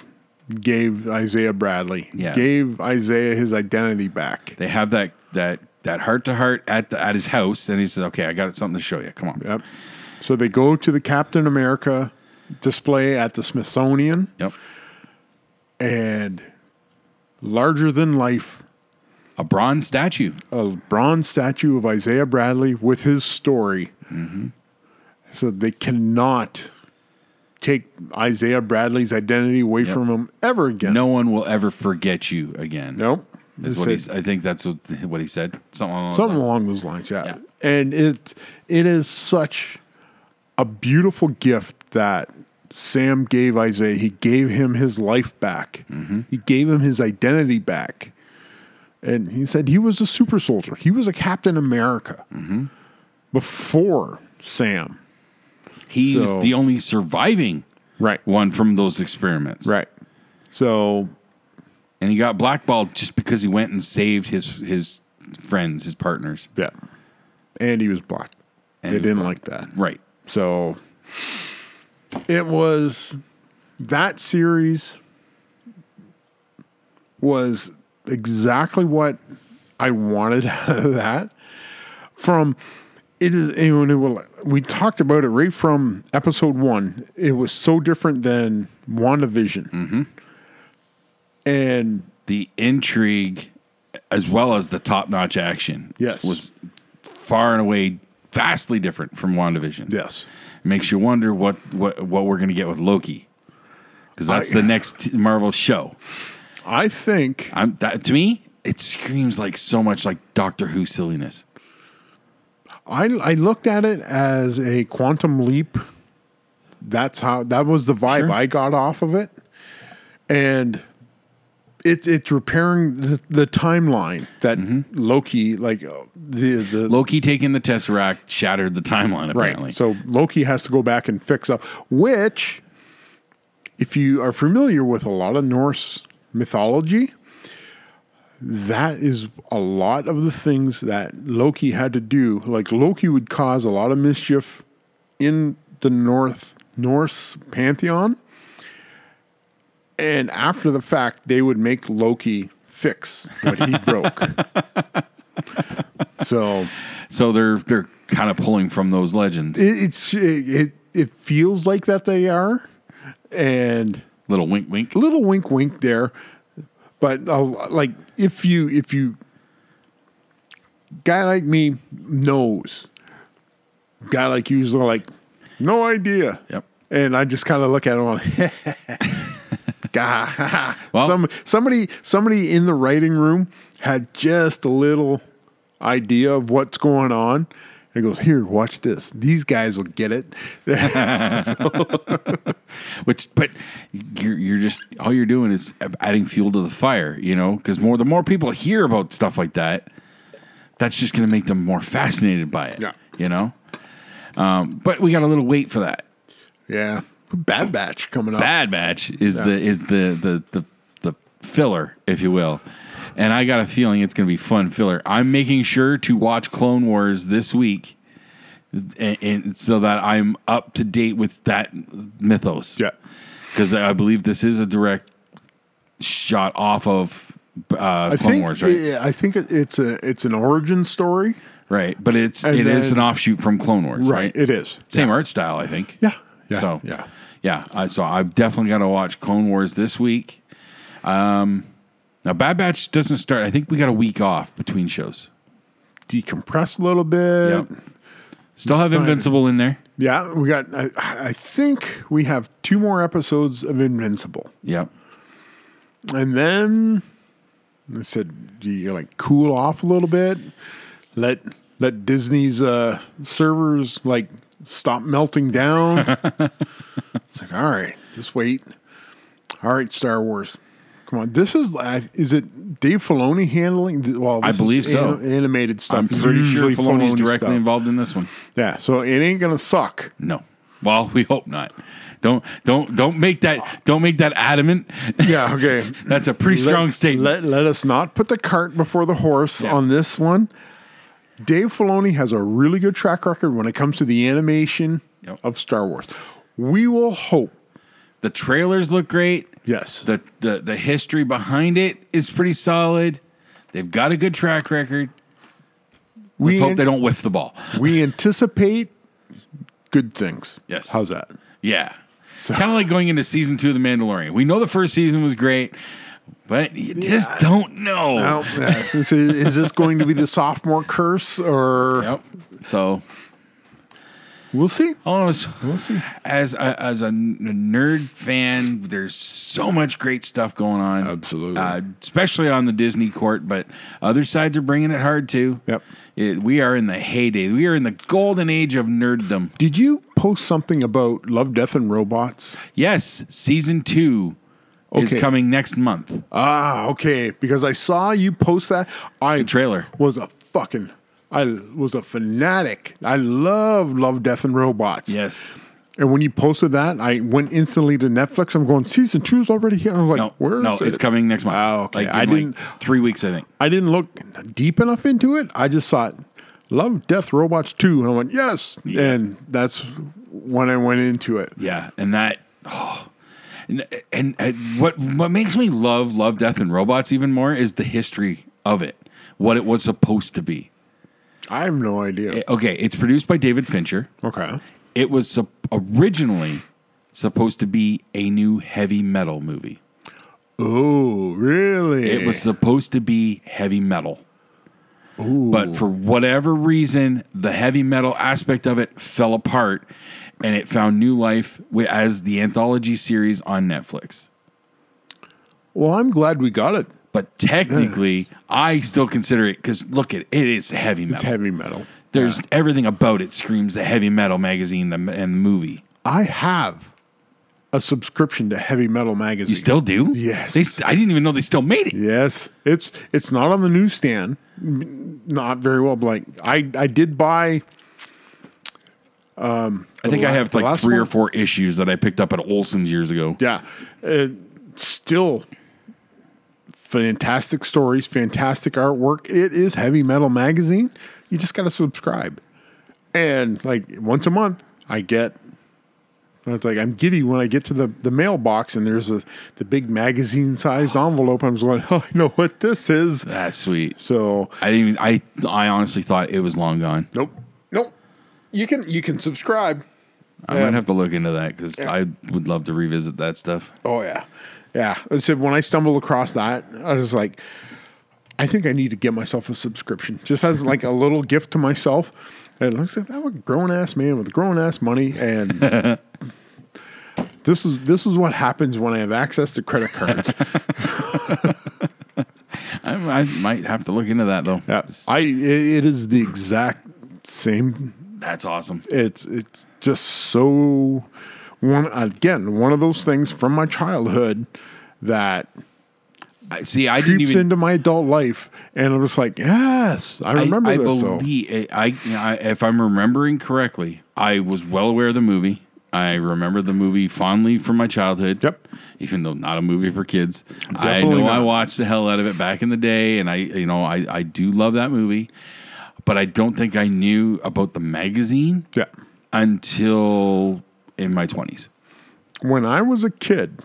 B: gave Isaiah Bradley.
A: Yeah.
B: Gave Isaiah his identity back.
A: They have that that that heart to heart at the, at his house, and he says, "Okay, I got something to show you. Come on."
B: Yep. So they go to the Captain America display at the Smithsonian.
A: Yep.
B: and larger than life,
A: A bronze statue.
B: a bronze statue of Isaiah Bradley with his story. So they cannot take Isaiah Bradley's identity away from him ever again.
A: No one will ever forget you again.
B: Nope.
A: Is what
B: They said-
A: he's, I think that's what, what he said. Something. along those
B: something
A: lines.
B: along those lines, yeah.
A: Yeah.
B: And it it is such a a beautiful gift that Sam gave Isaiah. He gave him his life back.
A: Mm-hmm.
B: He gave him his identity back. And he said he was a super soldier. He was a Captain America
A: Mm-hmm.
B: before Sam.
A: He's
B: So-
A: the only surviving
B: Right.
A: one from those experiments.
B: Right. So
A: And he got blackballed just because he went and saved his his friends, his partners.
B: yeah, and he was black.
A: And
B: they
A: he was
B: didn't
A: black.
B: like that.
A: Right.
B: So it was that series was exactly what I wanted out of that. From it is and when it will we talked about it right from episode one. It was so different than WandaVision. And
A: The intrigue as well as the top-notch action
B: Yes.
A: was far and away vastly different from WandaVision.
B: yes.
A: Makes you wonder what what what we're going to get with Loki. Cuz that's
B: I-
A: the next Marvel show.
B: I think
A: I'm that to me it screams like so much like Doctor Who silliness.
B: I I looked at it as a quantum leap. That's how that was the vibe
A: Sure.
B: I got off of it, and it's it's repairing the, the timeline that Loki like uh, the the
A: Loki taking the Tesseract shattered the timeline apparently.
B: so Loki has to go back and fix up, which, if you are familiar with a lot of Norse mythology, that is a lot of the things that Loki had to do. Like Loki would cause a lot of mischief in the North Norse pantheon, and after the fact, they would make Loki fix what he broke. So
A: So they're they're kind of pulling from those legends.
B: it, it's it, it it feels like that they are, and
A: Little wink, wink.
B: a little wink wink there, but uh, like if you if you guy like me knows, guy like you is like no idea.
A: Yep.
B: And I just kind of look at him like, God,
A: Well-
B: some somebody somebody in the writing room had just a little idea of what's going on. And goes, here, watch this. These guys will get it.
A: Which, but you're you're just all you're doing is adding fuel to the fire, you know. Because more the more people hear about stuff like that, that's just going to make them more fascinated by it.
B: Yeah.
A: You know. Um, but we got a little wait for that.
B: yeah, Bad Batch coming up.
A: Bad Batch is the is the the the the filler, if you will. And I got a feeling it's going to be fun filler. I'm making sure to watch Clone Wars this week, and, and so that I'm up to date with that mythos.
B: Yeah,
A: because I believe this is a direct shot off of uh,
B: I
A: Clone
B: think
A: Wars, right?
B: yeah, I think it- it's a it's an origin story.
A: right, but it's it
B: And
A: is
B: then-
A: an offshoot from Clone Wars, right?
B: it is.
A: Same art style, I think.
B: Yeah, yeah,
A: so
B: yeah.
A: yeah. I, so I've definitely got to watch Clone Wars this week. Um, now Bad Batch doesn't start. I think we got a week off between shows.
B: Decompress a little bit.
A: Still have Invincible in there.
B: Yeah, we got. I, I think we have two more episodes of Invincible,
A: Yep.
B: and then I said do you like cool off a little bit. Let let Disney's uh, servers like stop melting down. it's like all right, just wait. All right, Star Wars. Come on, this is I- is it Dave Filoni handling? Well,
A: I
B: this
A: believe
B: is
A: so.
B: anim- animated stuff.
A: I'm pretty sure
B: Usually
A: Filoni's
B: Filoni
A: directly
B: stuff.
A: involved in this one.
B: Yeah, so it ain't gonna suck.
A: No. Well, we hope not. Don't don't don't make that don't make that adamant.
B: Yeah, okay.
A: That's a pretty strong
B: let,
A: statement.
B: Let, let us not put the cart before the horse
A: Yeah.
B: on this one. Dave Filoni has a really good track record when it comes to the animation
A: Yep.
B: of Star Wars. We will hope.
A: the trailers look great.
B: Yes.
A: The, the the history behind it is pretty solid. They've got a good track record.
B: we
A: Let's hope they don't whiff the ball.
B: we anticipate good things.
A: Yes.
B: How's that?
A: Yeah. kind of like going into season two of The Mandalorian. We know the first season was great, but you just don't know.
B: Now, yeah, this is, is this going to be the sophomore curse or
A: Yep. So
B: We'll see.
A: All I was- as a, as a n- nerd fan, there's so much great stuff going on.
B: Absolutely.
A: uh, especially on the Disney court. But other sides are bringing it hard too.
B: Yep.
A: It- we are in the heyday. We are in the golden age of nerddom.
B: Did you post something about Love, Death, and Robots?
A: Yes, season two is
B: Okay.
A: coming next month.
B: Ah, okay. Because I saw you post that. I
A: trailer.
B: was a fucking. I was a fanatic. I love Love, Death, and Robots.
A: yes.
B: And when you posted that, I went instantly to Netflix. I'm going, season two is already here. I was like,
A: No,
B: where is
A: no,
B: it?
A: it's coming next month.
B: Ah, okay.
A: Like in
B: I didn't.
A: like three weeks, I think.
B: I didn't look deep enough into it. I just saw it. Love, Death, Robots 2. And I went, yes. And that's when I went into it.
A: Yeah, and that, oh, and, and and what what makes me love Love, Death, and Robots even more is the history of it, what it was supposed to be.
B: I have no idea.
A: Okay, it's produced by David Fincher.
B: Okay.
A: It was sup- originally supposed to be a new heavy metal movie.
B: Oh, really?
A: It was supposed to be heavy metal. But for whatever reason, the heavy metal aspect of it fell apart and it found new life wi- as the anthology series on Netflix.
B: Well, I'm glad we got it.
A: But technically, I still consider it because look at it is heavy metal.
B: It's heavy metal.
A: There's everything about it screams the heavy metal magazine the, and the movie.
B: I have a subscription to Heavy Metal Magazine.
A: You still do?
B: Yes.
A: They, st- I didn't even know they still made it.
B: Yes, it's it's not on the newsstand. M- Not very well. But like I I did buy.
A: I think I
B: la-
A: have
B: the
A: like
B: last
A: three or
B: one?
A: four issues that I picked up at Olson's years ago.
B: Yeah, uh, still fantastic stories, fantastic artwork. It is Heavy Metal Magazine. You just got to subscribe, and like once a month, I get. It's like I'm giddy when I get to the, the mailbox and there's a the big magazine sized envelope. I'm just going, oh, I know what this is.
A: That's sweet.
B: So
A: I didn't even, I I honestly thought it was long gone.
B: Nope. Nope. You can you can subscribe.
A: I might have to look into that because I would love to revisit that stuff.
B: Oh yeah. Yeah. I said when I stumbled across that, I was like, I think I need to get myself a subscription. Just as like a little gift to myself. And it looks like I'm a grown ass man with grown ass money and This is this is what happens when I have access to credit cards.
A: I, I might have to look into that though.
B: I it is the exact same
A: That's awesome.
B: it's it's just so one again one of those things from my childhood that
A: I, see, I didn't
B: creeps
A: even.
B: into my adult life and i'm just like yes i remember
A: I, I
B: this though.
A: believe eh, I, I if I'm remembering correctly, I was well aware of the movie. I remember the movie fondly from my childhood.
B: Yep.
A: Even though not a movie for kids, I know
B: Definitely
A: I
B: not.
A: watched the hell out of it back in the day, and I you know I I do love that movie, but I don't think I knew about the magazine
B: yeah
A: until in my twenties.
B: when i was a kid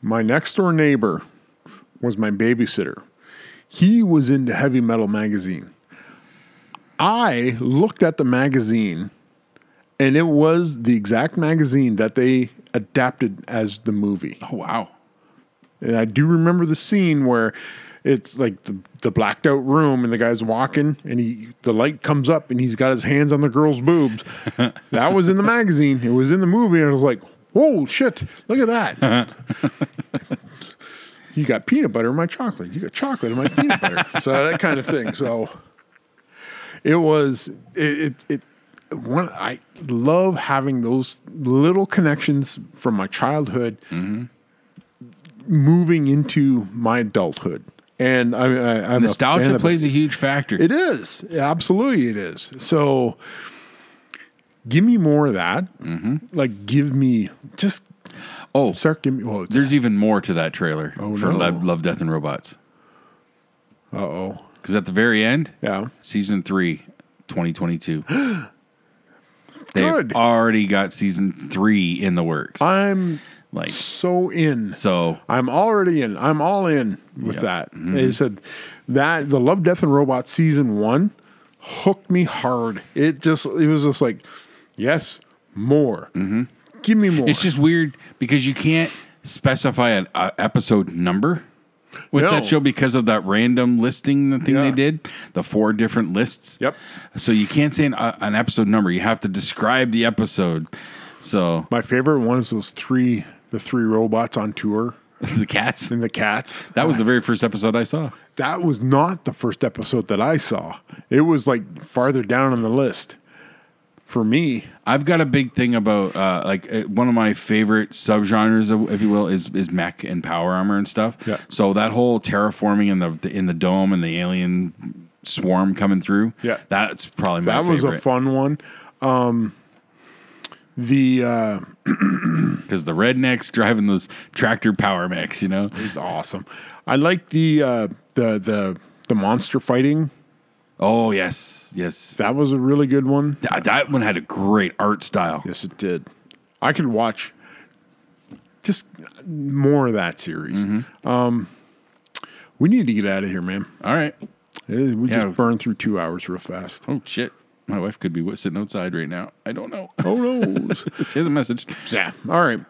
B: my next door neighbor was my babysitter he was into heavy metal magazine i looked at the magazine and it was the exact magazine that they adapted as the movie
A: Oh wow.
B: And I do remember the scene where it's like the, the blacked out room and the guy's walking and he the light comes up and he's got his hands on the girl's boobs. that was in the magazine. It was in the movie and I was like, "Whoa, shit. Look at that." you got peanut butter in my chocolate. You got chocolate in my peanut butter. So that kind of thing. So it was it it, it one I love having those little connections from my childhood
A: Mm-hmm.
B: moving into my adulthood, and I, I, I'm a fan
A: Nostalgia
B: of
A: plays
B: It.
A: a huge factor.
B: it is absolutely it is. So, give me more of that.
A: Mm-hmm.
B: Like, give me just
A: oh,
B: start giving me. Well,
A: there's even more to that trailer for
B: no.
A: Love, Love, Death, and Robots.
B: uh oh,
A: Because at the very end,
B: yeah.
A: season three, 2022. They've
B: Good.
A: already got season three in the works.
B: I'm
A: like
B: so in.
A: so,
B: I'm already in. I'm all in with that.
A: Mm-hmm.
B: They said that the Love, Death, and Robots season one hooked me hard. It just it was just like, yes, more.
A: Mm-hmm.
B: Give me more.
A: it's just weird because you can't specify an uh, episode number. with
B: No.
A: that show because of that random listing the thing
B: Yeah.
A: they did, the four different lists.
B: Yep.
A: So you can't say an, uh, an episode number. You have to describe the episode. So
B: My favorite one is those three, the three robots on tour
A: the cats.
B: and the cats.
A: That was the very first episode I saw.
B: That was not the first episode that I saw. It was like farther down on the list for me.
A: I've got a big thing about uh, like uh, one of my favorite subgenres, of- if you will, is is mech and power armor and stuff.
B: Yeah.
A: So that whole terraforming in the in the dome and the alien swarm coming through.
B: Yeah.
A: that's probably my
B: That was a
A: favorite
B: fun one. Um, the uh,
A: because the rednecks driving those tractor power mechs, you know.
B: is awesome. I like the uh, the the the monster fighting.
A: Oh yes, yes.
B: That was a really good one.
A: That, that one had a great art style.
B: Yes, it did. I could watch just more of that series. Um,
A: Mm-hmm.
B: we need to get out of here, man.
A: All right.
B: Eh, We
A: Yeah.
B: just burned through two hours real fast.
A: Oh shit. My wife could be wa- sitting outside right now. I don't know.
B: Oh no!
A: she has a message.
B: yeah. All right.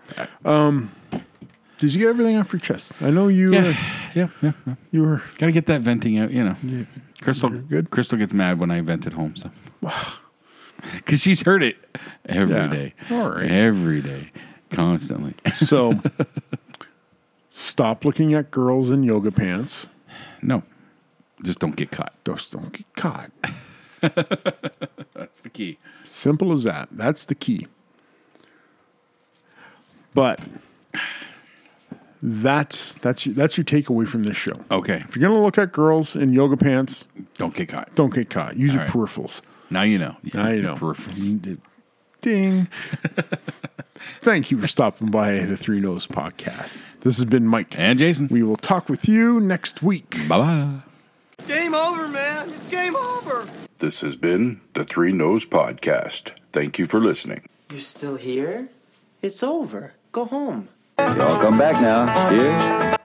B: Um, did you get everything off your chest? I know you.
A: Yeah,
B: Uh,
A: yeah, yeah. yeah.
B: you were.
A: Gotta get that venting out, you know. Crystal
B: good.
A: Crystal gets mad when I vent at home, so because she's heard it every
B: Yeah.
A: day,
B: All right.
A: every day, constantly.
B: So, stop looking at girls in yoga pants.
A: no, just don't get caught.
B: Just don't get caught.
A: That's the key.
B: Simple as that. That's the key. But that's that's your, that's your takeaway from this show.
A: Okay,
B: If you're gonna look at girls in yoga pants,
A: don't get caught.
B: don't get caught. Use your
A: All right.
B: peripherals.
A: Now you know.
B: Now you know.
A: Peripherals.
B: Ding. Thank you for stopping by the Three Nose Podcast. This has been Mike.
A: And Jason.
B: we will talk with you next week.
A: Bye bye.
I: Game over, man. It's game over.
F: This has been the Three Nose Podcast. Thank you for listening.
D: You're still here? It's over. Go home.
G: Y'all come back now. Cheers.